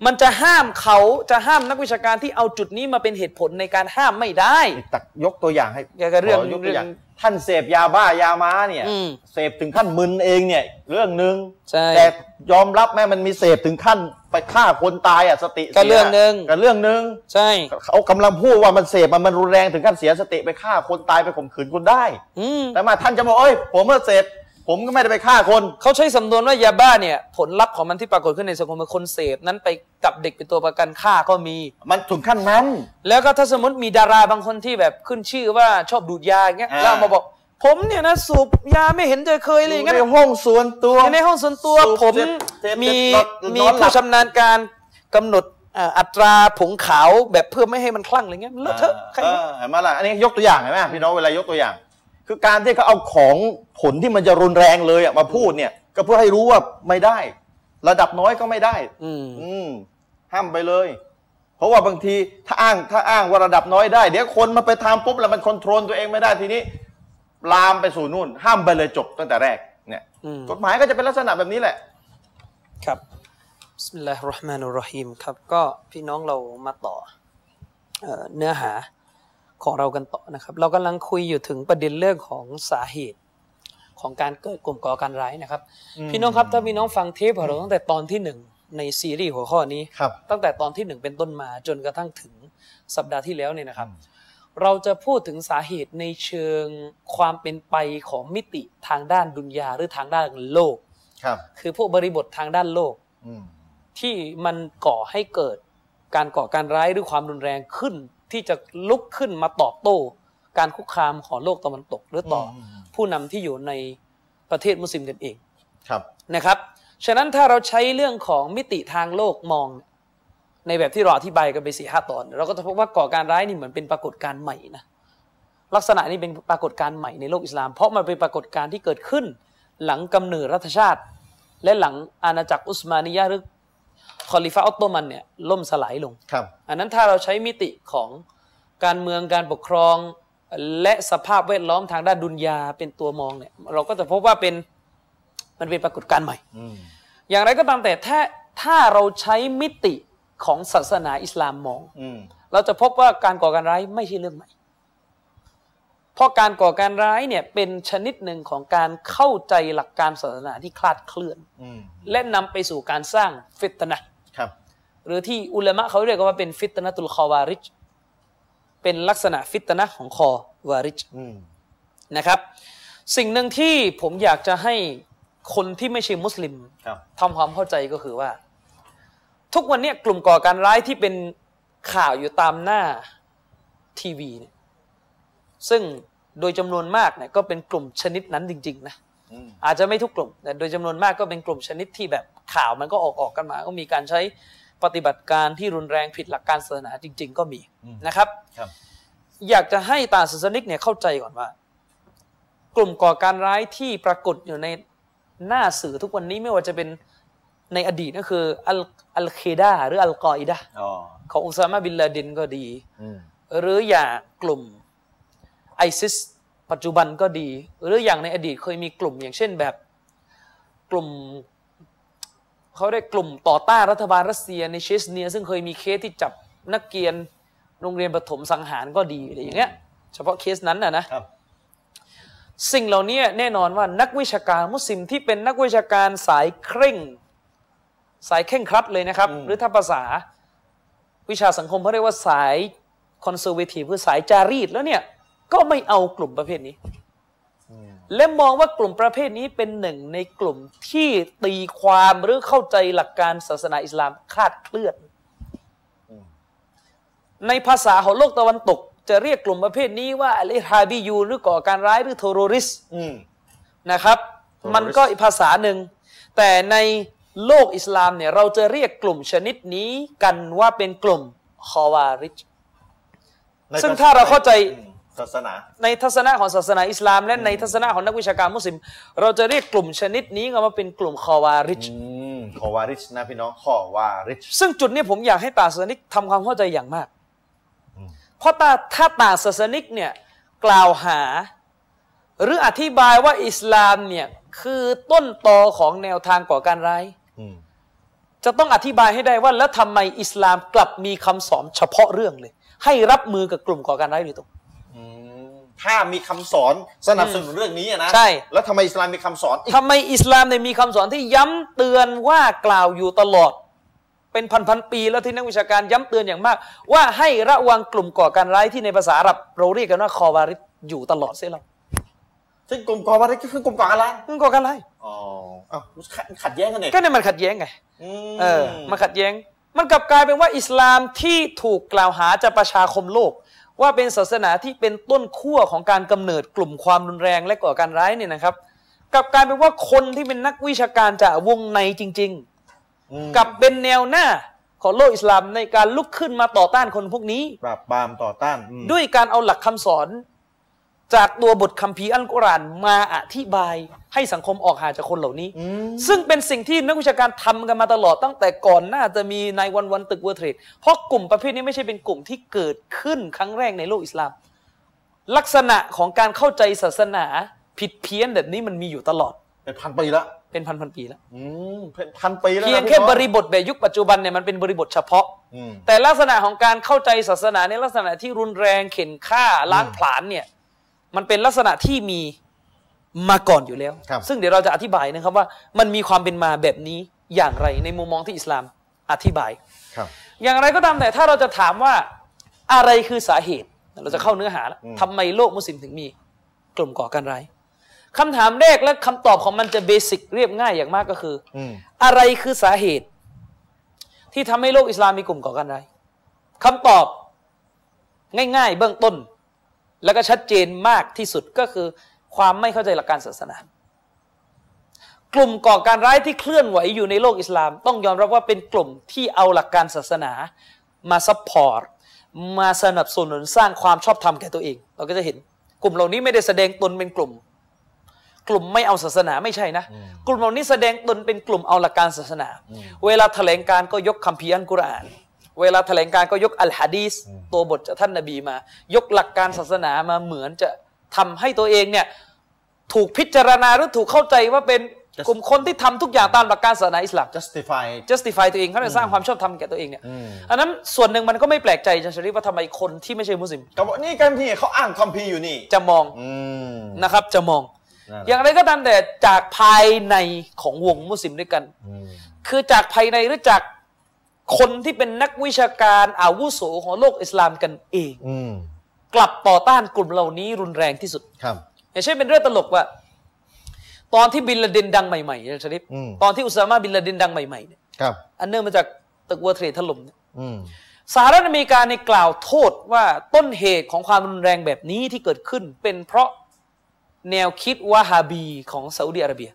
Speaker 2: มันจะห้ามเขาจะห้ามนักวิชาการที่เอาจุดนี้มาเป็นเหตุผลในการห้ามไม่ได้
Speaker 1: ตักยกตัวอย่างให้
Speaker 2: แกก็เรื่อง
Speaker 1: ขยกตัวอย่าง
Speaker 2: เรื่อง
Speaker 1: ท่านเสพยาบ้ายาม้าเนี่ย
Speaker 2: อืม
Speaker 1: เสพถึงขั้นมึนเองเนี่ย เรื่องหนึ่ง
Speaker 2: ใช่
Speaker 1: แต่ยอมรับแม่มันมีเสพถึงขั้นไปฆ่าคนตายอ่ะสติสีย
Speaker 2: ก็เรื่องหนึ่ง
Speaker 1: ก็เรื่องหนึ่ง
Speaker 2: ใช่
Speaker 1: เขากำลังพูดว่ามันเสพมันมันรุนแรงถึงขั้นเสียสติไปฆ่าคนตายไปข่มขืนคนได้
Speaker 2: อืม
Speaker 1: แต่มาท่านจะบอกเอ้ยผมเมื่อเสพผมก็ไม่ได้ไปฆ่าคน
Speaker 2: เขาใช้สำนวนว่ายาบ้าเนี่ย ผลลัพธ์ของมันที่ปรากฏขึ้นในสังคมคือคนเสพนั้นไปกับเด็กเป็นตัวประกันฆ่าก็มี
Speaker 1: มันถึงขั้นนั้น
Speaker 2: แล้วก็ถ้าสมมติมีดาราบางคนที่แบบขึ้นชื่อว่าชอบดูดยาอย่างเงี้ย
Speaker 1: อ่า
Speaker 2: แล้วมาบอก ผมเนี่ยนะสูบยาไม่เห็นจะเคยเลยอย่างเงี้ย
Speaker 1: ในห้องส่วนตัว
Speaker 2: ในห้องส่วนตัว
Speaker 1: สูบ
Speaker 2: ผม
Speaker 1: เสพเสพ
Speaker 2: มี
Speaker 1: นอน
Speaker 2: มี
Speaker 1: นอนหลั
Speaker 2: ผู้
Speaker 1: บ
Speaker 2: ชำนาญการกำหนดเอ่ออัตราผงขาวแบบเพื่อไม่ให้มันคลั่งอะไรเงี้ยเลอะเทอะใคร
Speaker 1: เออเห็นไหมล่ะอันนี้ยกตัวอย่างเห็นไหมพี่น้องเวลายกตัวอย่าง คือการที่เขาเอาของผลที่มันจะรุนแรงเลยอะมาพูดเนี่ย ก็เพื่อให้รู้ว่าไม่ได้ ระดับน้อยก็ไม่ได้
Speaker 2: อืม
Speaker 1: อืมห้ามไปเลย เพราะว่าบางทีถ้าอ้างถ้าอ้างว่าระดับน้อยได้ เดี๋ยวคนมาไปทำปุ๊บแล้วมันคอนโทรลตัวเองไม่ได้ทีนี้ ลามไปสู่นู่น ห้ามไปเลยจบตั้งแต่แรกเนี่ย
Speaker 2: อืม
Speaker 1: กฎหมายก็จะเป็นลักษณะแบบนี้แหละ
Speaker 2: ครับบิสมิลลาฮิรเราะห์มานุรเราะฮีมครับก็พี่น้องเรามาต่อเอ่อเนื้อหาของเรากันต่อนะครับ เรากำลังคุยอยู่ถึงประเด็นเรื่องของสาเหตุของการเกิดกลุ่มก่อการร้ายนะครับ พี่น้องครับถ้าพี่น้องฟังเทปของเราตั้งแต่ตอนที่หนึ่งในซีรีส์หัวข้อนี้
Speaker 1: ครับ
Speaker 2: ตั้งแต่ตอนที่หนึ่งเป็นต้นมาจนกระทั่งถึงสัปดาห์ที่แล้วเนี่ยนะครับ เราจะพูดถึงสาเหตุในเชิงความเป็นไปของมิติทางด้านดุนยาหรือทางด้านโลก
Speaker 1: ครับ
Speaker 2: คือพวกบริบททางด้านโลก
Speaker 1: อืม
Speaker 2: ที่มันก่อให้เกิดการก่อการร้ายหรือความรุนแรงขึ้น ที่จะลุกขึ้นมาตอบโต้ การคุกคามของโลกตะวันตก หรือต่ออผู้นำที่อยู่ในประเทศมุสลิมกันเอง
Speaker 1: ครับ
Speaker 2: นะครับ ฉะนั้นถ้าเราใช้เรื่องของมิติทางโลกมอง ในแบบที่เราอธิบายกันไปสี่ห้าตอน เราก็จะพบว่าก่อการร้ายนี่เหมือนเป็นปรากฏการณ์ใหม่นะลักษณะนี้เป็นปรากฏการณ์ใหม่ในโลกอิสลาม เพราะมันเป็นปรากฏการณ์ที่เกิดขึ้น หลังกำเนิดรัฐชาติ และหลังอาณาจักรอุสมานียะหรือคอลิฟะออตโตมันเนี่ยล่มสลายลง
Speaker 1: ครับ
Speaker 2: อันนั้นถ้าเราใช้มิติของการเมืองการปกครอง และสภาพแวดล้อมทางด้านดุนยาเป็นตัวมองเนี่ยเราก็จะพบว่าเป็นมันเป็นปรากฏการณ์ใหม่
Speaker 1: อืม
Speaker 2: อย่างไรก็ตามแต่ถ้าถ้าเราใช้มิติของศาสนาอิสลามมอง
Speaker 1: อืม
Speaker 2: เราจะพบว่าการก่อการร้ายไม่ใช่เรื่องใหม่ เพราะการก่อการร้ายเนี่ยเป็นชนิดหนึ่งของการเข้าใจหลักการศาสนาที่คลาดเคลื่อน
Speaker 1: อืม
Speaker 2: และนำไปสู่การสร้างฟิตนะห์
Speaker 1: ครับ
Speaker 2: หรือที่อุลามะเขาเรียกว่าเป็นฟิตนะตุลคอวาริจ เป็นลักษณะฟิตนะห์ของคอวาริจ
Speaker 1: อืม
Speaker 2: นะครับ สิ่งหนึ่งที่ผมอยากจะให้คนที่ไม่ใช่มุสลิม
Speaker 1: ครับ
Speaker 2: ทำความเข้าใจก็คือว่า ทุกวันเนี้ยกลุ่มก่อการร้ายที่เป็นข่าวอยู่ตามหน้าทีวีเนี่ยซึ่งโดยจำนวนมากเนี่ยก็เป็นกลุ่มชนิดนั้นจริง ๆ นะ
Speaker 1: อืม
Speaker 2: อาจจะไม่ทุกกลุ่ม แต่โดยจำนวนมากก็เป็นกลุ่มชนิดที่แบบข่าวมันก็ออกออกกันมา ก็มีการใช้ปฏิบัติการที่รุนแรงผิดหลักการศาสนาจริง ๆ ก็มี
Speaker 1: อืม
Speaker 2: นะครับ
Speaker 1: ครับ
Speaker 2: อยากจะให้ตางศาสนิกเนี่ยเข้าใจก่อนว่า กลุ่มก่อการร้ายที่ปรากฏอยู่ในหน้าสื่อทุกวันนี้ไม่ว่าจะเป็นในอดีตก็คืออัลอัลเคดาหรืออัลกออิดะห์
Speaker 1: อ๋อ
Speaker 2: ของอุซามะบินลาเดนก็ดี
Speaker 1: อืม
Speaker 2: หรืออย่างกลุ่มไอซิสปัจจุบันก็ดี หรืออย่างในอดีตเคยมีกลุ่มอย่างเช่นแบบกลุ่มเขาเรียกกลุ่มต่อต้านรัฐบาลรัสเซียในเชชเนีย ซึ่งเคยมีเคสที่จับนักเรียนโรงเรียนประถมสังหารก็ดีอะไรอย่างเงี้ยเฉพาะเคสนั้นนะนะ
Speaker 1: ครับ
Speaker 2: สิ่งเหล่านี้แน่นอนว่านักวิชาการมุสลิมที่เป็นนักวิชาการสายเคร่ง สายเคร่งครัดเลยนะครับ
Speaker 1: อืม
Speaker 2: หรือถ้าภาษาวิชาสังคมเขาเรียกว่าสายคอนเซอร์เวทีฟคือสายจารีตแล้วเนี่ย ก็ไม่เอากลุ่มประเภทนี้
Speaker 1: อืม
Speaker 2: และมองว่ากลุ่มประเภทนี้เป็นหนึ่งในกลุ่มที่ตีความหรือเข้าใจหลักการศาสนาอิสลามคลาดเคลื่อน
Speaker 1: อืม
Speaker 2: ในภาษาของโลกตะวันตก จะเรียกกลุ่มประเภทนี้ว่าอัลอิฮาบิยูนหรือก่อการร้ายหรือเทอร์โรริส
Speaker 1: อืม
Speaker 2: นะครับ
Speaker 1: Terrorist
Speaker 2: มันก็อีกภาษาหนึ่ง แต่ในโลกอิสลามเนี่ยเราจะเรียกกลุ่มชนิดนี้กันว่าเป็นกลุ่มคอวาริจ ซึ่งถ้าเราเข้าใจ
Speaker 1: อืมศาสนา
Speaker 2: ในทัศนะของศาสนาอิสลาม และในทัศนะของนักวิชาการมุสลิม เราจะเรียกกลุ่มชนิดนี้กันว่าเป็นกลุ่มคอวาริจ
Speaker 1: อืมขอวาริชนะพี่น้องขอวาริช
Speaker 2: ซึ่งจุดนี้ผมอยากให้ต่างศาสนิกทำความเข้าใจอย่างมาก
Speaker 1: อืม
Speaker 2: เพราะตาถ้าต่างศาสนิกเนี่ยกล่าวหา หรืออธิบายว่าอิสลามเนี่ยคือต้นตอของแนวทางก่อการร้าย
Speaker 1: อืม
Speaker 2: จะต้องอธิบายให้ได้ว่าแล้วทำไมอิสลามกลับมีคำสอนเฉพาะเรื่องเลย ให้รับมือกับกลุ่มก่อการร้ายโดยตรง
Speaker 1: อืมถ้ามีคำสอนสนับสนุนเรื่องนี้อะนะ
Speaker 2: ใช่
Speaker 1: แล้วทำไมอิสลามมีคำสอนอีก
Speaker 2: ทำไมอิสลามเนี่ยมีคำสอนที่ย้ำเตือนว่ากล่าวอยู่ตลอด เป็นพันๆปีแล้วที่นักวิชาการย้ำเตือนอย่างมาก ว่าให้ระวังกลุ่มก่อการร้ายที่ในภาษาอาหรับเราเรียกกันว่าคอวาริสอยู่ตลอดเสียแล้ว
Speaker 1: ซึ่งกลุ่มกอวาริชก็คือกลุ่มกออะไร
Speaker 2: กลุ่มก่อการร้าย
Speaker 1: อ๋ออ้าวขัดขัดแย้งกันเนี่ย
Speaker 2: ก็เนี่ยมันขัดแย้งไง
Speaker 1: ม
Speaker 2: เออมันขัดแย้ง มันกลับกลายเป็นว่าอิสลามที่ถูกกล่าวหาจากประชาคมโลก ว่าเป็นศาสนาที่เป็นต้นขั้วของการกำเนิดกลุ่มความรุนแรงและก่อการร้ายเนี่ยนะครับกลับกลายเป็นว่าคนที่เป็นนักวิชาการจากวงในจริง ๆ
Speaker 1: อืม
Speaker 2: กลับเป็นแนวหน้าของโลกอิสลามในการลุกขึ้นมาต่อต้านคนพวกนี้
Speaker 1: ปราบปรามต่อต้านอืม
Speaker 2: ด้วยการเอาหลักคำสอน จากตัวบทคัมภีร์อัลกุรอานมาอธิบายให้สังคมออกห่างจากคนเหล่านี้
Speaker 1: อืม
Speaker 2: ซึ่งเป็นสิ่งที่นักวิชาการทำกันมาตลอดตั้งแต่ก่อนหน้าจะมีในวันวันตึกเวอร์เทรดเพราะกลุ่มประเภทนี้ไม่ใช่เป็นกลุ่มที่เกิดขึ้นครั้งแรกในโลกอิสลาม ลักษณะของการเข้าใจศาสนาผิดเพี้ยนแบบนี้มันมีอยู่ตลอด
Speaker 1: เป็นพันปีละ
Speaker 2: เป็นพันๆปีแล้ว
Speaker 1: อืมเป็นพันปีแล้วนะ
Speaker 2: เพียงแค่
Speaker 1: พี่น้อบ
Speaker 2: ริบทแบบยุคปัจจุบันเนี่ยมันเป็นบริบทเฉพาะ
Speaker 1: อืม
Speaker 2: แต่ลักษณะของการเข้าใจศาสนาในลักษณะที่รุนแรงเข็นฆ่าล้างผลาญเนี่ย มันเป็นลักษณะที่มีมาก่อนอยู่แล้ว
Speaker 1: ครับ
Speaker 2: ซึ่งเดี๋ยวเราจะอธิบายนะครับว่ามันมีความเป็นมาแบบนี้อย่างไรในมุมมองที่อิสลามอธิบาย
Speaker 1: ครับ
Speaker 2: อย่างไรก็ตามแต่ถ้าเราจะถามว่าอะไรคือสาเหตุ เราจะเข้าเนื้อหาแล้ว
Speaker 1: อืม
Speaker 2: ทำไมโลกมุสลิมถึงมีกลุ่มก่อการร้ายคำถามแรกและคำตอบของมันจะเบสิกเรียบง่ายอย่างมากก็คือ
Speaker 1: อืม
Speaker 2: อะไรคือสาเหตุ ที่ทำให้โลกอิสลามมีกลุ่มก่อการร้ายคำตอบง่ายๆ เบื้องต้น แล้วก็ชัดเจนมากที่สุดก็คือ ความไม่เข้าใจหลักการศาสนา กลุ่มก่อการร้ายที่เคลื่อนไหวอยู่ในโลกอิสลาม ต้องยอมรับว่าเป็นกลุ่มที่เอาหลักการศาสนา มาซัพพอร์ตมาสนับสนุนสร้างความชอบธรรมแก่ตัวเอง เราก็จะเห็น กลุ่มเหล่านี้ไม่ได้แสดงตนเป็นกลุ่ม กลุ่มไม่เอาศาสนาไม่ใช่นะ กลุ่มเหล่านี้แสดงตนเป็นกลุ่มเอาหลักการศาสนา เวลาแถลงการก็ยกคัมภีร์อัลกุรอาน เวลาแถลงการก็ยกอัลฮะดีสตัวบทจากท่านนบีมา ยกหลักการศาสนามาเหมือนจะทำให้ตัวเองเนี่ยถูกพิจารณาหรือถูกเข้าใจว่าเป็นกลุ่มคนที่ทำทุกอย่างตามหลักการศาสนาอิสลาม
Speaker 1: justify
Speaker 2: justify ตัวเองเขาจะสร้างความชอบธรรมแก่ตัวเองเนี่ย
Speaker 1: อืม
Speaker 2: อันนั้นส่วนหนึ่งมันก็ไม่แปลกใจจะชริฟว่าทำไมคนที่ไม่ใช่มุสลิม
Speaker 1: ก็บอกนี่กันพี่เขาอ่านคัมภีร์อยู่นี่
Speaker 2: จะมอง
Speaker 1: อืม
Speaker 2: นะครับจะมอง
Speaker 1: นั่นแหละ
Speaker 2: อย่างไรก็ตามแต่จากภายในของวงมุสลิมด้วยกัน
Speaker 1: อืม
Speaker 2: คือจากภายในหรือจากคนที่เป็นนักวิชาการอาวุโสของโลกอิสลามกันเอง
Speaker 1: อืม
Speaker 2: กลับต่อต้านกลุ่มเหล่านี้รุนแรงที่สุด
Speaker 1: ครับ
Speaker 2: อย่างเช่นเป็นเรื่องตลกว่า ตอนที่บินลาเดนดังใหม่ๆนะชริป
Speaker 1: อืม
Speaker 2: ตอนที่อุสามาบินลาเดนดังใหม่ๆเนี่ย
Speaker 1: ครับ
Speaker 2: อันเนื่องมาจากตึกเวอร์เทรดถล่มเนี่ย
Speaker 1: อืม
Speaker 2: สหรัฐอเมริกาในยกล่าวโทษว่าต้นเหตุของความรุนแรงแบบนี้ที่เกิดขึ้น เป็นเพราะแนวคิดวาฮาบีของซาอุดีอาระเบีย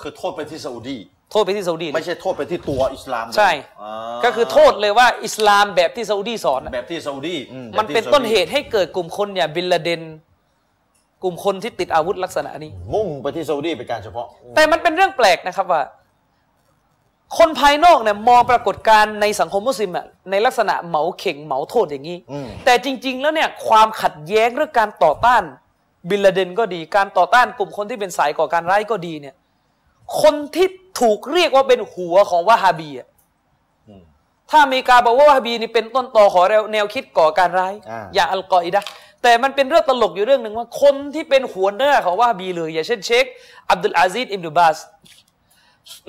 Speaker 1: คือโทษไปที่ซาอุดี
Speaker 2: โทษไปที่ซาอุดีเลย
Speaker 1: ไม่ใช่โทษไปที่ตัวอิสลามเลย
Speaker 2: ใช่
Speaker 1: อ่า
Speaker 2: ก็คือโทษเลยว่าอิสลามแบบที่ซาอุดีสอนอะ
Speaker 1: แบบที่ซาอุดีอื
Speaker 2: มันเป็น
Speaker 1: แบบที่
Speaker 2: ต้นเหตุให้เกิดกลุ่มคนอย่างบินลาเดน กลุ่มคนที่ติดอาวุธลักษณะนี้
Speaker 1: มุ่งไปที่ซาอุดีเป็นการเฉพาะอืม
Speaker 2: แต่มันเป็นเรื่องแปลกนะครับว่า คนภายนอกเนี่ยมองปรากฏการณ์ในสังคมมุสลิมอะในลักษณะเหมาเข่งเหมาโทษอย่างนี้
Speaker 1: อืม
Speaker 2: แต่จริง ๆ แล้วเนี่ยความขัดแย้งเรื่องการต่อต้านบินลาเดนก็ดี การต่อต้านกลุ่มคนที่เป็นสายก่อการร้ายก็ดีเนี่ย คนที่ถูกเรียกว่าเป็นหัวของวะฮาบีอะ
Speaker 1: อืม
Speaker 2: ถ้าอเมริกาบอกว่าวะฮาบีนี่เป็นต้นตอของแนวแนวคิดก่อการร้าย
Speaker 1: อ่า
Speaker 2: ย่างอัลกออิดะห์แต่มันเป็นเรื่องตลกอยู่เรื่องหนึ่งว่า คนที่เป็นหัวหน้าของวะฮาบีเลย อย่างเช่นเชคอับดุลอาซิดอิมดุบาส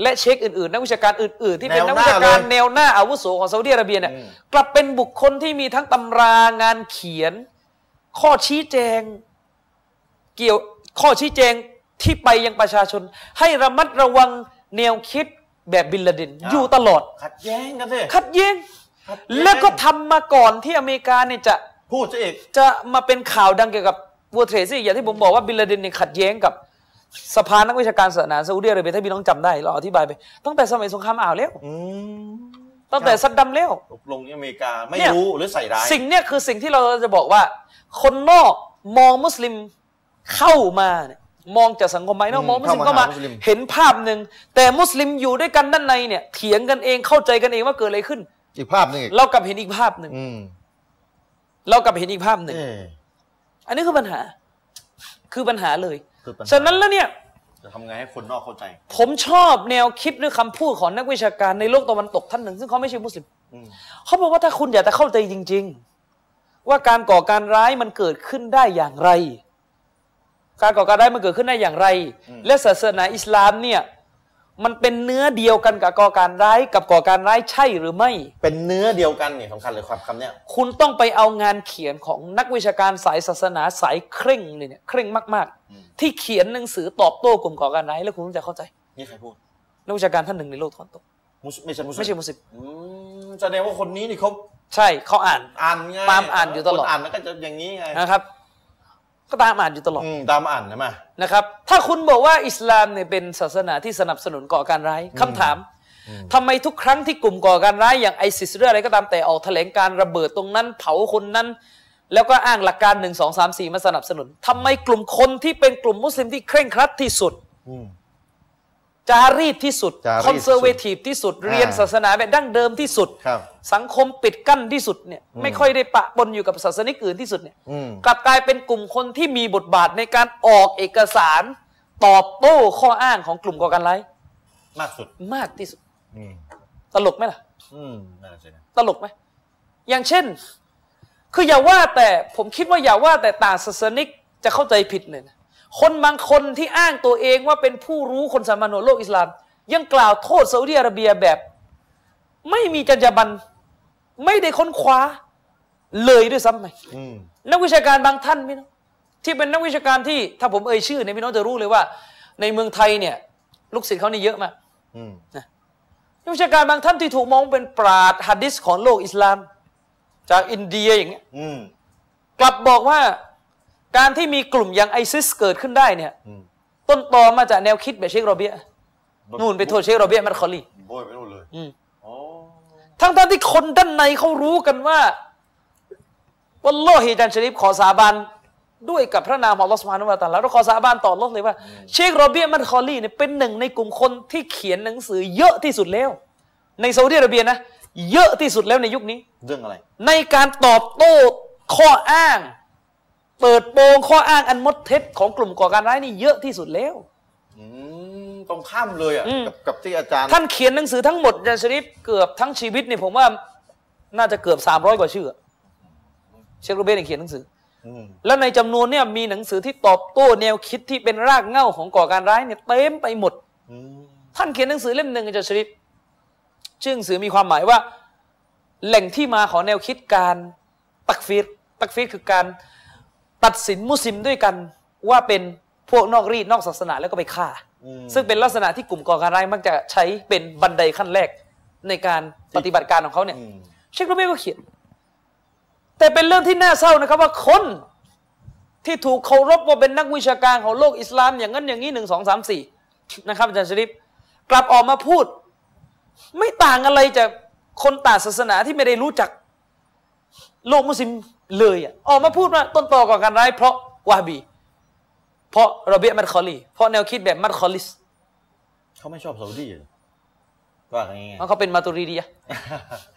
Speaker 2: และเชคอื่นๆ นักวิชาการอื่นๆ ที่เป็น
Speaker 1: แน
Speaker 2: นั
Speaker 1: ว
Speaker 2: ก
Speaker 1: ห
Speaker 2: วิ
Speaker 1: น้า
Speaker 2: ชาการ
Speaker 1: เลย
Speaker 2: แนวหน้าอาวุโสของซาอุดีอาระเบียเนี่ย
Speaker 1: อืม
Speaker 2: กลับเป็นบุคคลที่มีทั้งตำรางานเขียน ข้อชี้แจง เกี่ยวข้อชี้แจงที่ไปยังประชาชน ให้ระมัดระวังแนวคิดแบบบินลาเดนอยู่ตลอด
Speaker 1: ขัดแย้งกันสิ
Speaker 2: ขัดแย้ง
Speaker 1: ขัดย้ง
Speaker 2: แล้วก็ทำมาก่อนที่อเมริกาเนี่ยจะ
Speaker 1: พูดซะอีก
Speaker 2: จะมาเป็นข่าวดังเกี่ยวกับวัวเทรซี่อย่างที่ผมบอกว่าบินลาเดนเนี่ยขัดแย้งกับสภานักวิชาการศาสนาซาอุดีอาระเบียถ้าพี่น้องจำได้เราอธิบายไป ตั้งแต่สมัยสงครามอ่าวแล้ว
Speaker 1: อืม
Speaker 2: ตั้งแต่ซัดดัมแล้ว
Speaker 1: ตกลงนี่อเมริกาไม่
Speaker 2: เนี่ย
Speaker 1: รู้หรือใส่ร้าย
Speaker 2: สิ่งเนี้ยคือสิ่งที่เราจะบอกว่า คนนอกมองมุสลิมเข้ามาเนี่ยมองจากสังคมภายนอกมองมุสลิมเข้ามาเห็นภาพหนึ่งแต่มุสลิมอยู่ด้วยกันด้านในเนี่ยเถียงกันเองเข้าใจกันเองว่าเกิดอะไรขึ้น
Speaker 1: อีกภาพหนึงอีก
Speaker 2: เรากลับเห็นอีกภาพหนึ่ง
Speaker 1: อืม
Speaker 2: เรากลับเห็นอีกภาพหนึ่ง
Speaker 1: เอ๊ะ
Speaker 2: อันนี้คือปัญหา คือปัญหาเลย
Speaker 1: คือปัญหา
Speaker 2: ฉะนั้นแล้วเนี่ย
Speaker 1: จะทำไงให้คนนอกเข้าใจ
Speaker 2: ผมชอบแนวคิดหรือคำพูดของนักวิชาการในโลกตะวันตกท่านหนึ่ง ซึ่งเขาไม่ใช่มุสลิม
Speaker 1: อืม
Speaker 2: เขาบอกว่าถ้าคุณอยากจะเข้าใจจริง ๆ ว่าการก่อการร้ายมันเกิดขึ้นได้อย่างไร การก่อการร้ายมันเกิดขึ้นได้อย่างไร
Speaker 1: อืม
Speaker 2: และศาสนาอิสลามเนี่ยมันเป็นเนื้อเดียวกันกับก่อการร้ายกับก่อการร้ายใช่หรือไม่
Speaker 1: เป็นเนื้อเดียวกันเนี่ยสำคัญเลยครับคำเนี้ย
Speaker 2: คุณต้องไปเอางานเขียนของนักวิชาการสายศาสนาสายเคร่งเลยเนี่ยเคร่งมาก
Speaker 1: อืม
Speaker 2: ๆ ที่เขียนหนังสือตอบโต้กลุ่มก่อการร้ายแล้วคุณจะเข้าใจ
Speaker 1: นี่ใครพูด
Speaker 2: นักวิชาการท่านหนึ่งในโลกตะวันตก
Speaker 1: มุสไม่ใช่มุสลิ
Speaker 2: ไม่ใช่มุสลิม
Speaker 1: อืมแสดงว่าคนนี้นี่เขา
Speaker 2: ใช่เขาอ่าน
Speaker 1: อ่านไง
Speaker 2: ตามอ่านอยู่ตลอด
Speaker 1: คนอ่านมันก็จะอย่างนี้ไง
Speaker 2: นะครับ ก็ตามอ่านอยู่ตลอด
Speaker 1: อืมตามอ่านนะมา
Speaker 2: นะครับถ้าคุณบอกว่าอิสลามเนี่ยเป็นศาสนาที่สนับสนุนก่อการร้ายคำถามทำไมทุกครั้งที่กลุ่มก่อการร้ายอย่างไอซิสหรืออะไรก็ตามแต่ออกแถลงการระเบิดตรงนั้น เผาคนนั้น แล้วก็อ้างหลักการหนึ่งสองสามสี่มาสนับสนุนทำไมกลุ่มคนที่เป็นกลุ่มมุสลิมที่เคร่งครัดที่สุด จารีตที่สุด
Speaker 1: จารีตที่สุด
Speaker 2: คอนเซอร์เวทีฟที่สุด
Speaker 1: อ่า
Speaker 2: เรียนศาสนาแบบดั้งเดิมที่สุด
Speaker 1: ครับ
Speaker 2: สังคมปิดกั้นที่สุดเนี่ยไม่ค่อยได้ปะปนอยู่กับศาสนิกอื่นที่สุดเนี่ย
Speaker 1: อืม
Speaker 2: กลับกลายเป็นกลุ่มคนที่มีบทบาทในการออกเอกสาร ตอบโต้ข้ออ้างของกลุ่มก่อการร้าย
Speaker 1: มากสุด
Speaker 2: มากที่สุด
Speaker 1: อืม
Speaker 2: ตลกไหมล่ะ
Speaker 1: อืมน่าจะนะ
Speaker 2: ตลกไหมอย่างเช่น คืออย่าว่าแต่ผมคิดว่าอย่าว่าแต่ต่างศาสนิกจะเข้าใจผิดเนี่ยนะคนบางคนที่อ้างตัวเองว่าเป็นผู้รู้คนสามัญของโลกอิสลาม ยังกล่าวโทษซาอุดีอาระเบียแบบ ไม่มีจรรยาบรรณไม่ได้ค้นคว้าเลยด้วยซ้ำไป
Speaker 1: อืม
Speaker 2: นักวิชาการบางท่านพี่น้องที่เป็นนักวิชาการที่ถ้าผมเอ่ยชื่อเนี่ยพี่น้องจะรู้เลยว่า ในเมืองไทยเนี่ยลูกศิษย์เขานี่เยอะมาก
Speaker 1: อืม
Speaker 2: นักวิชาการบางท่านที่ถูกมองเป็นปราชญ์ฮัดดิสของโลกอิสลาม จากอินเดียอย่างเงี้ย
Speaker 1: อืม
Speaker 2: กลับบอกว่าการที่มีกลุ่มอย่างไอซิสเกิดขึ้นได้เนี่ย
Speaker 1: อืม
Speaker 2: ต้นตอมาจากแนวคิดแบบเชคโรเบียนู่นไปโทษเชคโรเบียมัดคอลลี
Speaker 1: โบยไปนู่นเลย
Speaker 2: อืม
Speaker 1: โอ้
Speaker 2: ทั้งๆที่คนด้านในเขารู้กันว่าวันโลฮิจันชริฟขอสาบานด้วยกับพระนามของลอสมานวาตะอาลาแล้วขอสาบานต่ออัลลอฮ์เลยว่า เชคโรเบียมัดคอลลีเนี่ยเป็นหนึ่งในกลุ่มคนที่เขียนหนังสือเยอะที่สุดแล้ว ในซาอุดิอาระเบียนะเยอะที่สุดแล้วในยุคนี้
Speaker 1: เรื่องอะไร
Speaker 2: ในการตอบโต้ข้ออ้าง เปิดโปงข้ออ้างอันมดเท็จของกลุ่มก่อการร้ายนี่เยอะที่สุดแล้ว
Speaker 1: อืม ตรงข้ามเลยอ่ะ กับกับที่อาจารย์
Speaker 2: ท่านเขียนหนังสือทั้งหมดอาจันชริฟเกือบทั้งชีวิตเนี่ยผมว่าน่าจะเกือบ 300 กว่าชื่ออะเชคโรเบตเนี่ยเขียนหนังสือ
Speaker 1: อืม
Speaker 2: แล้วในจำนวนเนี่ยมีหนังสือที่ตอบโต้แนวคิดที่เป็นรากเหง้าของก่อการร้ายเนี่ยเต็มไปหมด
Speaker 1: อืม
Speaker 2: ท่านเขียนหนังสือเล่มหนึ่งอาจารย์ชริฟชื่อหนังสือมีความหมายว่า แหล่งที่มาของแนวคิดการตักฟีรตักฟีรคือการตัดสินมุสลิมด้วยกันว่าเป็นพวกนอกรีดนอกศาสนาแล้วก็ไปฆ่า
Speaker 1: อืม
Speaker 2: ซึ่งเป็นลักษณะที่กลุ่มก่อการร้ายมักจะใช้เป็นบันไดขั้นแรกในการปฏิบัติการของเขาเนี่ย
Speaker 1: อืม
Speaker 2: เชคโรเบียก็เขียน แต่เป็นเรื่องที่น่าเศร้านะครับว่าคนที่ถูกเคารพว่าเป็นนักวิชาการของโลกอิสลามอย่างนั้นอย่างนี้หนึ่งสองสามสี่นะครับอาจารย์ชริป กลับออกมาพูด ไม่ต่างอะไรจากคนต่างศาสนาที่ไม่ได้รู้จัก โลกมุสลิมเลยอะออกมาพูดว่าต้นตอก่อการร้ายเพราะวาฮาบี เพราะระเบียะมัดคอลี เพราะแนวคิดแบบมัดคอลิส
Speaker 1: เขาไม่ชอบซาอุดีเหรอว่าอย่างงี้
Speaker 2: มันเขาเป็นมาตุรีดียะ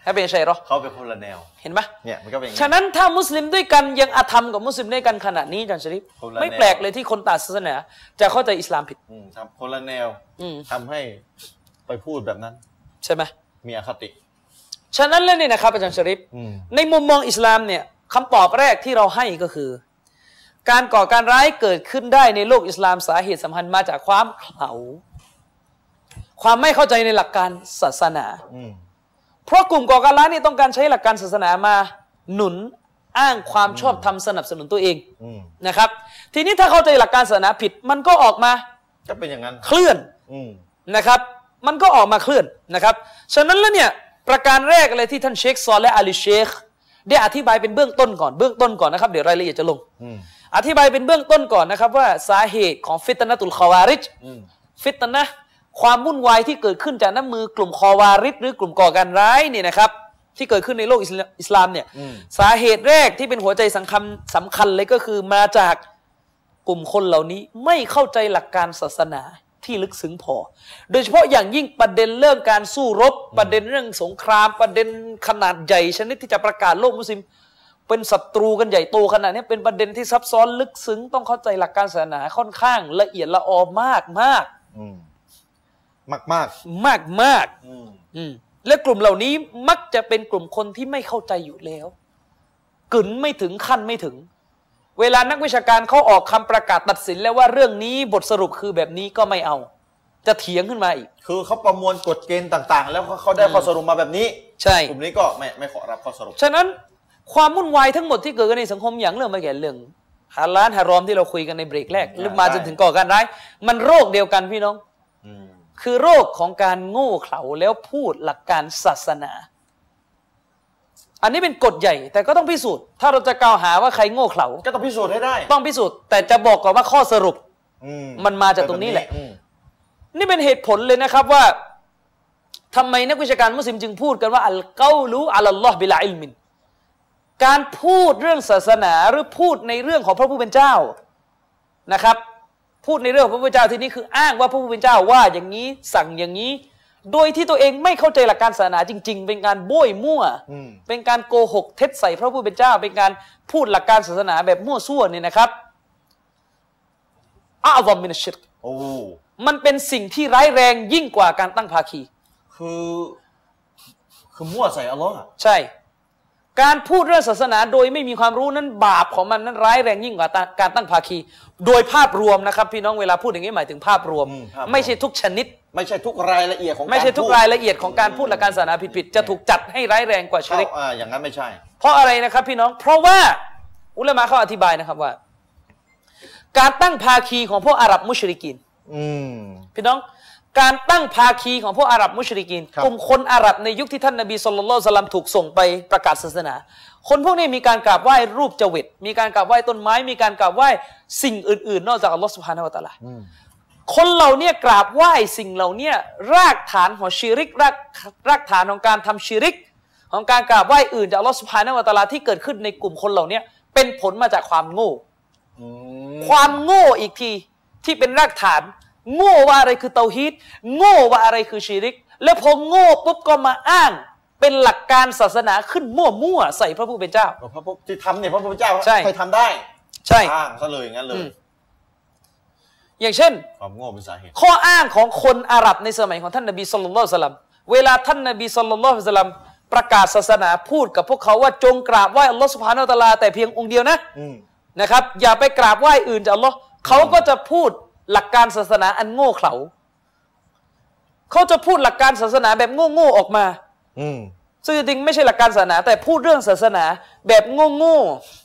Speaker 2: ถ้าเป็นชัยรอ
Speaker 1: เขาเป็นคนละแนว
Speaker 2: เห็นไหม
Speaker 1: เนี่ยมันก็เป็นอย่าง
Speaker 2: ฉะ
Speaker 1: งี้
Speaker 2: นั้นถ้ามุสลิมด้วยกันยังอาธรรมกับมุสลิมด้วยกันขนาดนี้อาจารย์ชริฟ
Speaker 1: คนละแนว
Speaker 2: ไม่แปลกเลยที่คนต่างศาสนา จะเข้าใจอิสลามผิด
Speaker 1: อืมทำคนละแนว
Speaker 2: อืม
Speaker 1: ทำให้ไปพูดแบบนั้น
Speaker 2: ใช่ไหม
Speaker 1: มีอคติ
Speaker 2: ฉะนั้นแล้วเนี่ยนะครับอาจารย์ชริฟ
Speaker 1: อืม
Speaker 2: ในมุมมองอิสลามเนี่ยคำตอบแรกที่เราให้ก็คือ การก่อการร้ายเกิดขึ้นได้ในโลกอิสลามสาเหตุสำคัญมาจากความเขลาความไม่เข้าใจในหลักการศาสนา
Speaker 1: อืม
Speaker 2: เพราะกลุ่มก่อการร้ายนี่ต้องการใช้หลักการศาสนามาหนุนอ้างความชอบธรรมสนับสนุนตัวเอง
Speaker 1: อืม
Speaker 2: นะครับ ทีนี้ถ้าเข้าใจหลักการศาสนาผิด มันก็ออกมา
Speaker 1: ก็เป็นอย่างนั้น
Speaker 2: เคลื่อน
Speaker 1: อืม
Speaker 2: นะครับ มันก็ออกมาเคลื่อนนะครับ ฉะนั้นแล้วเนี่ยประการแรกเลยที่ท่านเชคซอลและอาลีเชคได้อธิบายเป็นเบื้องต้นก่อนเบื้องต้นก่อนนะครับเดี๋ยวรายละเอียดจะลง
Speaker 1: อืม
Speaker 2: อธิบายเป็นเบื้องต้นก่อนนะครับว่าสาเหตุของฟิตนะตุลคอวาริจ
Speaker 1: อืม
Speaker 2: ฟิตนะห์ความวุ่นวายที่เกิดขึ้นจากน้ำมือกลุ่มคอวาริจหรือกลุ่มก่อการร้ายเนี่ยนะครับที่เกิดขึ้นในโลกอิสลาอิสลามเนี่ย
Speaker 1: อืม
Speaker 2: สาเหตุแรกที่เป็นหัวใจสำคัญสำคัญเลยก็คือมาจาก กลุ่มคนเหล่านี้ไม่เข้าใจหลักการศาสนาที่ลึกซึ้งพอ โดยเฉพาะอย่างยิ่งประเด็นเรื่องการสู้รบ ประเด็นเรื่องสงคราม ประเด็นขนาดใหญ่ชนิดที่จะประกาศโลกมุสลิม เป็นศัตรูกันใหญ่โตขนาดนี้เป็นประเด็นที่ซับซ้อนลึกซึ้งต้องเข้าใจหลักการศาสนาค่อนข้างละเอียดละออมากมาก
Speaker 1: อืมมากมาก
Speaker 2: มากมาก
Speaker 1: ๆอืม
Speaker 2: ๆอืมและกลุ่มเหล่านี้มักจะเป็นกลุ่มคนที่ไม่เข้าใจอยู่แล้วกึนไม่ถึงขั้นไม่ถึง เวลานักวิชาการเขาออกคำประกาศตัดสินแล้วว่าเรื่องนี้บทสรุปคือแบบนี้ก็ไม่เอา จะเถียงขึ้นมาอีก
Speaker 1: คือเขาประมวลกฎเกณฑ์ต่าง ๆ แล้วเขาเขาได้ข้อสรุปมาแบบนี้
Speaker 2: ใช่
Speaker 1: กลุ่มนี้ก็ไม่ไม่ขอรับข้อสรุป
Speaker 2: ฉะนั้นความวุ่นวายทั้งหมดที่เกิดขึ้นในสังคมอย่างเรื่องมาแก่เรื่องฮาลานฮารอมที่เราคุยกันในเบรกแรกหรือมาจนถึงก่อการร้าย มันโรคเดียวกันพี่น้อง
Speaker 1: อืม
Speaker 2: คือโรคของการโง่เขลาแล้วพูดหลักการศาสนา อันนี้เป็นกฎใหญ่ แต่ก็ต้องพิสูจน์ ถ้าเราจะกล่าวหาว่าใครโง่เขลา
Speaker 1: ก็ต้องพิสูจน์ให้ได้
Speaker 2: ต้องพิสูจน์ แต่จะบอกก่อนว่าข้อสรุป
Speaker 1: อื
Speaker 2: มันมาจากตรงนี้แหละ
Speaker 1: อืม
Speaker 2: นี่เป็นเหตุผลเลยนะครับว่าทำไมนักวิชาการมุสลิมจึงพูดกันว่าอัลเกาลูอัลลอฮ์บิลาอิลมิน การพูดเรื่องศาสนาหรือพูดในเรื่องของพระผู้เป็นเจ้านะครับ พูดในเรื่องของพระผู้เป็นเจ้าที่นี่คืออ้างว่าพระผู้เป็นเจ้าว่าอย่างนี้สั่งอย่างนี้ โดยที่ตัวเองไม่เข้าใจหลักการศาสนาจริง ๆ เป็นการโบ้ยมั่ว
Speaker 1: อืม
Speaker 2: เป็นการโกหกเท็จใส่พระผู้เป็นเจ้า เป็นการพูดหลักการศาสนาแบบมั่วซั่วเนี่ยนะครับอาวอมมินชชิรก
Speaker 1: โอ้
Speaker 2: มันเป็นสิ่งที่ร้ายแรงยิ่งกว่าการตั้งภาคี
Speaker 1: คือ คือมั่วใส่อัลลอฮ์อะ
Speaker 2: ใช่ การพูดเรื่องศาสนาโดยไม่มีความรู้นั้นบาปของมันนั้นร้ายแรงยิ่งกว่าตาการตั้งภาคี โดยภาพรวมนะครับ พี่น้องเวลาพูดอย่างนี้หมายถึงภาพรวม
Speaker 1: อืภาพ
Speaker 2: ไม่ใช่ทุกชนิด
Speaker 1: ไม่ใช่ทุกรายละเอียดของ
Speaker 2: ไม่ใช่ทุก
Speaker 1: พูด
Speaker 2: รายละเอียดของการพูดหลักการศาสนาผิดๆจะถูกจัดให้ร้ายแรงกว่าช
Speaker 1: เข้า
Speaker 2: ริก
Speaker 1: อ่าอย่างนั้นไม่ใช่
Speaker 2: เพราะอะไรนะครับพี่น้อง เพราะว่าอุลามะเขาอธิบายนะครับว่า การตั้งภาคีของพวกอาหรับมุชริกิน
Speaker 1: อืม
Speaker 2: พี่น้องการตั้งภาคีของพวกอาหรับมุชริกิน
Speaker 1: ครับ
Speaker 2: กลุ่มคนอาหรับในยุคที่ท่านนบีสุลต่านละสลัมถูกส่งไปประกาศศาสนา คนพวกนี้มีการกราบไหว้รูปจเวิตมีการกราบไหว้ต้นไม้ มีการกราบไหว้สิ่งอื่น ๆ นอกจากอัลลอฮ์สุภาณวะตะอาลา
Speaker 1: อืม
Speaker 2: คนเหล่าเนี้กราบไหว้สิ่งเหล่าเนี้รากฐานของชิริกรากรากฐานของการทำชิริก ของการกราบไหว้อื่นจากอัลลอฮ์สุภาณวะตะอาลาที่เกิดขึ้นในกลุ่มคนเหล่าเนี้เป็นผลมาจากความโง่
Speaker 1: อืม
Speaker 2: ความโง่อีกทีที่เป็นรากฐาน โง่ว่าอะไรคือเตาฮีดโง่ว่าอะไรคือชีริก แล้วพอโง่ปุ๊บก็มาอ้าง เป็นหลักการศาสนาขึ้นมั่วๆใส่พระผู้เป็นเจ้า
Speaker 1: พระพุทธที่ทำเนี่ยพระพุทธเจ้า
Speaker 2: ใช่
Speaker 1: ครทำได้
Speaker 2: ใช่
Speaker 1: อ้างซะเลยอย่างนั้นเล
Speaker 2: อื
Speaker 1: ย
Speaker 2: ม อย่างเช่น
Speaker 1: ความโง่เป็นสาเหตุ
Speaker 2: ข้ออ้างของคนอาหรับในสมัยของท่านนบีสุลต่านสลัมเวลาท่านนบีสุลต่านสลัมประกาศศาสนาพูดกับพวกเขาว่าจงกราบไหว้อัลลอฮฺสุบฮานาอัลตะอาลาแต่เพียงองค์เดียวนะ
Speaker 1: อืม
Speaker 2: นะครับอย่าไปกราบไหว้อื่นจากอัลลอฮ์เขาก็จะพูดหลักการศาสนาอันโง่เขลาเขาจะพูดหลักการศาสนาแบบโง่ๆออกมา
Speaker 1: อืม
Speaker 2: ซึ่งจริงๆไม่ใช่หลักการศาสนา แต่พูดเรื่องศาสนาแบบโง่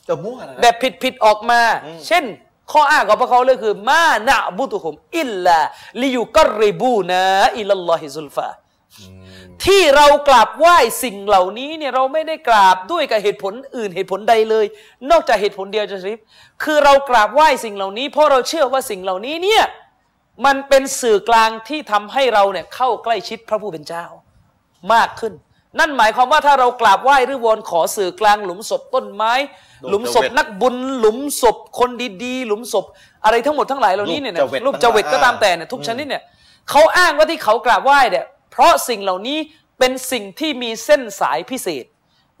Speaker 1: จะมั่วนะ
Speaker 2: ๆแบบผิดๆออกมา เช่น ข้ออ้างของพวกเขาเลยคือ มานะบุตุฮุมอิลลาลิยุกรริบูนะอิลลัลลอฮิซุลฟา
Speaker 1: อืม
Speaker 2: ที่เรากราบไหว้สิ่งเหล่านี้เนี่ยเราไม่ได้กราบด้วยกับเหตุผลอื่นเหตุผลใดเลย นอกจากเหตุผลเดียวจะชริฟคือเรากราบไหว้สิ่งเหล่านี้ เพราะเราเชื่อว่าสิ่งเหล่านี้เนี่ย มันเป็นสื่อกลางที่ทำให้เราเนี่ยเข้าใกล้ชิดพระผู้เป็นเจ้ามากขึ้น นั่นหมายความว่าถ้าเรากราบไหว้หรือวอนขอสื่อกลางหลุมศพต้นไม้
Speaker 1: รูป
Speaker 2: หลุมศพนักบุญ หลุมศพคนดีๆ หลุมศพอะไรทั้งหมดทั้งหลายเหล่านี้เนี่ยนะ
Speaker 1: รูปจเวต
Speaker 2: รูปจเวตก็ตามแต่เนี่ยทุกชนิดเนี่ยเขาอ้างว่าที่เขากราบไหว้เนี่ยเพราะสิ่งเหล่านี้เป็นสิ่งที่มีเส้นสายพิเศษ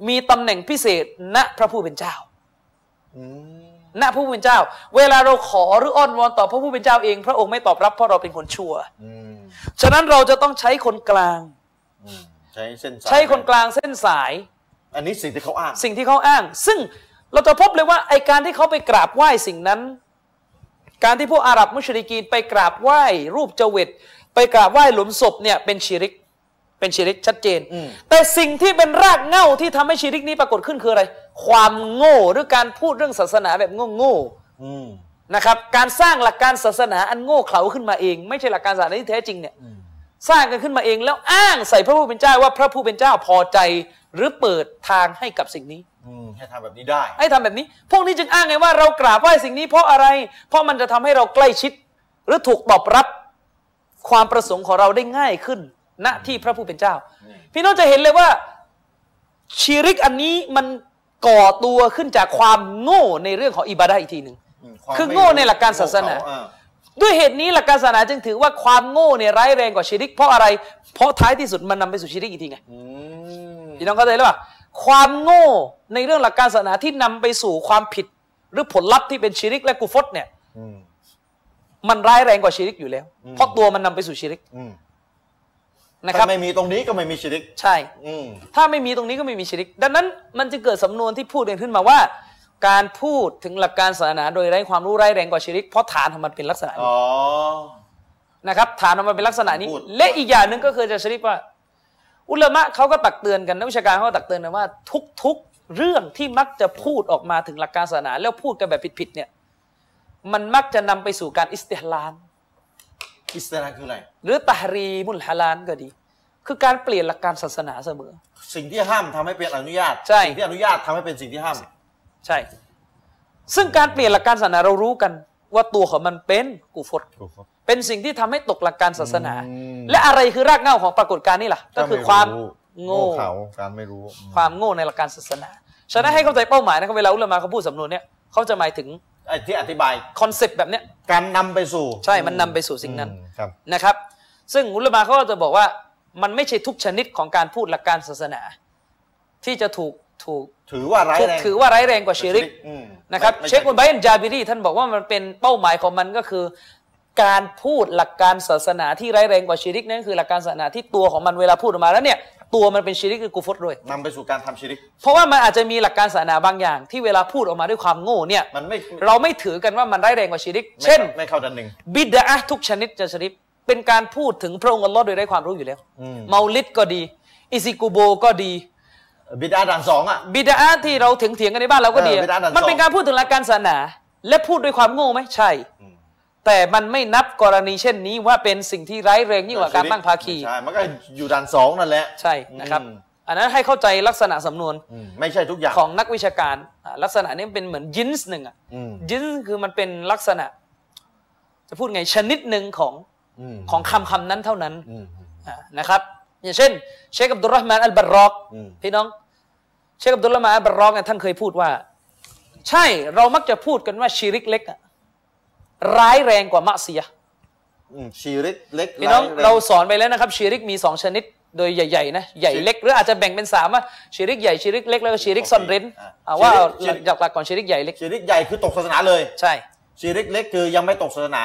Speaker 2: มีตำแหน่งพิเศษณพระผู้เป็นเจ้า
Speaker 1: อืม
Speaker 2: ณพระผู้เป็นเจ้า เวลาเราขอหรืออ้อนวอนต่อพระผู้เป็นเจ้าเอง พระองค์ไม่ตอบรับเพราะเราเป็นคนชั่ว
Speaker 1: อืม
Speaker 2: ฉะนั้นเราจะต้องใช้คนกลาง
Speaker 1: อืมใช้เส้นสาย
Speaker 2: ใช้คนกลางเส้นสาย
Speaker 1: อันนี้สิ่งที่เขาอ้าง
Speaker 2: สิ่งที่เขาอ้าง ซึ่งเราจะพบเลยว่าไอการที่เขาไปกราบไหว้สิ่งนั้น การที่พวกอาหรับมุชริกีนไปกราบไหว้รูปเจวิตไปกราบไหว้หลุมศพเนี่ยเป็นชิริก เป็นชิริกชัดเจน แต่สิ่งที่เป็นรากเหง้าที่ทำให้ชิริกนี้ปรากฏขึ้นคืออะไร ความโง่หรือการพูดเรื่องศาสนาแบบโง่ๆ
Speaker 1: อืม
Speaker 2: นะครับการสร้างหลักการศาสนาอันโง่เขลาขึ้นมาเอง ไม่ใช่หลักการศาสนาที่แท้จริงเนี่ยสร้างกันขึ้นมาเองแล้วอ้างใส่พระผู้เป็นเจ้าว่าพระผู้เป็นเจ้าพอใจหรือเปิดทางให้กับสิ่งนี้
Speaker 1: อืมให้ทำแบบนี้ได้
Speaker 2: ให้ทำแบบนี้ พวกนี้จึงอ้างไงว่าเรากราบไหว้สิ่งนี้เพราะอะไร เพราะมันจะทำให้เราใกล้ชิด หรือถูกตอบรับความประสงค์ของเราได้ง่ายขึ้น ณที่พระผู้เป็นเจ้า พี่น้องจะเห็นเลยว่าชีริกอันนี้มันก่อตัวขึ้นจากความโง่ในเรื่องของอิบาดะห์อีกทีหนึ่ง
Speaker 1: มวาม
Speaker 2: คือ
Speaker 1: ไม่
Speaker 2: โง่ในหลักการศาสนา
Speaker 1: โง่เขอ่
Speaker 2: ด้วยเหตุนี้หลักการศาสนาจึงถือว่าความโง่เนี่ยร้ายแรงกว่าชิริก เพราะอะไร เพราะท้ายที่สุดมันนำไปสู่ชิริกอีกทีไง
Speaker 1: อืม
Speaker 2: พี่น้องเข้าใจหรือเปล่าความโง่ในเรื่องหลักการศาสนาที่นำไปสู่ความผิด หรือผลลัพธ์ที่เป็นชิริกและกูฟตเนี่ย
Speaker 1: อืม
Speaker 2: มันร้ายแรงกว่าชิริกอยู่แล้ว
Speaker 1: อืม
Speaker 2: เพราะตัวมันนำไปสู่ชิริก
Speaker 1: อืม
Speaker 2: นะครั
Speaker 1: ถ้า
Speaker 2: บ
Speaker 1: ไม่มีตรงนี้ก็ไม่มีชีริก
Speaker 2: ใช่
Speaker 1: อืม
Speaker 2: ถ้าไม่มีตรงนี้ก็ไม่มีชิริก ดังนั้นมันจะเกิดสำนวนที่พูดกันขึ้นมาว่า การพูดถึงหลักการศาสนาโดยไร้ความรู้ร้ายแรงกว่าชิริก เพราะฐานของมันเป็นลักษณะนี้
Speaker 1: อ๋อ
Speaker 2: นะครับฐานของมันเป็นลักษณะนี้
Speaker 1: พูด
Speaker 2: และอีกอย่างหนึ่งก็คือจะชิริกว่า อุลามะเขาก็ตักเตือนกันนักวิชาการเขาก็ตักเตือนกันว่าทุกๆ เรื่องที่มักจะพูดออกมาถึงหลักการศาสนา แล้วพูดกันแบบผิดๆเนี่ยมันมักจะนำไปสู่การอิสติฮลาน
Speaker 1: อิสลามคืออะไร
Speaker 2: หรือตะฮรีมุลฮาลานก็ดี คือการเปลี่ยนหลักการศาสนาเสมอ
Speaker 1: สิ่งที่ห้ามทำให้เป็นอนุญาต
Speaker 2: ใช่
Speaker 1: สิ่งที่อนุญาตทำให้เป็นสิ่งที่ห้าม
Speaker 2: ใช่ ซึ่งการเปลี่ยนหลักการศาสนาเรารู้กัน ว่าตัวของมันเป็นกูฟรเป็นสิ่งที่ทำให้ตกหลักการศาสนา
Speaker 1: อืม
Speaker 2: และอะไรคือรากเหง้าของปรากฏการณ์นี่ล่ะ ก็คือความโง่
Speaker 1: เขาการไม่รู้อืม
Speaker 2: ความโง่ในหลักการศาสนา ฉะนั้นให้เข้าใจเป้าหมายนะครับเวลาอุลามะเขาพูดสำนวนเนี่ยเขาจะหมายถึง
Speaker 1: ไอ้ที่อธิบาย
Speaker 2: คอนเซปต์แบบเนี้ย
Speaker 1: การนำไปสู่
Speaker 2: ใช่มันนำไปสู่สิ่งนั้น
Speaker 1: อืมครับ
Speaker 2: นะครับ ซึ่งอุลามะเขาก็จะบอกว่ามันไม่ใช่ทุกชนิดของการพูดหลักการศาสนา ที่จะถูกถูก
Speaker 1: ถือว่าร้าย
Speaker 2: ถูก
Speaker 1: แรง
Speaker 2: ถือว่าร้ายแรงกว่าชีริก
Speaker 1: อืม
Speaker 2: นะครับ
Speaker 1: ไม่
Speaker 2: เช
Speaker 1: ใช่
Speaker 2: คอุลไบรอันจาบิรีท่านบอกว่ามันเป็นเป้าหมายของมันก็คือ การพูดหลักการศาสนาที่ร้ายแรงกว่าชีริกนั่นคือหลักการศาสนาที่ตัวของมันเวลาพูดออกมาแล้วเนี่ยตัวมันเป็นชีริกคือกูฟรด้วย
Speaker 1: นำไปสู่การทำชิริก
Speaker 2: เพราะว่ามันอาจจะมีหลักการศาสนาบางอย่าง ที่เวลาพูดออกมาด้วยความโง่เนี่ย
Speaker 1: มันไม่
Speaker 2: เราไม่ถือกันว่ามันร้ายแรงกว่าชีริก
Speaker 1: ไม่
Speaker 2: เช่น
Speaker 1: ไม่เข้าดันหนึ่ง
Speaker 2: บิดาทุกชนิดจะชริปเป็นการพูดถึงพระองค์อัลลอฮ์โดยไร้ความรู้อยู่แล้ว
Speaker 1: อืม
Speaker 2: เมาลิดก็ดี อิซิกูโบก็ดี
Speaker 1: บิดาด่านสองอ่ะ
Speaker 2: บิดาที่เราถึงเถียงกันในบ้านเราก็ดี
Speaker 1: เออบิดาอันดับสอง
Speaker 2: มันเป็นการพูดถึงหลักการศาสนา และพูดด้วยความโง่ไหมใช่ แต่มันไม่นับกรณีเช่นนี้ว่าเป็นสิ่งที่ร้ายแรงยิ่งกว่าการตั้งภาคี
Speaker 1: ใช่มันก็อยู่ด่านสองนั่นแหละ
Speaker 2: ใช่นะครับ
Speaker 1: อืม
Speaker 2: อันนั้นให้เข้าใจลักษณะสำนวน
Speaker 1: อืมไม่ใช่ทุกอย่าง
Speaker 2: ของนักวิชาการอ่ะลักษณะนี้เป็นเหมือนยินส์หนึ่งอะ
Speaker 1: อืม
Speaker 2: ยินส์คือมันเป็นลักษณะ จะพูดไงชนิดหนึ่งของ
Speaker 1: ม
Speaker 2: ของคำคำนั้นเท่านั้น
Speaker 1: อืม
Speaker 2: อ่านะครับอย่างเช่น เชคอับดุลรห์มานอัลบารรอก
Speaker 1: อืม
Speaker 2: พี่น้อง เชคอับดุลรห์มานอัลบารรอกเนี่ยท่านเคยพูดว่า ใช่เรามักจะพูดกันว่าชีริกเล็กอะร้ายแรงกว่ามะเสีย
Speaker 1: อืมชิริกเล็ก
Speaker 2: พี่น้อง
Speaker 1: ยแง
Speaker 2: เราสอนไปแล้วนะครับชีริกมีสองชนิดโดยใหญ่ๆนะใหญ่เล็กหรืออาจจะแบ่งเป็นสามว่าชีริกใหญ่ชีริกเล็กแล้วก็ชีริกซ่อนเร้น
Speaker 1: อ่ะ
Speaker 2: เอาว่าเอา
Speaker 1: ชีริก
Speaker 2: หลักๆก่อนชีริกใหญ่เล็ก
Speaker 1: ชิริกใหญ่คือตกศาสนาเลย
Speaker 2: ใช่
Speaker 1: ชิริกเล็กคือยังไม่ตกศาสนา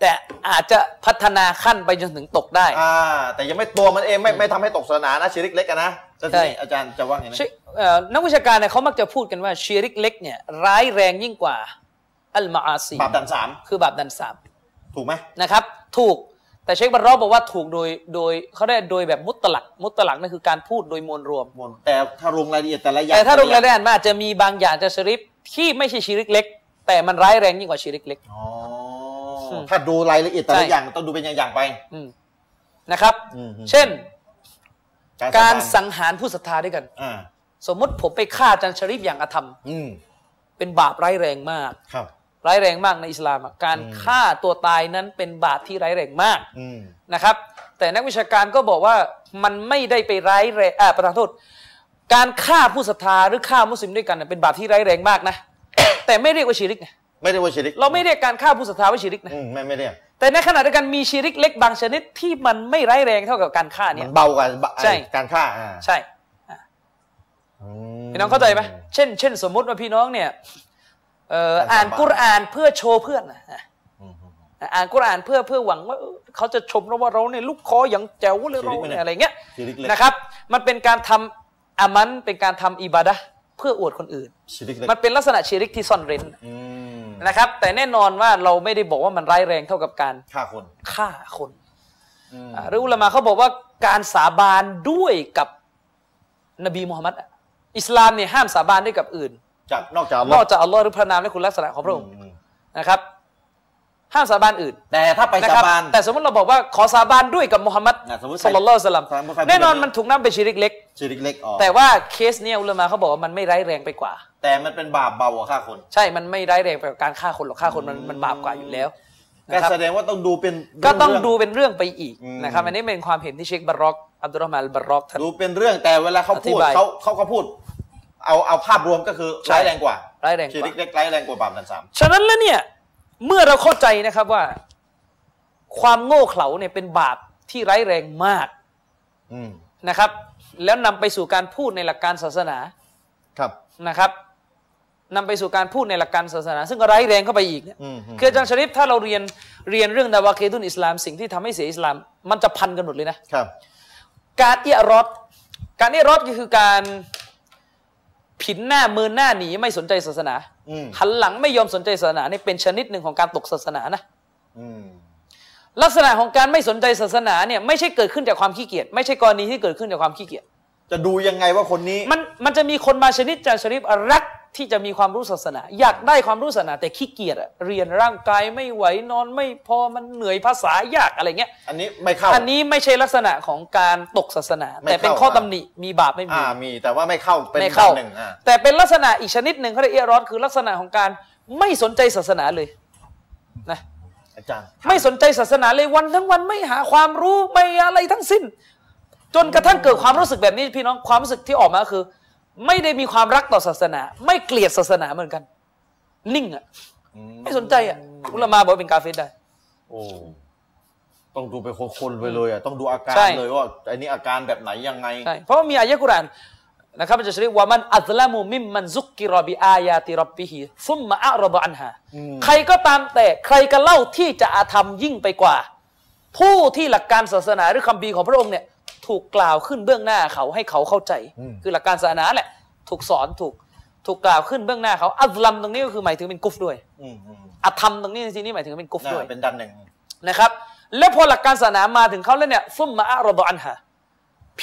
Speaker 2: แต่อาจจะพัฒนาขั้นไปจนถึงตกได้
Speaker 1: อ่า แต่ยังไม่ตัวมันเองไม่ไม่ทำให้ตกศาสนานะชิริกเล็กอะนะแล้วที
Speaker 2: ใช่
Speaker 1: นี้อาจารย์จะว่าไงนะ
Speaker 2: ชเอ่อนักวิชาการเนี่ยเขามักจะพูดกันว่าชีริกเล็กเนี่ยร้ายแรงยิ่งกว่าอัลมาอาซี
Speaker 1: บาปด่านสาม
Speaker 2: คือบาปดันสาม
Speaker 1: ถูกไหม
Speaker 2: นะครับ ถูกแต่เชคบัรรอบอกว่าถูกโดยโดยเขาได้โดยแบบมุตตลัก มุตตลักนั่นคือการพูดโดยมวลรวม
Speaker 1: หมดแต่ถ้าลงรายละเอียดแต่ละอย่าง
Speaker 2: แต่ถ้าลงรายละเอียดมนอาจจะมีบางอย่างจะชริกที่ไม่ใช่ชีริกเล็ก แต่มันร้ายแรงยิ่งกว่าชีริกเล็ก
Speaker 1: อ๋อถ้าดูรายละเอียดแต่
Speaker 2: ใช่
Speaker 1: ละอย่างต้องดูเป็นอย่างๆไป
Speaker 2: อืมนะครับ
Speaker 1: อืมอืม
Speaker 2: เช่น การ
Speaker 1: สัง
Speaker 2: สังหารผู้ศรัทธาด้วยกัน
Speaker 1: อ่า
Speaker 2: สมมติผมไปฆ่าอาจันชริฟอย่างอธรรม
Speaker 1: อืม
Speaker 2: เป็นบาปร้ายแรงมาก
Speaker 1: ครับ
Speaker 2: ร้ายแรงมากในอิสลามอะการ
Speaker 1: อืม
Speaker 2: ฆ่าตัวตายนั้นเป็นบาปที่ร้ายแรงมาก
Speaker 1: อืม
Speaker 2: นะครับ แต่นักวิชาการก็บอกว่ามันไม่ได้ไปร้ายแรงอ่าประธานโทษ การฆ่าผู้ศรัทธาหรือฆ่ามุสลิมด้วยกันน่ะเป็นบาปที่ร้ายแรงมากนะ แต่ไม่เรียกว่าชีริกนะ
Speaker 1: ไม่ได้ว่าชิริก
Speaker 2: เราไม่เรียกการฆ่าผู้ศรัทธาว่าชีริกนะ
Speaker 1: อืมไม่ไม่เรียก
Speaker 2: แต่ในขณะเดียวกันมีชีริกเล็กบางชนิดที่มันไม่ร้ายแรงเท่ากับการฆ่าเนี่
Speaker 1: มั
Speaker 2: ย
Speaker 1: นเบากว่าบะ
Speaker 2: ใช่
Speaker 1: การฆ่าอ่า
Speaker 2: ใช่
Speaker 1: อืม
Speaker 2: พี่น้องเข้าใจไหมเช่น เช่น สมมติว่าพี่น้องเนี่ยเอ่ออ่านกุรอานเพื่อโชว์เพื่อนนะ
Speaker 1: อืม
Speaker 2: อ่านกุรอานเพื่อเพื่อหวังว่าเออเขาจะชมเราว่าเราเนี่ยลูกคออย่างแจ๋วเลย
Speaker 1: ชีริ
Speaker 2: เรา
Speaker 1: กไหมเนี่
Speaker 2: เนี่ย
Speaker 1: ย
Speaker 2: อะไรเงี้ย
Speaker 1: ชิริกเล็ก
Speaker 2: นะครับ มันเป็นการทำอามันเป็นการทำอิบาดะห์เพื่ออวดคนอื่น
Speaker 1: ชิริกเล็ก
Speaker 2: มันเป็นลักษณะชีริกที่ซ่อนเร้น
Speaker 1: อืม
Speaker 2: นะครับ แต่แน่นอนว่าเราไม่ได้บอกว่ามันร้ายแรงเท่ากับการ
Speaker 1: ฆ่าคน
Speaker 2: ฆ่าคน
Speaker 1: อืม
Speaker 2: อ่าหรืออุลามาเขาบอกว่าการสาบานด้วยกับนบีมูฮัมมัดอะอิสลามเนี่ยห้ามสาบานด้วยกับอื่น
Speaker 1: จากนอกจาก
Speaker 2: นอกจากอัลลอฮ์หรือพระนามและคุณลักษณะของพระองค์
Speaker 1: อืม
Speaker 2: นะครับ ห้ามสาบานอื่น
Speaker 1: แต่ถ้าไป
Speaker 2: นะ
Speaker 1: สา
Speaker 2: ครับ
Speaker 1: บาน
Speaker 2: แต่สมมติเราบอกว่าขอสาบานด้วยกับมุฮัมมัด
Speaker 1: นะสมมุติ
Speaker 2: สลลัลลอฮุอะลัยฮิวะสลลัม
Speaker 1: สาบานด้วย
Speaker 2: แน่นอนมันถูกนำไปนชิริกเล็ก
Speaker 1: ชิริกเล็กอ๋อ
Speaker 2: แต่ว่าเคสเนี้ยอุลามาเขาบอกว่ามันไม่ร้ายแรงไปกว่า
Speaker 1: แต่มันเป็นบาปเบากว่าฆ่าคน
Speaker 2: ใช่มันไม่ร้ายแรงไปกว่าการฆ่าคนหรอกฆ่าคนมันมันบาปกว่าอยู่แล้ว
Speaker 1: ก็
Speaker 2: นะครับ
Speaker 1: แสดงว่าต้องดูเป็น
Speaker 2: ก็ต้อง
Speaker 1: เรื่
Speaker 2: ดูเป็นเรื่องไปอีก
Speaker 1: อืม
Speaker 2: นะครับอันนี้เป็นความเห็นที่เชคบารอกอับดุลรอฮ์มานอัลบารอกท่าน
Speaker 1: ดูเป็นเรื่องแต่เวลาเขาพูด
Speaker 2: อธิบาย
Speaker 1: เขาเขาก็พูด เอาเอาภาพรวมก็คือ
Speaker 2: ใช่
Speaker 1: ร้ายแรงกว่า
Speaker 2: ร้ายแรงกว่า
Speaker 1: ชิริกเล็กร้ายแรงกว่าบาปดันสาม
Speaker 2: ฉะนั้นแล้วเนี่ยเมื่อเราเข้าใจนะครับว่า ความโง่เขลาเนี่ยเป็นบาปที่ร้ายแรงมาก
Speaker 1: อืม
Speaker 2: นะครับ แล้วนำไปสู่การพูดในหลักการศาสนา
Speaker 1: ครับ
Speaker 2: นะครับนำไปสู่การพูดในหลักการศาสนา ซึ่งก็ร้ายแรงเข้าไปอีกเนี่ย
Speaker 1: อืมอืม
Speaker 2: คืออาจารย์ชริฟถ้าเราเรียนเรียนเรื่องดาวาเกตุนอิสลาม สิ่งที่ทำให้เสียอิสลาม มันจะพันกันหมดเลยนะ
Speaker 1: ครับ
Speaker 2: การเอียรอดการเอียรอดก็คือการผินหน้ามือหน้าหนีไม่สนใจศาสนา
Speaker 1: อืม
Speaker 2: หันหลังไม่ยอมสนใจศาสนาเนี่ยเป็นชนิดหนึ่งของการตกศาสนานะ
Speaker 1: อืม
Speaker 2: ลักษณะของการไม่สนใจศาสนาเนี่ยไม่ใช่เกิดขึ้นจากความขี้เกียจไม่ใช่กรณีที่เกิดขึ้นจากความขี้เกียจ
Speaker 1: จะดูยังไงว่าคนนี้
Speaker 2: มันมันจะมีคนมาชนิดจาชริฟรักที่จะมีความรู้ศาสนา อยากได้ความรู้ศาสนาแต่ขี้เกียจอะเรียนร่างกายไม่ไหวนอนไม่พอมันเหนื่อยภาษายากอะไรเงี้ย
Speaker 1: อันนี้ไม่เข้า
Speaker 2: อันนี้ไม่ใช่ลักษณะของการตกศาสนา
Speaker 1: ไม่
Speaker 2: แต่
Speaker 1: เข้า
Speaker 2: เป็นข้อตำหนิมีบาปไม่มี
Speaker 1: อ่ามีแต่ว่าไม่เข้าเป็น
Speaker 2: ไม่เข้า
Speaker 1: หนึ่งอ่า
Speaker 2: แต่เป็นลักษณะอีกชนิดหนึ่งเขาเรียกเอยรอดคือลักษณะของการไม่สนใจศาสนาเลยนะ
Speaker 1: อาจารย์
Speaker 2: ไม่สนใจศาสนาเลยวันทั้งวันไม่หาความรู้ไม่อะไรทั้งสิ้น จนกระทั่งเกิดความรู้สึกแบบนี้พี่น้องความรู้สึกที่ออกมาคือ ไม่ได้มีความรักต่อศาสนา ไม่เกลียดศาสนาเหมือนกัน นิ่งอะ
Speaker 1: อืม
Speaker 2: ไม่สนใจอะอุลามาบอกว่าเป็นกาเฟรได้
Speaker 1: โอ้ต้องดูเป็นคนๆไปเลยอ่ะต้องดูอาการ
Speaker 2: ใช่
Speaker 1: เลยว่าอันนี้อาการแบบไหนยังไง
Speaker 2: ใช่เพราะว่ามีอายะกุรอานนะครับมันจะเรียกว่ามันอัลละมูมิมมันซุกกิรอบิอายาติรับบิฮิซุมมาอะรบอันฮา
Speaker 1: อืม
Speaker 2: ใครก็ตามแต่ใครกันเล่าที่จะอาธรรมยิ่งไปกว่า ผู้ที่หลักการศาสนาหรือคำบีร์ของพระองค์เนี่ยถูกกล่าวขึ้นเบื้องหน้าเขาให้เขาเข้าใจ คือหลักการศาสนาแหละ ถูกสอนถูกถูกกล่าวขึ้นเบื้องหน้าเขาอัลลัมตรงนี้ก็คือหมายถึงเป็นกุฟด้วย
Speaker 1: อืมอืม
Speaker 2: อาธรรมตรงนี้ในที่นี้หมายถึงเป็นกุฟ
Speaker 1: น่า
Speaker 2: ด้วย
Speaker 1: เป็นดันหนึ่ง
Speaker 2: นะครับแล้วพอหลักการศาสนามาถึงเขาแล้วเนี่ยซุ่มมาอะรบอันฮา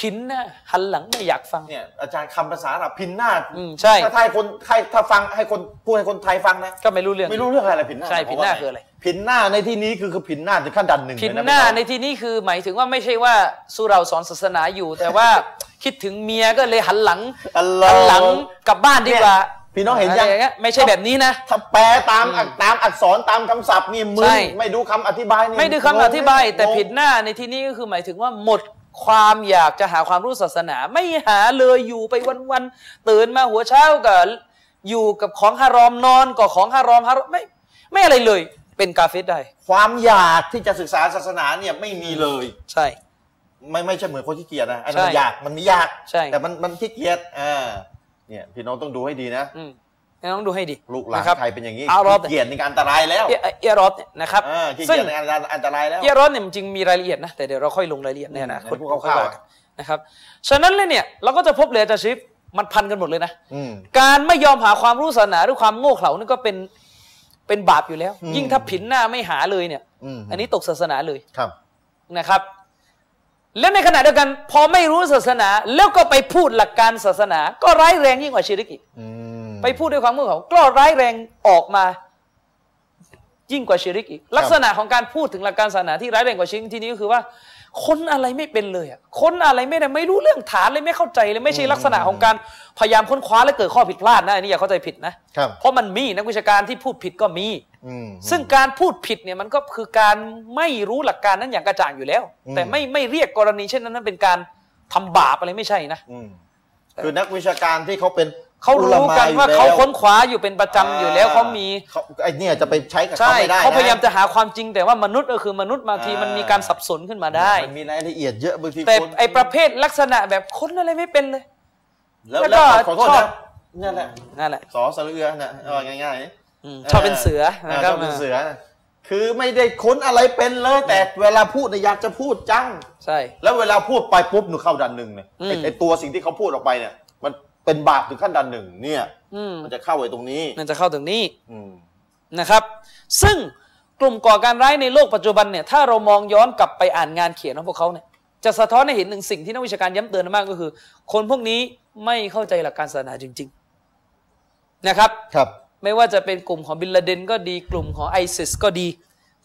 Speaker 2: พินหน้าหันหลังไม่อยากฟัง
Speaker 1: เนี่ยอาจารย์คำภาษาอาหรับพินหน้า
Speaker 2: อืมใช่
Speaker 1: ถ้าให้คนให้ถ้าฟังให้คนพูดให้คนไทยฟังนะ
Speaker 2: ก็ไม่รู้เรื่อง
Speaker 1: ไม่รู้เรื่องอะไรผินหน้า
Speaker 2: ใช่
Speaker 1: เย
Speaker 2: ผินหน้า
Speaker 1: เพ
Speaker 2: คื
Speaker 1: ว่
Speaker 2: ออะไร
Speaker 1: ผินหน้าในที่นี้คือคือผินหน้าถึงขั้นดันหนึ่ง
Speaker 2: ผิน
Speaker 1: เลยะ
Speaker 2: หน้าใน
Speaker 1: พี่
Speaker 2: ที่นี้คือหมายถึงว่าไม่ใช่ว่าสู้เราสอนศาสนาอยู่ แต่ว่า คิดถึงเมียก็เลยหันหลัง
Speaker 1: อง
Speaker 2: หันหลัง
Speaker 1: อัลลอฮ์
Speaker 2: กลับบ้านดีกว่า
Speaker 1: เนี่ยพี่น้องเห็นยัง
Speaker 2: ะไรางงี้ไม่ใช่แบบนี้นะ
Speaker 1: ถ้าแปลตามอักตามอักษรตามคำศัพท์นี่มึ
Speaker 2: ใช่
Speaker 1: นไม่ดูคำอธิบายนี่
Speaker 2: ไม่ดูคำอธิบาย แต่
Speaker 1: งง
Speaker 2: ผินหน้าในที่นี้ก็คือหมายถึงว่าหมดความอยากจะหาความรู้ศาสนา ไม่หาเลยอยู่ไปวันๆตื่นมาหัวเช้าก็อยู่กับของฮารอมนอนกับของฮารอมฮารอมไม่ไม่อะไรเลย เป็นกาเฟสได้
Speaker 1: ความอยากที่จะศึกษาศาสนาเนี่ยไม่มีเลย
Speaker 2: ใช่
Speaker 1: ไม่ไม่ใช่เหมือนคนขี้เกียจนะไอ้นั่นมัน
Speaker 2: ใช่
Speaker 1: อยากมันมีอยาก
Speaker 2: ใช่
Speaker 1: แต่มันมันขี้เกียจอ่าเนี่ยพี่น้องต้องดูให้ดีนะ
Speaker 2: อืมต้องดูให้ดี
Speaker 1: ลูกหลานะ
Speaker 2: รับ
Speaker 1: ใครเป็นอย่างนี้
Speaker 2: อารอ
Speaker 1: ขี้
Speaker 2: บ
Speaker 1: เกียจนี่ก็อันตรายแล้ว
Speaker 2: เอียเอียรอดเนี่ยนะครับ
Speaker 1: อ่าขี้
Speaker 2: ซึ่ง
Speaker 1: เกียจนี่อันตรายอันตรายแล้ว
Speaker 2: เอียรอดเนี่ยมันจริงมีรายละเอียดนะ แต่เดี๋ยวเราค่อยลงรายละเอียดในอนาคต
Speaker 1: ในพวกคร่าวๆอ่ะ
Speaker 2: นะครับ ฉะนั้นเลยเนี่ยเราก็จะพบเลยอาจารย์ชิฟมันพันกันหมดเลยนะ
Speaker 1: อืม
Speaker 2: การไม่ยอมหาความรู้ศาสนาหรือความโง่เขลานี่ก็เป็นเป็นบาปอยู่แล้ว
Speaker 1: อืม
Speaker 2: ยิ่งถ้าผินหน้าไม่หาเลยเนี่ย
Speaker 1: อืม
Speaker 2: อันนี้ตกศาสนาเลย
Speaker 1: ครับ
Speaker 2: นะครับ และในขณะเดียวกัน พอไม่รู้ศาสนาแล้วก็ไปพูดหลักการศาสนา ก็ร้ายแรงยิ่งกว่าชิริกอีก
Speaker 1: อืม
Speaker 2: ไปพูดด้วยความโง่เขลาก็ร้ายแรงออกมา ยิ่งกว่าชิริกอีก ลักษณะของการพูดถึงหลักการศาสนาที่ร้ายแรงกว่าชิริกที่นี้ก็คือว่า ค้นอะไรไม่เป็นเลยอะค้นอะไรไม่ได้ไม่รู้เรื่องฐานเลยไม่เข้าใจเลยไม่ใช่ลักษณะของการพยายามค้นคว้าและเกิดข้อผิดพลาดนะอันนี้อย่าเข้าใจผิดนะ
Speaker 1: ครับ
Speaker 2: เพราะมันมีนักวิชาการที่พูดผิดก็มี
Speaker 1: อืม
Speaker 2: ซึ่งการพูดผิดเนี่ยมันก็คือการไม่รู้หลักการนั้นอย่างกระจ่างอยู่แล้ว
Speaker 1: อืม
Speaker 2: แต่ไม่ไม่เรียกกรณีเช่นนั้นนั้นเป็นการทำบาปอะไรไม่ใช่นะ
Speaker 1: อืมคือนักวิชาการที่เขาเป็น
Speaker 2: เขา
Speaker 1: อุล
Speaker 2: รู้
Speaker 1: มะ
Speaker 2: กัน
Speaker 1: อยู่
Speaker 2: ว่า
Speaker 1: แล้ว
Speaker 2: เขาค้นคว้าอยู่เป็นประจำอยู่แล้วเขามี
Speaker 1: เขาไอ้เนี่ยจะไปใช้กับเขา
Speaker 2: ใช่
Speaker 1: ไม่ได้นะ
Speaker 2: เขาพยายามจะหาความจริงแต่ว่ามนุษย์ก็คือมนุษย์บางที
Speaker 1: อ่ามั
Speaker 2: มันมีการสับสนขึ้นมาได้
Speaker 1: มันมีรายละเอียดเยอะบางที
Speaker 2: แต่
Speaker 1: คน
Speaker 2: ไอประเภทลักษณะแบบค้นอะไรไม่เป็นเลย
Speaker 1: แล้ว
Speaker 2: แล้ว
Speaker 1: แล้ว
Speaker 2: ก็
Speaker 1: ขอโทษ
Speaker 2: ชอบ
Speaker 1: นะนี่นแหละ
Speaker 2: นั่นแหละ
Speaker 1: สอสระเอือน่ะเอาง่าย
Speaker 2: อืม
Speaker 1: ๆ
Speaker 2: ชอบเป็นเสือนะ
Speaker 1: ช
Speaker 2: ครับ
Speaker 1: อบเป็นเสือนะคือไม่ได้ค้นอะไรเป็นเลย แต่เวลาพูดเนี่ยอยากจะพูดจัง
Speaker 2: ใช่
Speaker 1: แล้วเวลาพูดไปปุ๊บหนูเข้าดันหนึ่งเนี่ย
Speaker 2: อืม
Speaker 1: ไอ้ไอตัวสิ่งที่เขาพูดออกไปเนี่ย มันเป็นบาปถึงขั้นดันหนึ่งเนี่ย
Speaker 2: อืม
Speaker 1: มันจะเข้าไว้ตรงนี้
Speaker 2: มันจะเข้าถึงนี่
Speaker 1: อืม
Speaker 2: นะครับ ซึ่งกลุ่มก่อการร้ายในโลกปัจจุบันเนี่ย ถ้าเรามองย้อนกลับไปอ่านงานเขียนของพวกเขาเนี่ย จะสะท้อนให้เห็นหนึ่งสิ่งที่นักวิชาการย้ำเตือนมากก็คือ คนพวกนี้ไม่เข้าใจหลักการศาสนาจริง ๆ นะครับ
Speaker 1: ครับ
Speaker 2: ไม่ว่าจะเป็นกลุ่มของบินลาเดนก็ดีกลุ่มของไอซิสก็ดี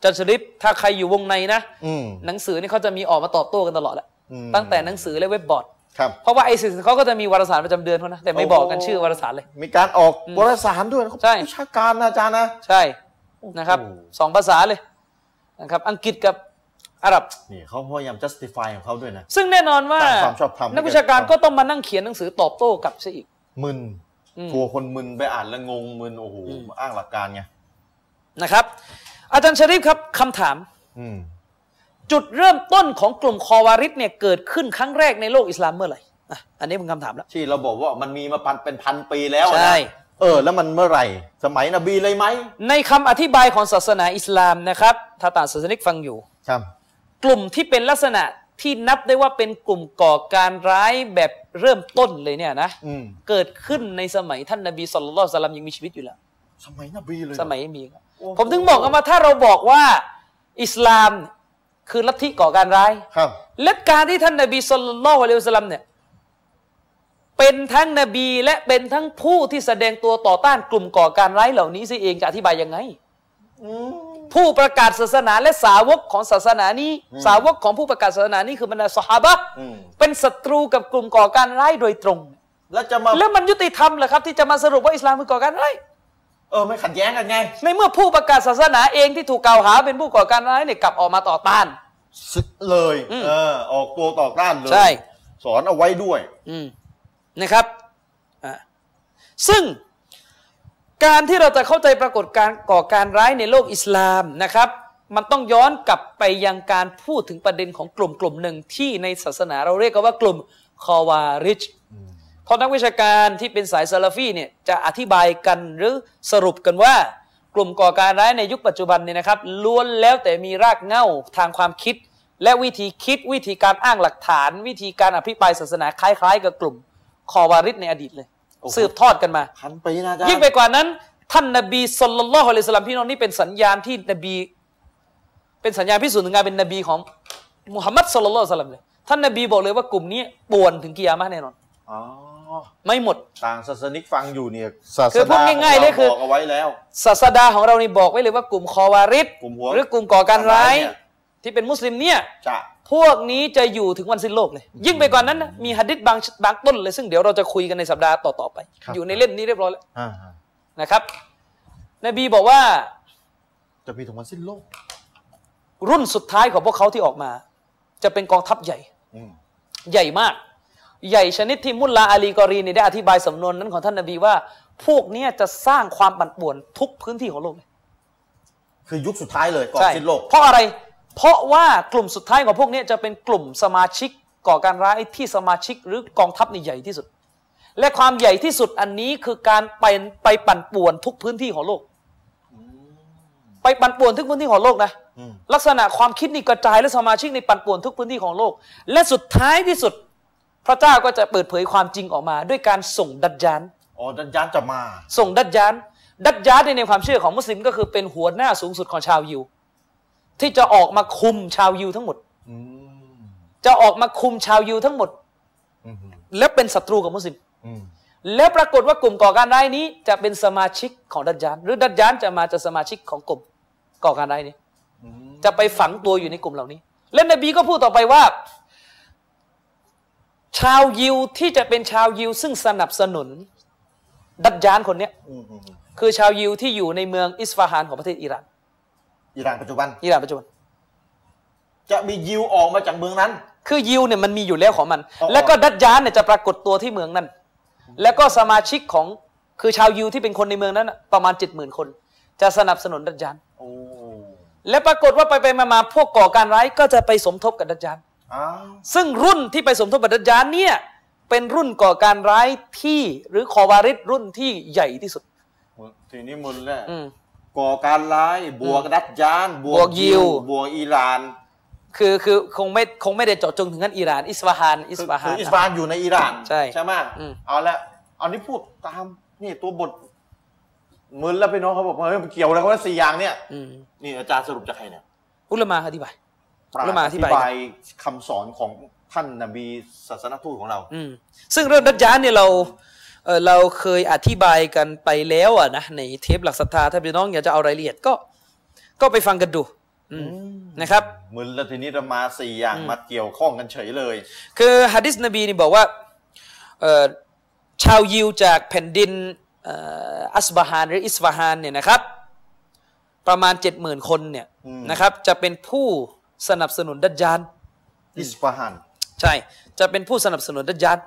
Speaker 2: จันชลิปถ้าใครอยู่วงในนะ
Speaker 1: อืม
Speaker 2: หนังสือนี่เขาจะมีออกมาตอบโต้กันตลอดแหละ
Speaker 1: อืม
Speaker 2: ตั้งแต่หนังสือและเว็บบอร์ด
Speaker 1: ครับ
Speaker 2: เพราะว่าไอซิสเขาก็จะมีวารสารประจำเดือนเขานะแต่ไม่บอกกันชื่อวารสารเลย
Speaker 1: มีการออกวารสารด้วยนะ
Speaker 2: ใช่
Speaker 1: วิชาการนะอาจารย์นะ
Speaker 2: ใช่นะครับ
Speaker 1: โอ้โห
Speaker 2: สองภาษาเลยนะครับอังกฤษกับอาหรับ
Speaker 1: นี่เขาพยายาม justify ของเขาด้วยนะ
Speaker 2: ซึ่งแน่นอนว่า
Speaker 1: ตามความชอบธรรม
Speaker 2: นักวิชาการก็ต้องมานั่งเขียนหนังสือตอบโต้กลับซะอีก
Speaker 1: มึน
Speaker 2: อืม
Speaker 1: กลัวคนมึนไปอ่านแล้วงงมึนโอ้โห
Speaker 2: อืม
Speaker 1: อ้างหลักการไง
Speaker 2: นะครับ อาจารย์ชริฟครับคำถาม
Speaker 1: อืม
Speaker 2: จุดเริ่มต้นของกลุ่มคอวาริดเนี่ยเกิดขึ้นครั้งแรกในโลกอิสลามเมื่อไหร่อ่ะอันนี้เป็นคำถามแล้ว
Speaker 1: ที่เราบอกว่ามันมีมาพันเป็นพันปีแล้วนะ
Speaker 2: ใช่
Speaker 1: เออ แล้วมันเมื่อไหร่ สมัยนบีเลยไหม
Speaker 2: ในคำอธิบายของศาสนาอิสลามนะครับถ้าต่างศาสนิกฟังอยู่
Speaker 1: ครับ
Speaker 2: กลุ่มที่เป็นลักษณะที่นับได้ว่าเป็นกลุ่มก่อการร้ายแบบเริ่มต้นเลยเนี่ยนะ
Speaker 1: อืม
Speaker 2: เกิดขึ้นในสมัยท่านนบีสุลต่านสลัมยังมีชีวิตอยู่แล้ว
Speaker 1: สมัยนบีเลย
Speaker 2: สมัยมีครับ
Speaker 1: โอ้โห
Speaker 2: ผมถึงบอกกันว่าถ้าเราบอกว่าอิสลามคือลัทธิก่อการร้าย
Speaker 1: ครับ
Speaker 2: และการที่ท่านนบีสุลต่านละฮ์อะลัยฮิวะสลลัมเนี่ยเป็นทั้งนบีและเป็นทั้งผู้ที่แสดงตัวต่อต้านกลุ่มก่อการร้ายเหล่านี้ซิเองจะอธิบายยังไง
Speaker 1: อืม
Speaker 2: ผู้ประกาศศาสนาและสาวกของศาสนานี้ สาวกของผู้ประกาศศาสนานี้คือบรรดาสหาบะห์
Speaker 1: อืม
Speaker 2: เป็นศัตรูกับกลุ่มก่อการร้ายโดยตรง
Speaker 1: แล้วจะมา
Speaker 2: แล้วมันยุติธรรมเหรอครับ ที่จะมาสรุปว่าอิสลามคือก่อการร้าย
Speaker 1: เออไม่ขัดแย้งกันไง
Speaker 2: ในเมื่อผู้ประกาศศาสนาเองที่ถูกกล่าวหาเป็นผู้ก่อการร้ายเนี่ยกลับออกมาต่อต้าน
Speaker 1: ศึกเลย
Speaker 2: อืม
Speaker 1: เออออกตัวต่อต้านเลย
Speaker 2: ใช่
Speaker 1: สอนเอาไว้ด้วย
Speaker 2: อืมนะครับอ่ะซึ่งการที่เราจะเข้าใจปรากฏการณ์ก่อการร้ายในโลกอิสลามนะครับ มันต้องย้อนกลับไปยังการพูดถึงประเด็นของกลุ่มกลุ่มหนึ่งที่ในศาสนาเราเรียกกันว่ากลุ่มคอวาริจเพราะนักวิชาการที่เป็นสายซาลาฟีเนี่ยจะอธิบายกันหรือสรุปกันว่ากลุ่มก่อการร้ายในยุคปัจจุบันเนี่ยนะครับล้วนแล้วแต่มีรากเหง้าทางความคิด และวิธีคิดวิธีการอ้างหลักฐาน วิธีการอภิปรายศาสนาคล้ายๆ กับกลุ่มคอวาริดในอดีตเลย
Speaker 1: โอ้โห
Speaker 2: สืบทอดกันมา
Speaker 1: พันปีนะอาจารย์
Speaker 2: ยิ่งไปกว่านั้น ท่านนบีสุลต่านละฮ์อะลัยฮิสสลามพี่น้องนี่เป็นสัญญาณที่นบี เป็นสัญญาณพิสูจน์ถึงการเป็นนบีของมุฮัมมัดสุลต่านละฮ์อะลัยฮิสสลามเลยท่านนบีบอกเลยว่ากลุ่มนี้ป่วนถึงกิยามะฮ์แน่นอน
Speaker 1: อ๋อ
Speaker 2: ไม่หมด
Speaker 1: ต่างศาสนิกฟังอยู่เนี่ยศาส
Speaker 2: คือพูดง่ายๆเลยคือ
Speaker 1: บอกเอาไว้แล้ว
Speaker 2: ศาสดาของเรานี่บอกไว้เลยว่ากลุ่มคอวาริด
Speaker 1: กลุ่มหัว
Speaker 2: หรือกลุ่มก่อการร้าย
Speaker 1: ก่อการร้ายเนี่ย
Speaker 2: ที่เป็นมุสลิมเนี่ย
Speaker 1: จะ
Speaker 2: พวกนี้จะอยู่ถึงวันสิ้นโลกเลย ยิ่งไปกว่านั้นนะมีหะดิษบางบางต้นเลย ซึ่งเดี๋ยวเราจะคุยกันในสัปดาห์ต่อ ๆ ไป อยู่ในเล่มนี้เรียบร้อยแล้ว
Speaker 1: อ่า
Speaker 2: นะครับ นบีบอกว่า
Speaker 1: ๆจะมีถึงวันสิ้นโลก
Speaker 2: รุ่นสุดท้ายของพวกเขาที่ออกมา จะเป็นกองทัพใหญ่
Speaker 1: อืม
Speaker 2: ใหญ่มาก ใหญ่ชนิดที่มุลลาอาลีกอรีเนี่ยได้อธิบายสำนวนนั้นของท่านนบีว่า พวกเนี้ยจะสร้างความปั่นป่วนทุกพื้นที่ของโลกเลย
Speaker 1: คือยุคสุดท้ายเลยก่อน
Speaker 2: ใช่
Speaker 1: สิ้นโลก
Speaker 2: เพราะอะไร เพราะว่ากลุ่มสุดท้ายของพวกเนี้ยจะเป็นกลุ่มสมาชิกก่อการร้ายที่สมาชิกหรือกองทัพนี่ใหญ่ที่สุด และความใหญ่ที่สุดอันนี้คือการไปไปปั่นป่วนทุกพื้นที่ของโลก ไปปั่นป่วนทุกพื้นที่ของโลกนะ
Speaker 1: อืม
Speaker 2: ลักษณะความคิดนี่กระจายและสมาชิกในปั่นป่วนทุกพื้นที่ของโลก และสุดท้ายที่สุด พระเจ้าก็จะเปิดเผยความจริงออกมา ด้วยการส่งดัจจาน
Speaker 1: อ๋อดันยานจะมา
Speaker 2: ส่งดัจยาน ดัจยานในความเชื่อของมุสลิมก็คือเป็นหัวหน้าสูงสุดของชาวยิว ที่จะออกมาคุมชาวยิวทั้งหมด
Speaker 1: อืม
Speaker 2: จะออกมาคุมชาวยิวทั้งหมด
Speaker 1: อืม
Speaker 2: และเป็นศัตรูกับมุสลิม
Speaker 1: อืม
Speaker 2: และปรากฏว่ากลุ่มก่อการร้ายนี้จะเป็นสมาชิกของดัจยาน หรือดัจยานจะมาจากสมาชิกของกลุ่มก่อการร้ายนี้
Speaker 1: อืม
Speaker 2: จะไปฝังตัวอยู่ในกลุ่มเหล่านี้ และนบีก็พูดต่อไปว่า ชาวยิวที่จะเป็นชาวยิวซึ่งสนับสนุน ดัจจานคนเนี้ย
Speaker 1: อืมอืมอืม
Speaker 2: คือชาวยิวที่อยู่ในเมืองอิสฟาฮานของประเทศอิหร่าน
Speaker 1: อิหร่านปัจจุบัน
Speaker 2: อิหร่านปัจจุบัน
Speaker 1: จะมียิวออกมาจากเมืองนั้น
Speaker 2: คือยิวเนี่ยมันมีอยู่แล้วของมัน
Speaker 1: อ๋อ
Speaker 2: แล้วก็ดัจจานเนี่ยจะปรากฏตัวที่เมืองนั้น แล้วก็สมาชิกของคือชาวยิวที่เป็นคนในเมืองนั้นน่ะประมาณเจ็ดหมื่นคน จะสนับสนุนดัจจาน
Speaker 1: โอ้
Speaker 2: และปรากฏว่าไปไปมามาพวกก่อการร้ายก็จะไปสมทบกับดัจจาน
Speaker 1: อ้าว
Speaker 2: ซึ่งรุ่นที่ไปสมทบกับดัจจานเนี่ยเป็นรุ่นก่อการร้ายที่หรือคอวาริสรุ่นที่ใหญ่ที่สุด
Speaker 1: ทีนี้มึนแล้ว
Speaker 2: อืม
Speaker 1: ก่อการร้ายบวกดัชยานบว
Speaker 2: บว
Speaker 1: ก
Speaker 2: กยิ
Speaker 1: ยิ
Speaker 2: ว
Speaker 1: วบวกอิหร่าน
Speaker 2: คือคือคงไม่คงไม่ได้เจาะจงถึงขั้นอิหร่าน อิสฟาฮานอิส
Speaker 1: คือ
Speaker 2: ฟาฮา
Speaker 1: คือน อิสฟานอยู่ในอิหร่าน
Speaker 2: ใช่
Speaker 1: ใช่ไหม
Speaker 2: อืม
Speaker 1: เอาละเอานี่พูดตามนี่ตัวบทมึนแล้วพี่น้องเขาบอกเฮ้ยมันเกี่ยวอะไรกันว่าสี่อย่างเนี่ย
Speaker 2: อืม
Speaker 1: นี่อาจารย์สรุปจากใครเนี่ย
Speaker 2: อุลามาอธิบาย
Speaker 1: ปรา
Speaker 2: แล้วมาอ
Speaker 1: อ
Speaker 2: ธิ
Speaker 1: ธิ
Speaker 2: บาย
Speaker 1: บายคำสอนของท่านนบีศาสนทูตของเรา
Speaker 2: อืมซึ่งเรื่องดัจจานเนี่ยเราเอ่อเราเคยอธิบายกันไปแล้วอ่ะนะในเทปหลักศรัทธาถ้าพี่น้องอยากจะเอารายละเอียดก็ ก็ไปฟังกันดูอืมนะครับ
Speaker 1: มึนแล้วทีนี้เรามาสี่อย่างมาเกี่ยวข้องกันเฉยเลย
Speaker 2: คือฮะดิษนบีนี่บอกว่าเอ่อชาวยิวจากแผ่นดินเอ่ออัสบาฮานหรืออิสฟาฮานเนี่ยนะครับ ประมาณ 70,000 คนเนี่ย
Speaker 1: อืม
Speaker 2: นะครับ จะเป็นผู้สนับสนุนดัจจาน
Speaker 1: อิสฟาฮัน
Speaker 2: ใช่ จะเป็นผู้สนับสนุนดัจจาน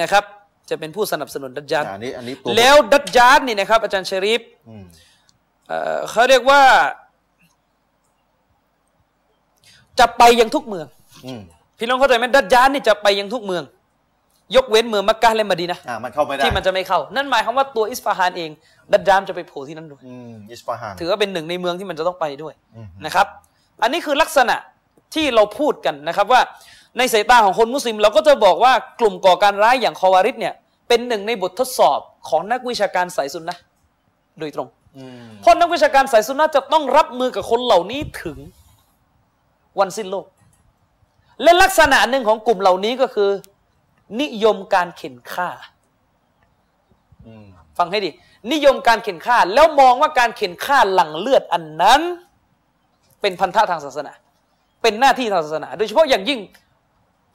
Speaker 2: นะครับ จะเป็นผู้สนับสนุนดัจจาน
Speaker 1: อันนี้อันนี้ตัว
Speaker 2: แล้วดัจจานนี่นะครับ อาจารย์ชะริฟ
Speaker 1: อืม
Speaker 2: เอ่อเขาเรียกว่า จะไปยังทุกเมือง
Speaker 1: อืม
Speaker 2: พี่น้องเข้าใจไหมดัจจานนี่จะไปยังทุกเมือง ยกเว้นเมืองมักกะและมะดีนะห์
Speaker 1: อ่ามันเข้าไม่ได้
Speaker 2: ที่มันจะไม่เข้า นั่นหมายความว่าตัวอิสฟาฮานเอง ดัจจานจะไปโผล่ที่นั่นด้วย
Speaker 1: อืมอิสฟาฮัน
Speaker 2: ถือว่าเป็นหนึ่งในเมืองที่มันจะต้องไปด้วย
Speaker 1: ม
Speaker 2: นะครับ อันนี้คือลักษณะที่เราพูดกันนะครับว่าในสายตาของคนมุสลิม เราก็จะบอกว่ากลุ่มก่อการร้ายอย่างคอวาริดเนี่ยเป็นหนึ่งในบททดสอบของนักวิชาการสายสุนนะห์โดยตรง
Speaker 1: อืม
Speaker 2: เพราะนักวิชาการสายสุนนะห์จะต้องรับมือกับคนเหล่านี้ถึงวันสิ้นโลก และลักษณะหนึ่งของกลุ่มเหล่านี้ก็คือ นิยมการเข็นฆ่า
Speaker 1: อืม
Speaker 2: ฟังให้ดี นิยมการเข็นฆ่า แล้วมองว่าการเข็นฆ่าหลังเลือดอันนั้น เป็นพันธะทางศาสนา เป็นหน้าที่ทางศาสนา โดยเฉพาะอย่างยิ่ง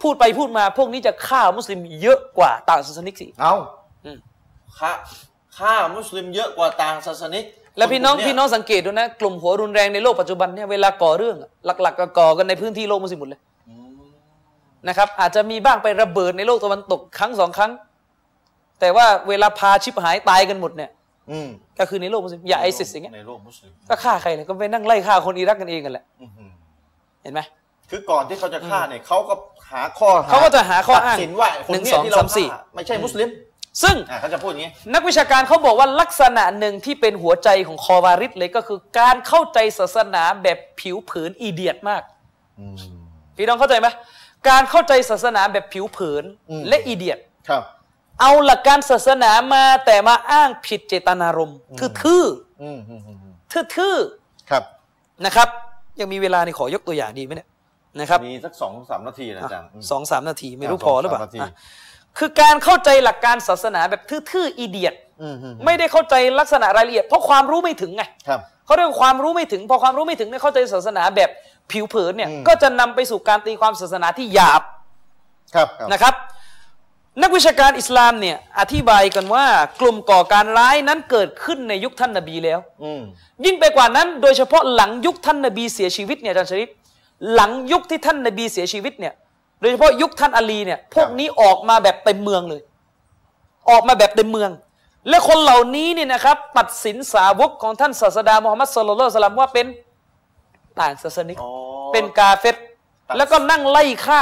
Speaker 2: พูดไปพูดมา พวกนี้จะฆ่ามุสลิมเยอะกว่าต่างศาสนิกสิ
Speaker 1: เอา
Speaker 2: อืม
Speaker 1: ค่าค่ามุสลิมเยอะกว่าต่างศาสนิก
Speaker 2: แล้วพี่น้อง
Speaker 1: คกลุ่มเย
Speaker 2: พี่น้องสังเกตดูนะ กลุ่มหัวรุนแรงในโลกปัจจุบันเนี่ยเวลาก่อเรื่องอะหลักๆก็ก่อกันในพื้นที่โลกมุสลิมหมดเลย
Speaker 1: อืม
Speaker 2: นะครับอาจจะมีบ้างไประเบิดในโลกตะวันตกครั้งสองครั้ง แต่ว่าเวลาพาชิบหายตายกันหมดเนี่ย
Speaker 1: อืม
Speaker 2: ก็คือในโลกมุสลิมอย่าไอซิสอย่างเงี้ย
Speaker 1: ในโลกมุสลิม
Speaker 2: ก็ฆ่าใครเลยก็ไปนั่งไล่ฆ่าคนอิรักกันเองกันแหละ
Speaker 1: อืม
Speaker 2: เห็นไหม
Speaker 1: คือก่อนที่เขาจะฆ่าเนี่ยเขาก็หาข้อห
Speaker 2: เขาก็จะหาข้ออ้าง
Speaker 1: ตัดสินว่าคน
Speaker 2: หนึ่
Speaker 1: เนี่
Speaker 2: งส
Speaker 1: ย
Speaker 2: อง
Speaker 1: ที่เรา
Speaker 2: สามสี่
Speaker 1: ฆ่าไม่ใช่มุสลิม
Speaker 2: ซึ่ง
Speaker 1: อ่าเขาจะพูดอย่างนี้
Speaker 2: นักวิชาการเขาบอกว่าลักษณะหนึ่งที่เป็นหัวใจของคอวาริสเลยก็คือการเข้าใจศาสนาแบบผิวเผินอีเดียตมาก
Speaker 1: อืม
Speaker 2: พี่น้องเข้าใจไหมการเข้าใจศาสนาแบบผิวเผิน
Speaker 1: อืม
Speaker 2: และอีเดียต
Speaker 1: ครับ
Speaker 2: เอาหลักการศาสนามาแต่มาอ้างผิดเจตนารมณ์ทื่อ
Speaker 1: อืมอืมอืมอืม
Speaker 2: ๆทื่อ
Speaker 1: ค
Speaker 2: ๆ
Speaker 1: รับ
Speaker 2: นะครับยังมีเวลานี่ขอยกตัวอย่างดีไหมเนี่ยนะครับ
Speaker 1: มีสักสองสามนาทีนะอาจารย์ม
Speaker 2: สองสามนาทีไม่รู้
Speaker 1: ะ
Speaker 2: พอหรือเปล่า
Speaker 1: สงสมนที
Speaker 2: อ่ะคือการเข้าใจหลักการศาสนาแบบทื่อๆอีเดียต
Speaker 1: อืมอืม
Speaker 2: ไม่ได้เข้าใจลักษณะรายละเอียด เพราะความรู้ไม่ถึงไง
Speaker 1: ครับ
Speaker 2: เขาเรียกว่าความรู้ไม่ถึง พอความรู้ไม่ถึงเนี่ยเข้าใจศาสนาแบบผิวเผินเนี่ย
Speaker 1: อืม
Speaker 2: ก็จะนำไปสู่การตีความศาสนาที่หยาบ
Speaker 1: ครับครับ
Speaker 2: นะครับ นักวิชาการอิสลามเนี่ยอธิบายกันว่ากลุ่มก่อการร้ายนั้นเกิดขึ้นในยุคท่านนบีแล้ว
Speaker 1: อืม
Speaker 2: ยิ่งไปกว่านั้นโดยเฉพาะหลังยุคท่านนบีเสียชีวิตเนี่ยอาจารย์ชริฟหลังยุคที่ท่านนบีเสียชีวิตเนี่ยโดยเฉพาะยุคท่านอาลีเนี่ยพวกนี้ออกมาแบบเต็มเมืองเลย ออกมาแบบเต็มเมือง และคนเหล่านี้เนี่ยนะครับตัดสินสาวกของท่านศาสดามูฮัมมัดสุลลัลลอฮุอะลัยฮิวะสลามว่าเป็นต่างศาสนิก
Speaker 1: อ๋อ
Speaker 2: เป็นกาเฟต
Speaker 1: ตัด
Speaker 2: แล้วก็นั่งไล่ฆ่า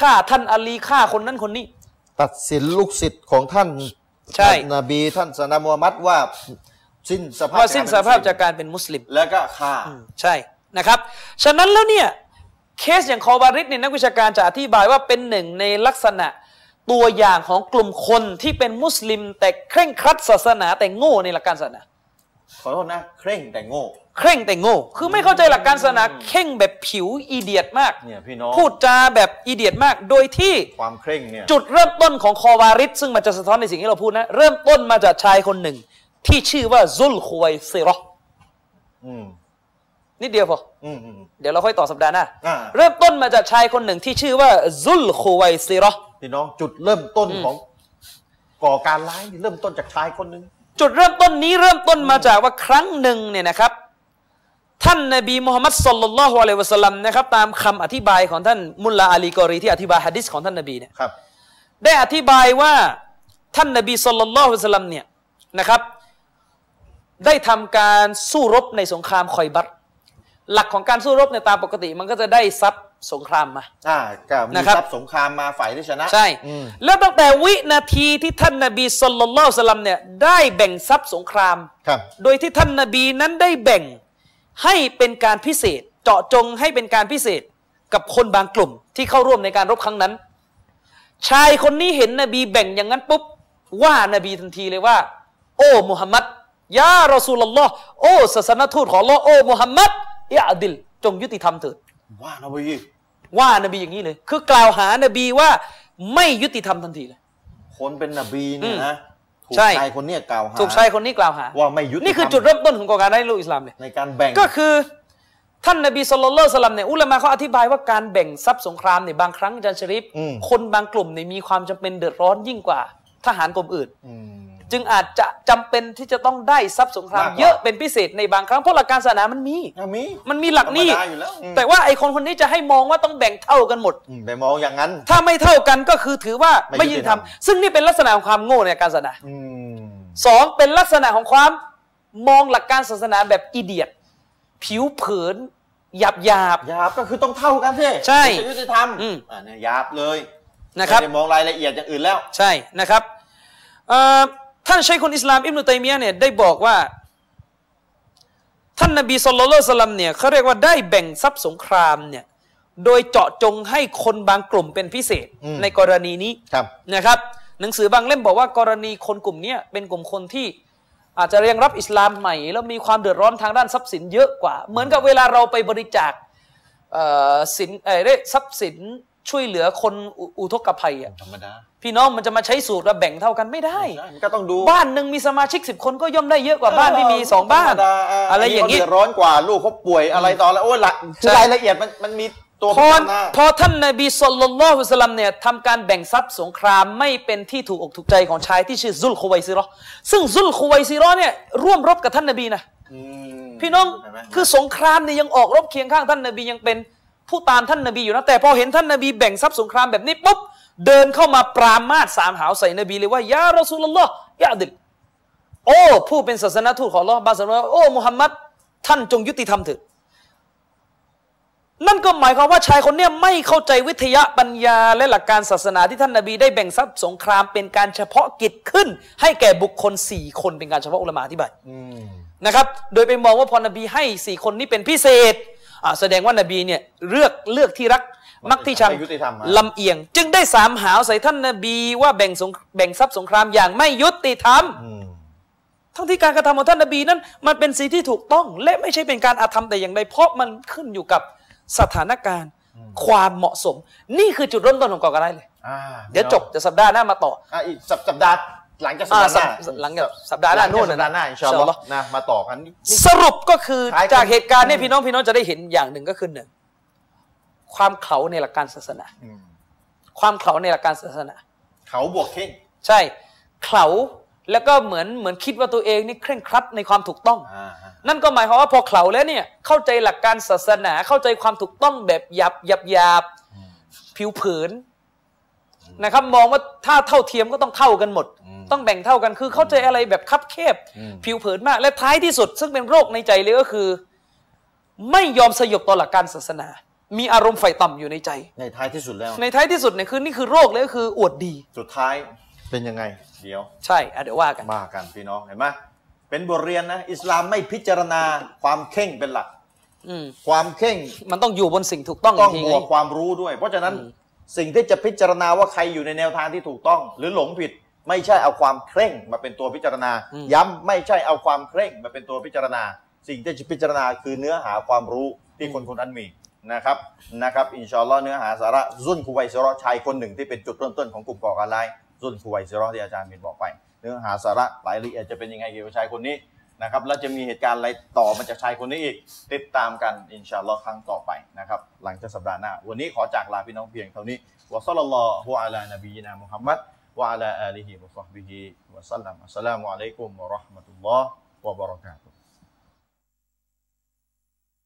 Speaker 2: ฆ่าท่านอาลีฆ่าคนนั้นคนนี้
Speaker 1: ตัดสินลูกศิษย์ของท่าน
Speaker 2: ใช่
Speaker 1: ท่านนบีท่านสนามมูฮัมมัดว่า สิ้นสภาพ
Speaker 2: ว่าสิ้นสภาพจาก
Speaker 1: ก
Speaker 2: การเป็นมุสลิม
Speaker 1: แล้วก็ฆ่า
Speaker 2: ใช่นะครับ ฉะนั้นแล้วเนี่ย เคสอย่างคอบาริสเนี่ยนักวิชาการจะอธิบายว่าเป็นหนึ่งในลักษณะตัวอย่างของกลุ่มคนที่เป็นมุสลิม แต่เคร่งครัดศาสนาแต่โง่ในหลักการศาสนา
Speaker 1: ขอโทษนะ เคร่งแต่โง่
Speaker 2: เคร่งแต่โง่ คือไม่เข้าใจหลักการศาสนาเคร่งแบบผิวอีเดียตมาก
Speaker 1: เนี่ยพี่น้อง
Speaker 2: พูดจาแบบอีเดียตมาก โดยที่
Speaker 1: ความเคร่งเนี่ย
Speaker 2: จุดเริ่มต้นของคอวาริสซึ่งมันจะสะท้อนในสิ่งที่เราพูดนะ เริ่มต้นมาจากชายคนหนึ่ง ที่ชื่อว่าซุลควยซิเราะห์
Speaker 1: อืม
Speaker 2: นิดเดียวพอ
Speaker 1: อืมอืมอืม
Speaker 2: เดี๋ยวเราค่อยต่อสัปดาห์หน้า
Speaker 1: อ่า
Speaker 2: เริ่มต้นมาจากชายคนหนึ่งที่ชื่อว่าซุลคุไวซีเราะห์
Speaker 1: พี่น้องจุดเริ่มต้น
Speaker 2: อืม
Speaker 1: ของก่อการร้ายนี่เริ่มต้นจากชายคนหนึ่ง
Speaker 2: จุดเริ่มต้นนี้เริ่มต้นมาจากว่าครั้งหนึ่งเนี่ยนะครับ ท่านนบีมูฮัมมัดสลลัลลอฮุอะลัยฮิวะสัลลัมนะครับตามคำอธิบายของท่านมุลลาอาลีกอรีที่อธิบายฮะดิษของท่านนบีเนี่ย
Speaker 1: ครับ
Speaker 2: ได้อธิบายว่าท่านนบีสุลต่านละฮุสลัมเนี่ยนะครับ ได้ทำการสู้รบในสงครามคอยบัตหลักของการสู้รบในยตามปกติ มันก็จะได้ทรัพย์สงครามมา
Speaker 1: อ่าก็มี
Speaker 2: นะครับ
Speaker 1: ทรัพย์สงครามมาฝ่ายที่ชนะ
Speaker 2: ใช่
Speaker 1: อืม
Speaker 2: แล้วตั้งแต่วินาทีที่ท่านนบีสุลต่านละฮุสลัมเนี่ยได้แบ่งทรัพย์สงคราม
Speaker 1: ครับ
Speaker 2: โดยที่ท่านนบีนั้นได้แบ่งให้เป็นการพิเศษ เจาะจงให้เป็นการพิเศษกับคนบางกลุ่มที่เข้าร่วมในการรบครั้งนั้น ชายคนนี้เห็นนบีแบ่งอย่างนั้นปุ๊บว่านบีทันทีเลยว่า โอ้มุฮัมมัดยารอซูลลอฮ์โอ้ศาสนทูตของอัลลอฮ์โอ้มุฮัมมัดอิอดิลจงยุติธรรมเถิด
Speaker 1: ว่านะพี่
Speaker 2: ว่านบีอย่างนี้เลย คือกล่าวหานบีว่าไม่ยุติธรรมทันทีเลย
Speaker 1: คนเป็นนบีเนี่ยนะถูก
Speaker 2: ใช่
Speaker 1: ชายคนเนี้ยกล่าวหา
Speaker 2: ถูกชายคนนี้กล่าวหา
Speaker 1: ว่าไม่ยุติธรรม
Speaker 2: นี่คือจุดเริ่มต้นของการได้ลูกอิสลามเลย
Speaker 1: ในการแบ่ง
Speaker 2: ก็คือท่านนบีสุลต่านละสลัมเนี่ยอุลามะเขาอธิบายว่าการแบ่งทรัพย์สงครามเนี่ยบางครั้งอาจารย์ชริฟ
Speaker 1: อืม
Speaker 2: คนบางกลุ่มเนี่ยมีความจำเป็นเดือดร้อนยิ่งกว่า ทหารกลุ่มอื่น
Speaker 1: ม
Speaker 2: จึงอาจจะจำเป็นที่จะต้องได้ทรัพย์สงคราม
Speaker 1: มากกว่า
Speaker 2: เยอะเป็นพิเศษในบางครั้งเพราะหลักการศาสนามันมี
Speaker 1: อ่ะมี
Speaker 2: มันมีหลักนี้
Speaker 1: ธรรมดาอยู่แล้วอืม
Speaker 2: แต่ว่าไอคนคนนี้จะให้มองว่าต้องแบ่งเท่ากันหมด
Speaker 1: อืมไปมองอย่างนั้น
Speaker 2: ถ้าไม่เท่ากันก็คือถือว่า
Speaker 1: ไม่
Speaker 2: ไม่
Speaker 1: ยุ
Speaker 2: ยุ
Speaker 1: ติ
Speaker 2: ติ
Speaker 1: ธ
Speaker 2: ธ
Speaker 1: ร
Speaker 2: ร
Speaker 1: ร
Speaker 2: ร
Speaker 1: ม
Speaker 2: ม ซึ่งนี่เป็นลักษณะของความโง่ในการศาสนา
Speaker 1: อืม
Speaker 2: สองเป็นลักษณะของความมองหลักการศาสนาแบบอีเดียตผิวเผินหยาบหยาบๆ
Speaker 1: หยาบก็คือต้องเท่ากันสิ
Speaker 2: ใช่
Speaker 1: ถึงจะยุติธรรม
Speaker 2: อืม
Speaker 1: อ่าเนี่ยหยาบเลย
Speaker 2: นะครับ
Speaker 1: ไม่ได้มองรายละเอียดอย่างอื่นแล้ว
Speaker 2: ใช่นะครับเอ่อท่านชัยคนอิสลามอิมนุตัยมียะห์เนี่ยได้บอกว่า ท่านนบีสุลต่านสลัมเนี่ยเขาเรียกว่าได้แบ่งทรัพย์สงครามเนี่ยโดยเจาะจงให้คนบางกลุ่มเป็นพิเศษ
Speaker 1: อืม
Speaker 2: ในกรณีนี้
Speaker 1: ครับ
Speaker 2: นะครับหนังสือบางเล่มบอกว่ากรณีคนกลุ่มเนี้ยเป็นกลุ่มคนที่อาจจะเรียงรับอิสลามใหม่ แล้วมีความเดือดร้อนทางด้านทรัพย์สินเยอะกว่า เหมือนกับเวลาเราไปบริจาคเอ่อสินเอ่อเรียกทรัพย์สินช่วยเหลือคนอุอุทกภัยอ่ะ
Speaker 1: ธรรมดา
Speaker 2: พี่น้องมันจะมาใช้สูตรว่าแบ่งเท่ากันไม่ได้
Speaker 1: ใช่มันก็ต้องดู
Speaker 2: บ้านหนึ่งมีสมาชิกสิบคนก็ย่อมได้เยอะกว่าบ้านที่มีสองบ้าน
Speaker 1: ธมด
Speaker 2: อะไรอย่าง
Speaker 1: นี้
Speaker 2: นี้
Speaker 1: เขเดืดร้อนกว่าลูกเขาป่วยอะไรต่อแล้วโอ้ยละคือ
Speaker 2: ใช่
Speaker 1: รายละเอียดมันมันมีตัว
Speaker 2: พอ
Speaker 1: พิจารณา
Speaker 2: พอท่านนบีสุลต่านละฮุสลัมเนี่ยทำการแบ่งทรัพย์สงครามไม่เป็นที่ถูกอกถูกใจของชายที่ชื่อซุลคุไวซีเราะห์ซึ่งซุลคุไวซีเราะห์เนี่ยร่วมรบกับท่านนบีนะ
Speaker 1: ม
Speaker 2: พี่น้อง
Speaker 1: เห็ไหม
Speaker 2: คือสงครามเนี่ยยังออกรบเคียงข้างท่านนบียังเป็นผู้ตามท่านนบีอยู่นะแต่พอเห็นท่านนบีแบ่งทรัพย์สงครามแบบนี้ปุ๊บเดินเข้ามาปรามาสสามหาวใส่นบีเลยว่ายารอซูลลอฮ์ยาดิล โอ้ผู้เป็นศาสนาทูตของอัลลอฮ์บาสนาโอ้มุฮัมมัดท่านจงยุติธรรมเถิดนั่นก็หมายความว่าชายคนเนี้ยไม่เข้าใจวิทยาปัญญาและหลักการศาสนาที่ท่านนาบีได้แบ่งทรัพย์สงครามเป็นการเฉพาะกิจขึ้น ให้แก่บุคคล 4 คนเป็นการเฉพาะอุลามะอธิบาย
Speaker 1: อืม
Speaker 2: นะครับ โดยไปมองว่าพอนบีให้ 4 คนนี้เป็นพิเศษอ่าแสดงว่านบีเนี่ยเลือกเลือกที่รักมักที่ชัง
Speaker 1: ไม่ยุติธรรมอะ
Speaker 2: ลำเอียง จึงได้สามหาวใส่ท่านนาบีว่าแบ่งสงแบ่งทรัพย์สงครามอย่างไม่ยุติธรรม
Speaker 1: อืม
Speaker 2: ทั้งที่การกระทำของท่านนบีนั้น มันเป็นสิ่งที่ถูกต้อง และไม่ใช่เป็นการอาธรรมแต่อย่างใดเพราะมันขึ้นอยู่กับสถานการณ์ ความเหมาะสม นี่คือจุดเริ่มต้นของก่อการร้ายเลย
Speaker 1: อ่า
Speaker 2: เดี๋ยวจบจะสัปดาห์หน้ามาต่อ
Speaker 1: อ่ะอีกสัปสัปดาห์หลังจากสัป
Speaker 2: อ่า
Speaker 1: ดาห์ห
Speaker 2: สัป
Speaker 1: น้า
Speaker 2: หลังจากสัปดาห์หน้านู่น
Speaker 1: หลังจกสัปดาห์หน้าอินชาอัลลอฮ์นะมาต่อกัน
Speaker 2: สรุปก็คือ
Speaker 1: คล้ายกัน
Speaker 2: จากเหตุการณ์เนี่ยพี่น้องพี่น้องจะได้เห็นอย่างหนึ่งก็คือหนึ่งความเขาในหลักการศาสนา
Speaker 1: อืม
Speaker 2: ความเขาในหลักการศาสนา
Speaker 1: เขาบวกเข่ง
Speaker 2: ใช่เขาแล้วก็เหมือนเหมือนคิดว่าตัวเองนี่เคร่งครัดในความถูกต้อง
Speaker 1: อ่าฮะ
Speaker 2: นั่นก็หมายความว่าพอเขลาแล้วเนี่ยเข้าใจหลักการศาสนาเข้าใจความถูกต้องแบบหยับหยับหยาบผิวเผินนะครับ มองว่าถ้าเท่าเทียมก็ต้องเท่ากันหมด ต้องแบ่งเท่ากันคือเข้าใจอะไรแบบคับแคบ ผิวเผินมาก และท้ายที่สุด ซึ่งเป็นโรคในใจเลยก็คือ ไม่ยอมสยบต่อหลักการศาสนา มีอารมณ์ไฟต่ำอยู่ในใจ
Speaker 1: ในท้ายที่สุดแล้ว
Speaker 2: ในท้ายที่สุดเนี่ยคือนี่คือโรคเลยก็คืออวดดี
Speaker 1: สุดท้ายเป็นยังไง เดี๋ยว
Speaker 2: ใช่อ่ะเดี๋ยวว่ากัน
Speaker 1: มากันพี่น้องเห็นไหมเป็นบทเรียนนะ อิสลามไม่พิจารณาความเข่งเป็นหลัก
Speaker 2: อืม
Speaker 1: ความเข่ง
Speaker 2: มันต้องอยู่บนสิ่งถูกต้อง
Speaker 1: ต้อง
Speaker 2: จริ
Speaker 1: บ
Speaker 2: ๆ
Speaker 1: วกความรู้ด้วย เพราะฉะนั้นสิ่งที่จะพิจารณาว่าใครอยู่ในแนวทางที่ถูกต้อง หรือหลงผิด ไม่ใช่เอาความเคร่งมาเป็นตัวพิจารณา ย้ำไม่ใช่เอาความเคร่งมาเป็นตัวพิจารณา สิ่งที่จะพิจารณาคือเนื้อหาความรู้ที่คนคนนั้นมีนะครับนะครับอินชาอัลลอฮ์เนื้อหาสาระรุ่นคูไวซิรอชายคนหนึ่งที่เป็นจุดเริ่มต้นของกลุ่มก่อการร้ายรุ่นคูไวซิรอที่อาจารย์มินบอกไป เนื้อหาสาระรายละเอียดจะเป็นยังไงเกี่ยวกับชายคนนี้ นะครับแล้วจะมีเหตุการณ์อะไรต่อมาจากชายคนนี้อีก ติดตามกันอินชาอัลลอฮ์ครั้งต่อไปนะครับหลังจากสัปดาห์หน้า วันนี้ขอจากลาพี่น้องเพียงเท่านี้วะซัลลัลลอฮุอะลานบีนามุฮัมมัดวะอะลาอาลีฮิวะซอฮบิฮิวะสัลลัมอัสสลามุอะลัยกุมวะเราะห์มะตุลลอฮ์วะบะเราะกาตุฮ์